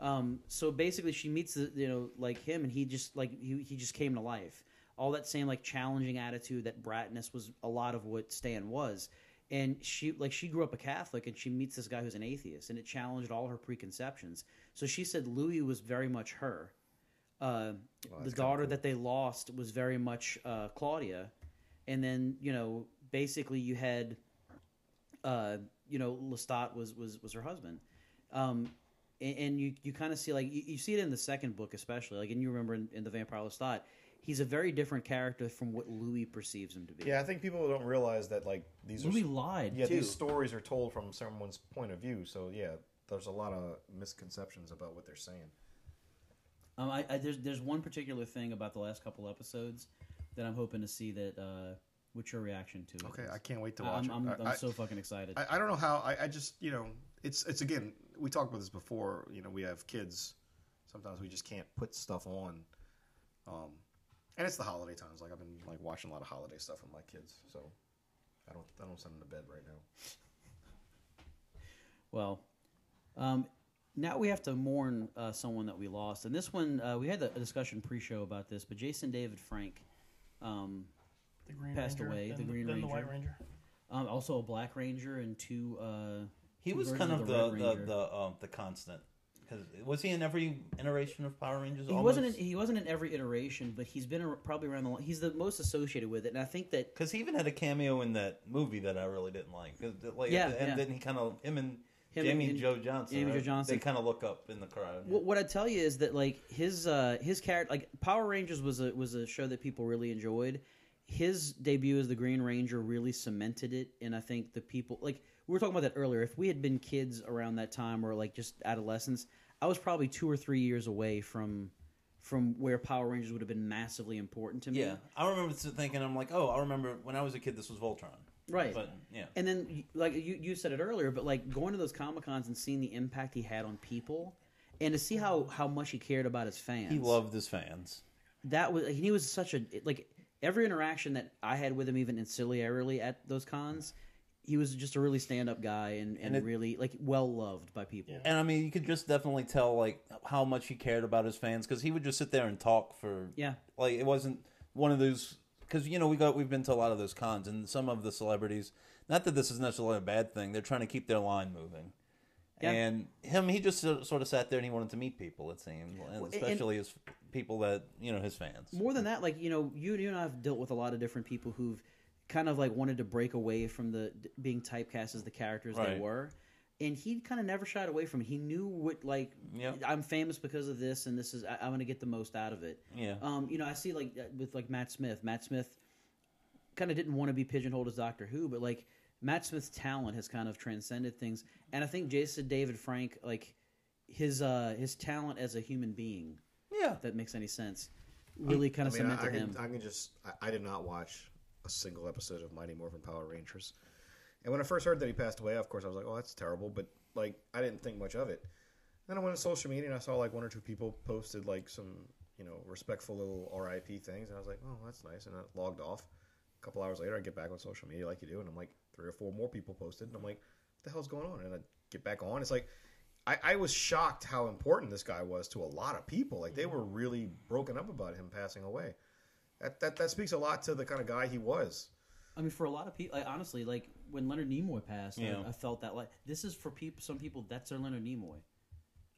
Speaker 1: Um, so basically, she meets the, you know like him, and he just like he, he just came to life. All that same like challenging attitude that bratness was a lot of what Stan was. And she like she grew up a Catholic, and she meets this guy who's an atheist, and it challenged all her preconceptions. So she said Louis was very much her. Uh, the daughter that they lost was very much uh, Claudia, and then you know basically you had uh, you know, Lestat was was was her husband. Um, and, and you you kind of see like you, you see it in the second book especially like and you remember in, in the Vampire Lestat, he's a very different character from what Louis perceives him to be.
Speaker 2: Yeah, I think people don't realize that like these
Speaker 1: Louis
Speaker 2: are
Speaker 1: lied
Speaker 2: yeah
Speaker 1: too.
Speaker 2: these stories are told from someone's point of view. So yeah, there's a lot of misconceptions about what they're saying.
Speaker 1: Um, I, I there's there's one particular thing about the last couple episodes that I'm hoping to see that uh, what's your reaction to it?
Speaker 2: Okay,
Speaker 1: is.
Speaker 2: I can't wait to watch
Speaker 1: I'm, I'm,
Speaker 2: it.
Speaker 1: I'm
Speaker 2: I- I-
Speaker 1: so fucking excited.
Speaker 2: I, I don't know how. I, I just you know, it's it's again. We talked about this before. You know, we have kids. Sometimes we just can't put stuff on. Um, and it's the holiday times. Like I've been like watching a lot of holiday stuff with my kids. So I don't I don't send them to bed right now.
Speaker 1: Well, um, now we have to mourn uh, someone that we lost, and this one uh, we had a discussion pre-show about this, but Jason David Frank, um,
Speaker 3: The Green
Speaker 1: Passed
Speaker 3: Ranger,
Speaker 1: away, the
Speaker 3: then-
Speaker 1: Green
Speaker 3: then
Speaker 1: Ranger.
Speaker 3: the White Ranger.
Speaker 1: um, also a Black Ranger, and two. Uh,
Speaker 4: He
Speaker 1: two
Speaker 4: was
Speaker 1: versions
Speaker 4: kind of the
Speaker 1: Red
Speaker 4: the
Speaker 1: Ranger.
Speaker 4: the, um, the constant. Cause was he in every iteration of Power Rangers?
Speaker 1: He wasn't in, he wasn't in every iteration, but he's been ar- probably around the lo- he's the most associated with it, and I think that
Speaker 4: Because he even had a cameo in that movie that I really didn't like. 'Cause, like
Speaker 1: Yeah,
Speaker 4: and
Speaker 1: yeah.
Speaker 4: then he kind of him and
Speaker 1: Him
Speaker 4: Jamie
Speaker 1: and-
Speaker 4: Joe Johnson.
Speaker 1: Jamie Joe
Speaker 4: right?
Speaker 1: Johnson.
Speaker 4: They kind of look up in the crowd.
Speaker 1: What, what I tell you is that like his uh, his character like Power Rangers was a was a show that people really enjoyed. His debut as the Green Ranger really cemented it, and I think the people like we were talking about that earlier. If we had been kids around that time or like just adolescents, I was probably two or three years away from from where Power Rangers would have been massively important to me.
Speaker 4: Yeah, I remember thinking, I'm like, oh, I remember when I was a kid, this was Voltron.
Speaker 1: Right.
Speaker 4: But yeah,
Speaker 1: And then, like you, you said it earlier, but like going to those comic cons and seeing the impact he had on people, and to see how how much he cared about his fans.
Speaker 4: he loved his fans.
Speaker 1: that was he was such a like every interaction that I had with him, even ancillarily at those cons. He was just a really stand up guy and, and,
Speaker 4: it-
Speaker 1: really like well loved by people.
Speaker 3: Yeah.
Speaker 4: And I mean, you could just definitely tell like how much he cared about his fans because he would just sit there and talk for
Speaker 1: Yeah.
Speaker 4: Like it wasn't one of those because you know we got we've been to a lot of those cons and some of the celebrities. Not that this is necessarily a bad thing. They're trying to keep their line moving.
Speaker 1: Yeah.
Speaker 4: And him, he just sort sort of sat there and he wanted to meet people. It seemed, and
Speaker 1: and-
Speaker 4: especially his people that you know his fans.
Speaker 1: More than that, like you know, you, you and I have dealt with a lot of different people who've kind of like wanted to break away from the d- being typecast as the characters they
Speaker 4: Right.
Speaker 1: were. And he kind of never shied away from it. He knew what like
Speaker 4: Yeah.
Speaker 1: I'm famous because of this, and this is I, I'm going to get the most out of it.
Speaker 4: Yeah.
Speaker 1: Um, you know, I see like uh, with like Matt Smith. Matt Smith kind of didn't want to be pigeonholed as Doctor Who, but like Matt Smith's talent has kind of transcended things, and I think Jason David Frank like his uh his talent as a human being,
Speaker 4: yeah,
Speaker 1: if that makes any sense, really kind
Speaker 2: I
Speaker 1: of
Speaker 2: mean, I,
Speaker 1: cemented
Speaker 2: I
Speaker 1: him.
Speaker 2: can, I can just. I, I did not watch a single episode of Mighty Morphin Power Rangers, and when I first heard that he passed away, of course, I was like, "Oh, that's terrible," but like, I didn't think much of it. Then I went on social media and I saw like one or two people posted like some, you know, respectful little RIP things, and I was like, "Oh, that's nice," and I logged off. A couple hours later, I get back on social media like you do, and I'm like, three or four more people posted, and I'm like, "What the hell's going on?" And I get back on. It's like. I, I was shocked how important this guy was to a lot of people. Like
Speaker 1: Mm-hmm.
Speaker 2: they were really broken up about him passing away. That that, that speaks a lot to the kind of guy he was.
Speaker 1: I mean, for a lot of people, like, honestly, like when Leonard Nimoy passed, like,
Speaker 4: Yeah.
Speaker 1: I felt that like this is for people. Some people that's their Leonard Nimoy.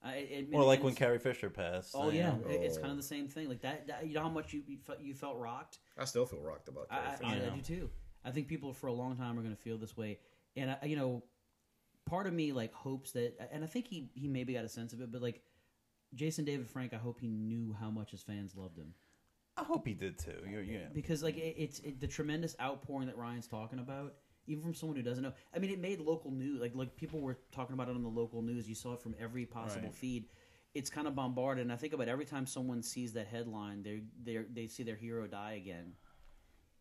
Speaker 1: I, it,
Speaker 4: or like
Speaker 1: it's-
Speaker 4: when Carrie Fisher passed.
Speaker 1: Oh
Speaker 4: you
Speaker 1: yeah,
Speaker 4: know.
Speaker 1: it- it's kind of the same thing. Like that, that- you know how much you you felt, you felt rocked.
Speaker 2: I still feel rocked about
Speaker 1: I, I,
Speaker 2: that.
Speaker 1: I,
Speaker 4: Yeah.
Speaker 1: do too. I think people for a long time are going to feel this way, and I, you know, part of me like hopes that, and I think he he maybe got a sense of it, but like Jason David Frank, I hope he knew how much his fans loved him
Speaker 4: I hope he did too. You're, yeah.
Speaker 1: because like it, it's it, the tremendous outpouring that Ryan's talking about, even from someone who doesn't know. I mean, it made local news. Like like people were talking about it on the local news. You saw it from every possible
Speaker 4: Right.
Speaker 1: feed. It's kind of bombarded, and I think about every time someone sees that headline, they they they see their hero die again,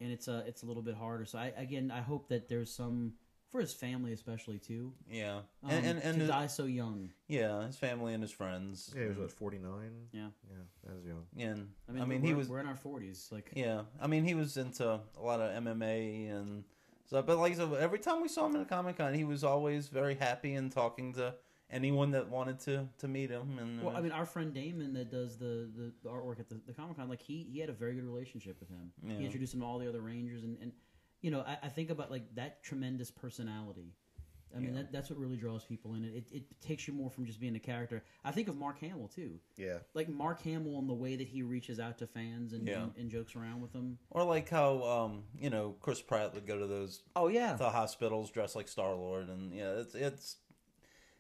Speaker 1: and it's a it's a little bit harder. So I again I hope that there's some for his family especially too.
Speaker 4: Yeah,
Speaker 1: Um,
Speaker 4: and and, and
Speaker 1: to
Speaker 4: his-
Speaker 1: die so young.
Speaker 4: yeah, his family and his friends.
Speaker 2: Yeah, he was what forty nine.
Speaker 1: Yeah.
Speaker 2: yeah, that was young.
Speaker 4: Yeah, and,
Speaker 1: I mean, we're,
Speaker 4: he was.
Speaker 1: we're in our forties. Like
Speaker 4: Yeah, I mean, he was into a lot of MMA and so. But like I said, every time we saw him at Comic Con, he was always very happy and talking to anyone that wanted to to meet him. And
Speaker 1: Well, I mean, our friend Damon that does the, the, the artwork at the, the Comic Con, like he he had a very good relationship with him.
Speaker 4: Yeah.
Speaker 1: He introduced him to all the other Rangers, and, and you know, I, I think about like that tremendous personality. I mean,
Speaker 4: Yeah.
Speaker 1: that, that's what really draws people in. It, it it takes you more from just being a character. I think of Mark Hamill too,
Speaker 5: Yeah.
Speaker 1: like Mark Hamill and the way that he reaches out to fans and,
Speaker 4: Yeah.
Speaker 1: and, and jokes around with them.
Speaker 4: or like how um you know Chris Pratt would go to those
Speaker 1: Oh yeah,
Speaker 4: the hospitals dressed like Star Lord, and yeah, it's it's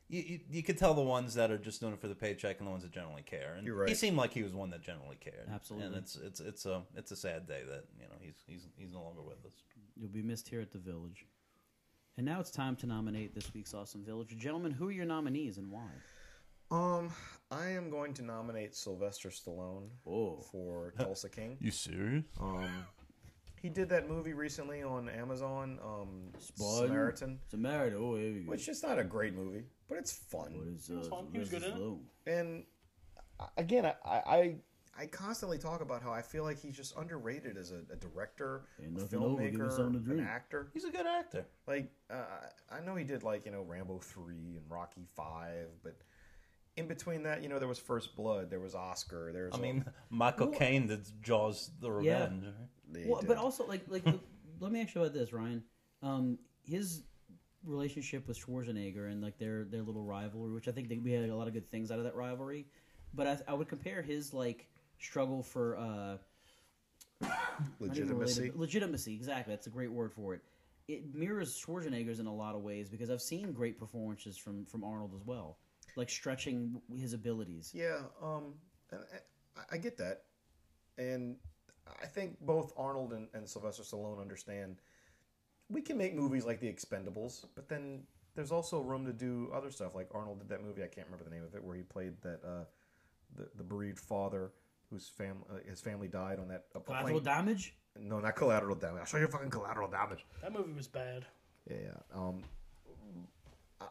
Speaker 4: you, you you could tell the ones that are just doing it for the paycheck and the ones that generally care. And
Speaker 5: You're right.
Speaker 4: he seemed like he was one that generally cared.
Speaker 1: Absolutely.
Speaker 4: and it's it's it's a it's a sad day that you know he's he's he's no longer with us.
Speaker 1: you'll be missed here at the Village. And now it's time to nominate this week's awesome Village, gentlemen. Who are your nominees and why?
Speaker 2: Um, I am going to nominate Sylvester Stallone
Speaker 1: Oh,
Speaker 2: for Tulsa King.
Speaker 4: You serious?
Speaker 2: Um, he did that movie recently on Amazon, um,
Speaker 1: Spawn.
Speaker 2: Samaritan,
Speaker 1: Samaritan. Oh, here we go.
Speaker 2: which is not a great movie, but it's fun.
Speaker 1: is
Speaker 3: was fun. He was good in it.
Speaker 2: And I- again, I, I I constantly talk about how I feel like he's just underrated as a, a director,
Speaker 1: Ain't
Speaker 2: a
Speaker 1: nothing over, give him
Speaker 2: filmmaker,
Speaker 1: something to
Speaker 2: an
Speaker 1: drink.
Speaker 2: actor.
Speaker 4: He's a good actor.
Speaker 2: Like uh, I know he did like you know Rambo three and Rocky five, but in between that, you know, there was First Blood, there was Oscar, there was
Speaker 4: I
Speaker 2: all-
Speaker 4: mean, Michael Caine did Jaws: The
Speaker 1: Yeah.
Speaker 4: Revenge.
Speaker 2: They
Speaker 1: Well,
Speaker 2: did.
Speaker 1: but also like like the, let me ask you about this, Ryan. Um, his relationship with Schwarzenegger and like their their little rivalry, which I think they, we had a lot of good things out of that rivalry. But I, I would compare his like struggle for uh, not even
Speaker 5: Legitimacy.
Speaker 1: relatability- legitimacy, exactly. That's a great word for it. It mirrors Schwarzenegger's in a lot of ways because I've seen great performances from from Arnold as well, like stretching his abilities.
Speaker 2: Yeah, um, and I, I get that, and I think both Arnold and, and Sylvester Stallone understand we can make movies like The Expendables, but then there's also room to do other stuff. Like Arnold did that movie, I can't remember the name of it, where he played that uh, the the bereaved father whose family uh, his family died on that. a
Speaker 1: Collateral
Speaker 2: plane.
Speaker 1: damage.
Speaker 2: no, not collateral damage. I'll show you fucking collateral damage.
Speaker 3: That movie was bad.
Speaker 2: Yeah. yeah. Um, I,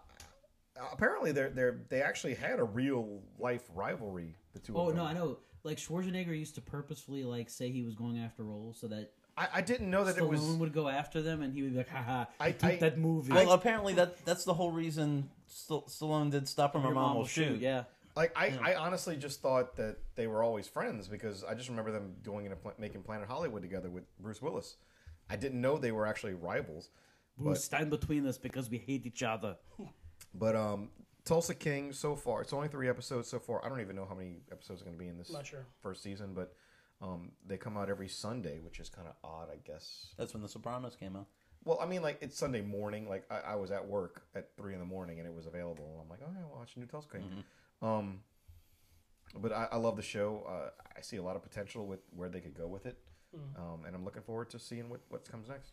Speaker 2: I- apparently, they're they are they actually had a real life rivalry. The two.
Speaker 1: Oh
Speaker 2: of them.
Speaker 1: no, I know. Like Schwarzenegger used to purposefully like say he was going after roles so that
Speaker 2: I, I didn't know that
Speaker 1: Stallone
Speaker 2: it was.
Speaker 1: would go after them, and he would be like, "Haha,
Speaker 2: I-
Speaker 1: I took
Speaker 2: I-
Speaker 1: that movie."
Speaker 4: Well, apparently that that's the whole reason St- Stallone did "Stop or My
Speaker 1: Your
Speaker 4: Mom, Will Shoot."
Speaker 1: Yeah,
Speaker 2: Like I, I honestly just thought that they were always friends because I just remember them going into pla- making Planet Hollywood together with Bruce Willis. I didn't know they were actually rivals.
Speaker 1: we will stand between us because we hate each other.
Speaker 2: But um, Tulsa King so far, it's only three episodes so far. I don't even know how many episodes are going to be in this
Speaker 3: Not sure.
Speaker 2: first season, but um, they come out every Sunday, which is kind of odd, I guess.
Speaker 4: That's when The Sopranos came out.
Speaker 2: Well, I mean, like it's Sunday morning. Like I, I was at work at three in the morning, and it was available. And I'm like, oh yeah, I'll watch a new Tulsa King.
Speaker 1: Mm-hmm.
Speaker 2: Um, but I, I love the show. Uh, I see a lot of potential with where they could go with it, um, and I'm looking forward to seeing what what comes next.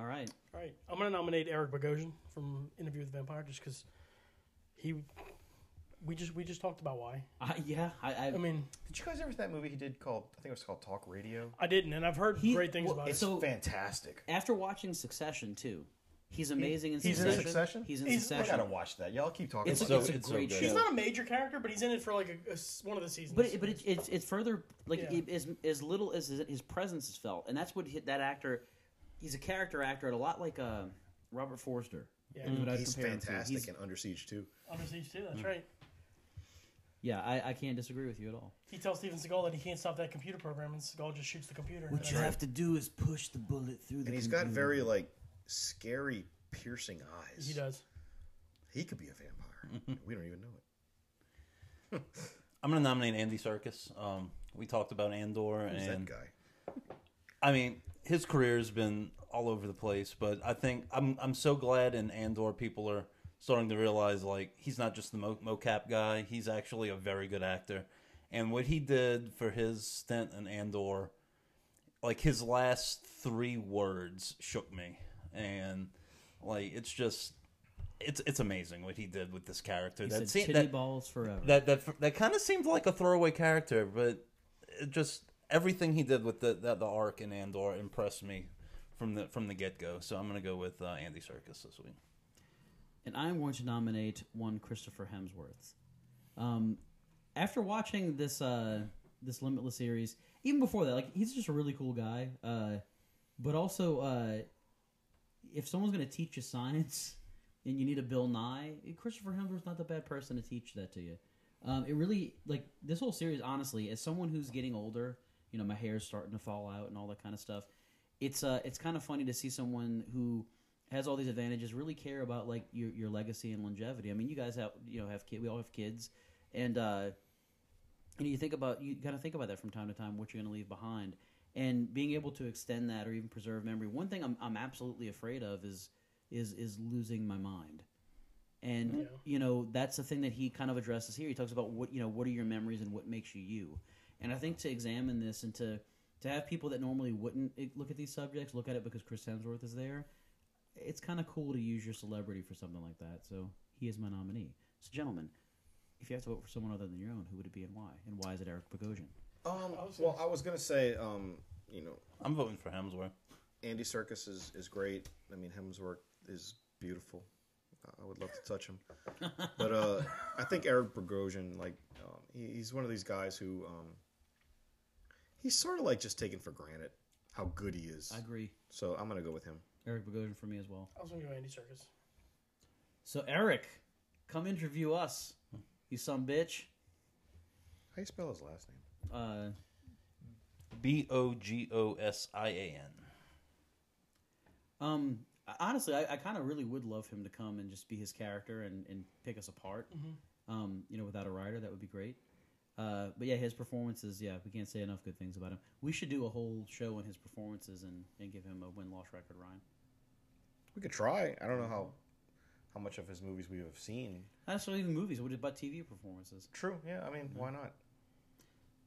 Speaker 1: All right,
Speaker 3: All right, I'm gonna nominate Eric Bogosian from Interview with the Vampire just because he. We just we just talked about why.
Speaker 1: I, yeah, I, I,
Speaker 3: I mean,
Speaker 2: Did you guys ever see that movie he did called? I think it was called Talk Radio.
Speaker 3: I didn't, and I've heard
Speaker 1: he-
Speaker 3: great things
Speaker 1: well,
Speaker 3: about it.
Speaker 1: So
Speaker 2: Fantastic.
Speaker 1: after watching Succession too, he's amazing in
Speaker 2: He's in
Speaker 1: Succession.
Speaker 2: Succession?
Speaker 1: He's in
Speaker 3: He's-
Speaker 2: I
Speaker 1: Succession.
Speaker 2: gotta watch that. Y'all keep talking
Speaker 1: It's,
Speaker 2: about
Speaker 1: a, it's
Speaker 4: so-
Speaker 1: a
Speaker 4: it's so
Speaker 1: great
Speaker 4: good.
Speaker 1: show.
Speaker 3: He's not a major character, but he's in it for like a- a s- one of the seasons.
Speaker 1: But it, but it, it's it's further like
Speaker 3: Yeah.
Speaker 1: it- as as little as his, his presence is felt, and that's what hit that actor. He's a character actor, and a lot like uh, Robert Forster.
Speaker 3: Yeah.
Speaker 1: is what I'd
Speaker 5: He's
Speaker 1: compare him to.
Speaker 5: fantastic
Speaker 1: He's-
Speaker 5: in Under Siege too.
Speaker 3: Under Siege too.
Speaker 1: Mm.
Speaker 3: That's right.
Speaker 1: yeah, I, I can't disagree with you at all.
Speaker 3: He tells Steven Seagal that he can't stop that computer program, and Seagal just shoots the computer. And that's it.
Speaker 1: to do is push the bullet through the.
Speaker 5: And he's got very like scary, piercing eyes.
Speaker 3: He does.
Speaker 5: He could be a
Speaker 1: Mm-hmm.
Speaker 5: vampire. we don't even know it.
Speaker 4: I'm gonna nominate Andy Serkis. Um, we talked about Andor
Speaker 5: Who's
Speaker 4: and
Speaker 5: that guy?
Speaker 4: I mean, his career's been all over the place, but I think I'm I'm so glad in Andor people are starting to realize like he's not just the mo- mocap guy; he's actually a very good actor. And what he did for his stint in Andor, like his last three words shook me, and like it's just it's it's amazing what he did with this character.
Speaker 1: He said,
Speaker 4: scene-
Speaker 1: titty balls forever.
Speaker 4: that that that kind of seemed like a throwaway character, but it just everything he did with the the, the arc in Andor impressed me from the from the get go. So I'm gonna go with uh, Andy Serkis this week.
Speaker 1: and I'm going to nominate one Christopher Hemsworth. Um, after watching this uh, this Limitless series, even before that, like he's just a really cool guy. Uh, but also, uh, if someone's going to teach you science and you need a Bill Nye, Christopher Hemsworth's not the bad person to teach that to you. Um, it really like this whole series, honestly, as someone who's getting older, you know, my hair's starting to fall out and all that kind of stuff. It's uh, it's kind of funny to see someone who has all these advantages really care about like your your legacy and longevity. I mean, you guys have you know have kid, we all have kids, and uh, and you think about you gotta think about that from time to time what you're gonna leave behind and being able to extend that or even preserve memory one thing i'm, I'm absolutely afraid of is is is losing my mind and
Speaker 3: Yeah.
Speaker 1: you know that's the thing that he kind of addresses here he talks about what you know what are your memories and what makes you you and i think to examine this and to to have people that normally wouldn't eh, look at these subjects look at it because chris hemsworth is there it's kind of cool to use your celebrity for something like that so he is my nominee so gentlemen if you have to vote for someone other than your own, who would it be and why? And why is it Eric Bogosian?
Speaker 2: Um,
Speaker 3: I was
Speaker 2: well,
Speaker 3: gonna
Speaker 2: I was gonna say, um, you know,
Speaker 4: I'm voting for Hemsworth.
Speaker 2: Andy Circus is, is great. I mean, Hemsworth is beautiful. I would love to touch him, but uh, I think Eric Bogosian, like, um, he, he's one of these guys who um, he's sort of like just taken for granted how good he is.
Speaker 1: I agree.
Speaker 2: So I'm gonna go with him.
Speaker 1: Eric Bogosian for me as well.
Speaker 3: I was going to go Andy Circus.
Speaker 1: So Eric, come interview us, you some bitch.
Speaker 2: How do you spell his last name?
Speaker 1: Uh,
Speaker 4: B O G O S I A N.
Speaker 1: um, honestly, I, I kind of really would love him to come and just be his character and, and pick us apart. Um, you know, without a writer, that would be great. Uh, but yeah, his performances. Yeah, we can't say enough good things about him. We should do a whole show on his performances and, and give him a win loss record, Ryan.
Speaker 2: We could try. I don't know how how much of his movies we have seen.
Speaker 1: Not necessarily even movies. What about TV performances?
Speaker 2: True. Yeah. I mean, why not?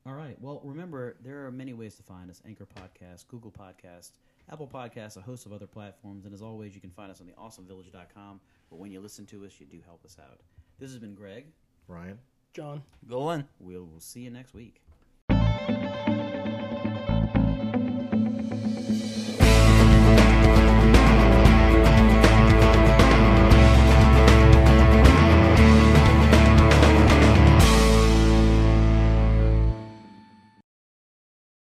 Speaker 1: All right. Well, remember, there are many ways to find us Anchor Podcast, Google Podcast, Apple Podcast, a host of other platforms. And as always, you can find us on theawesomevillage.com. But when you listen to us, you do help us out. This has been Greg.
Speaker 2: Ryan.
Speaker 3: John.
Speaker 4: Go on.
Speaker 1: We'll, we'll see you next week.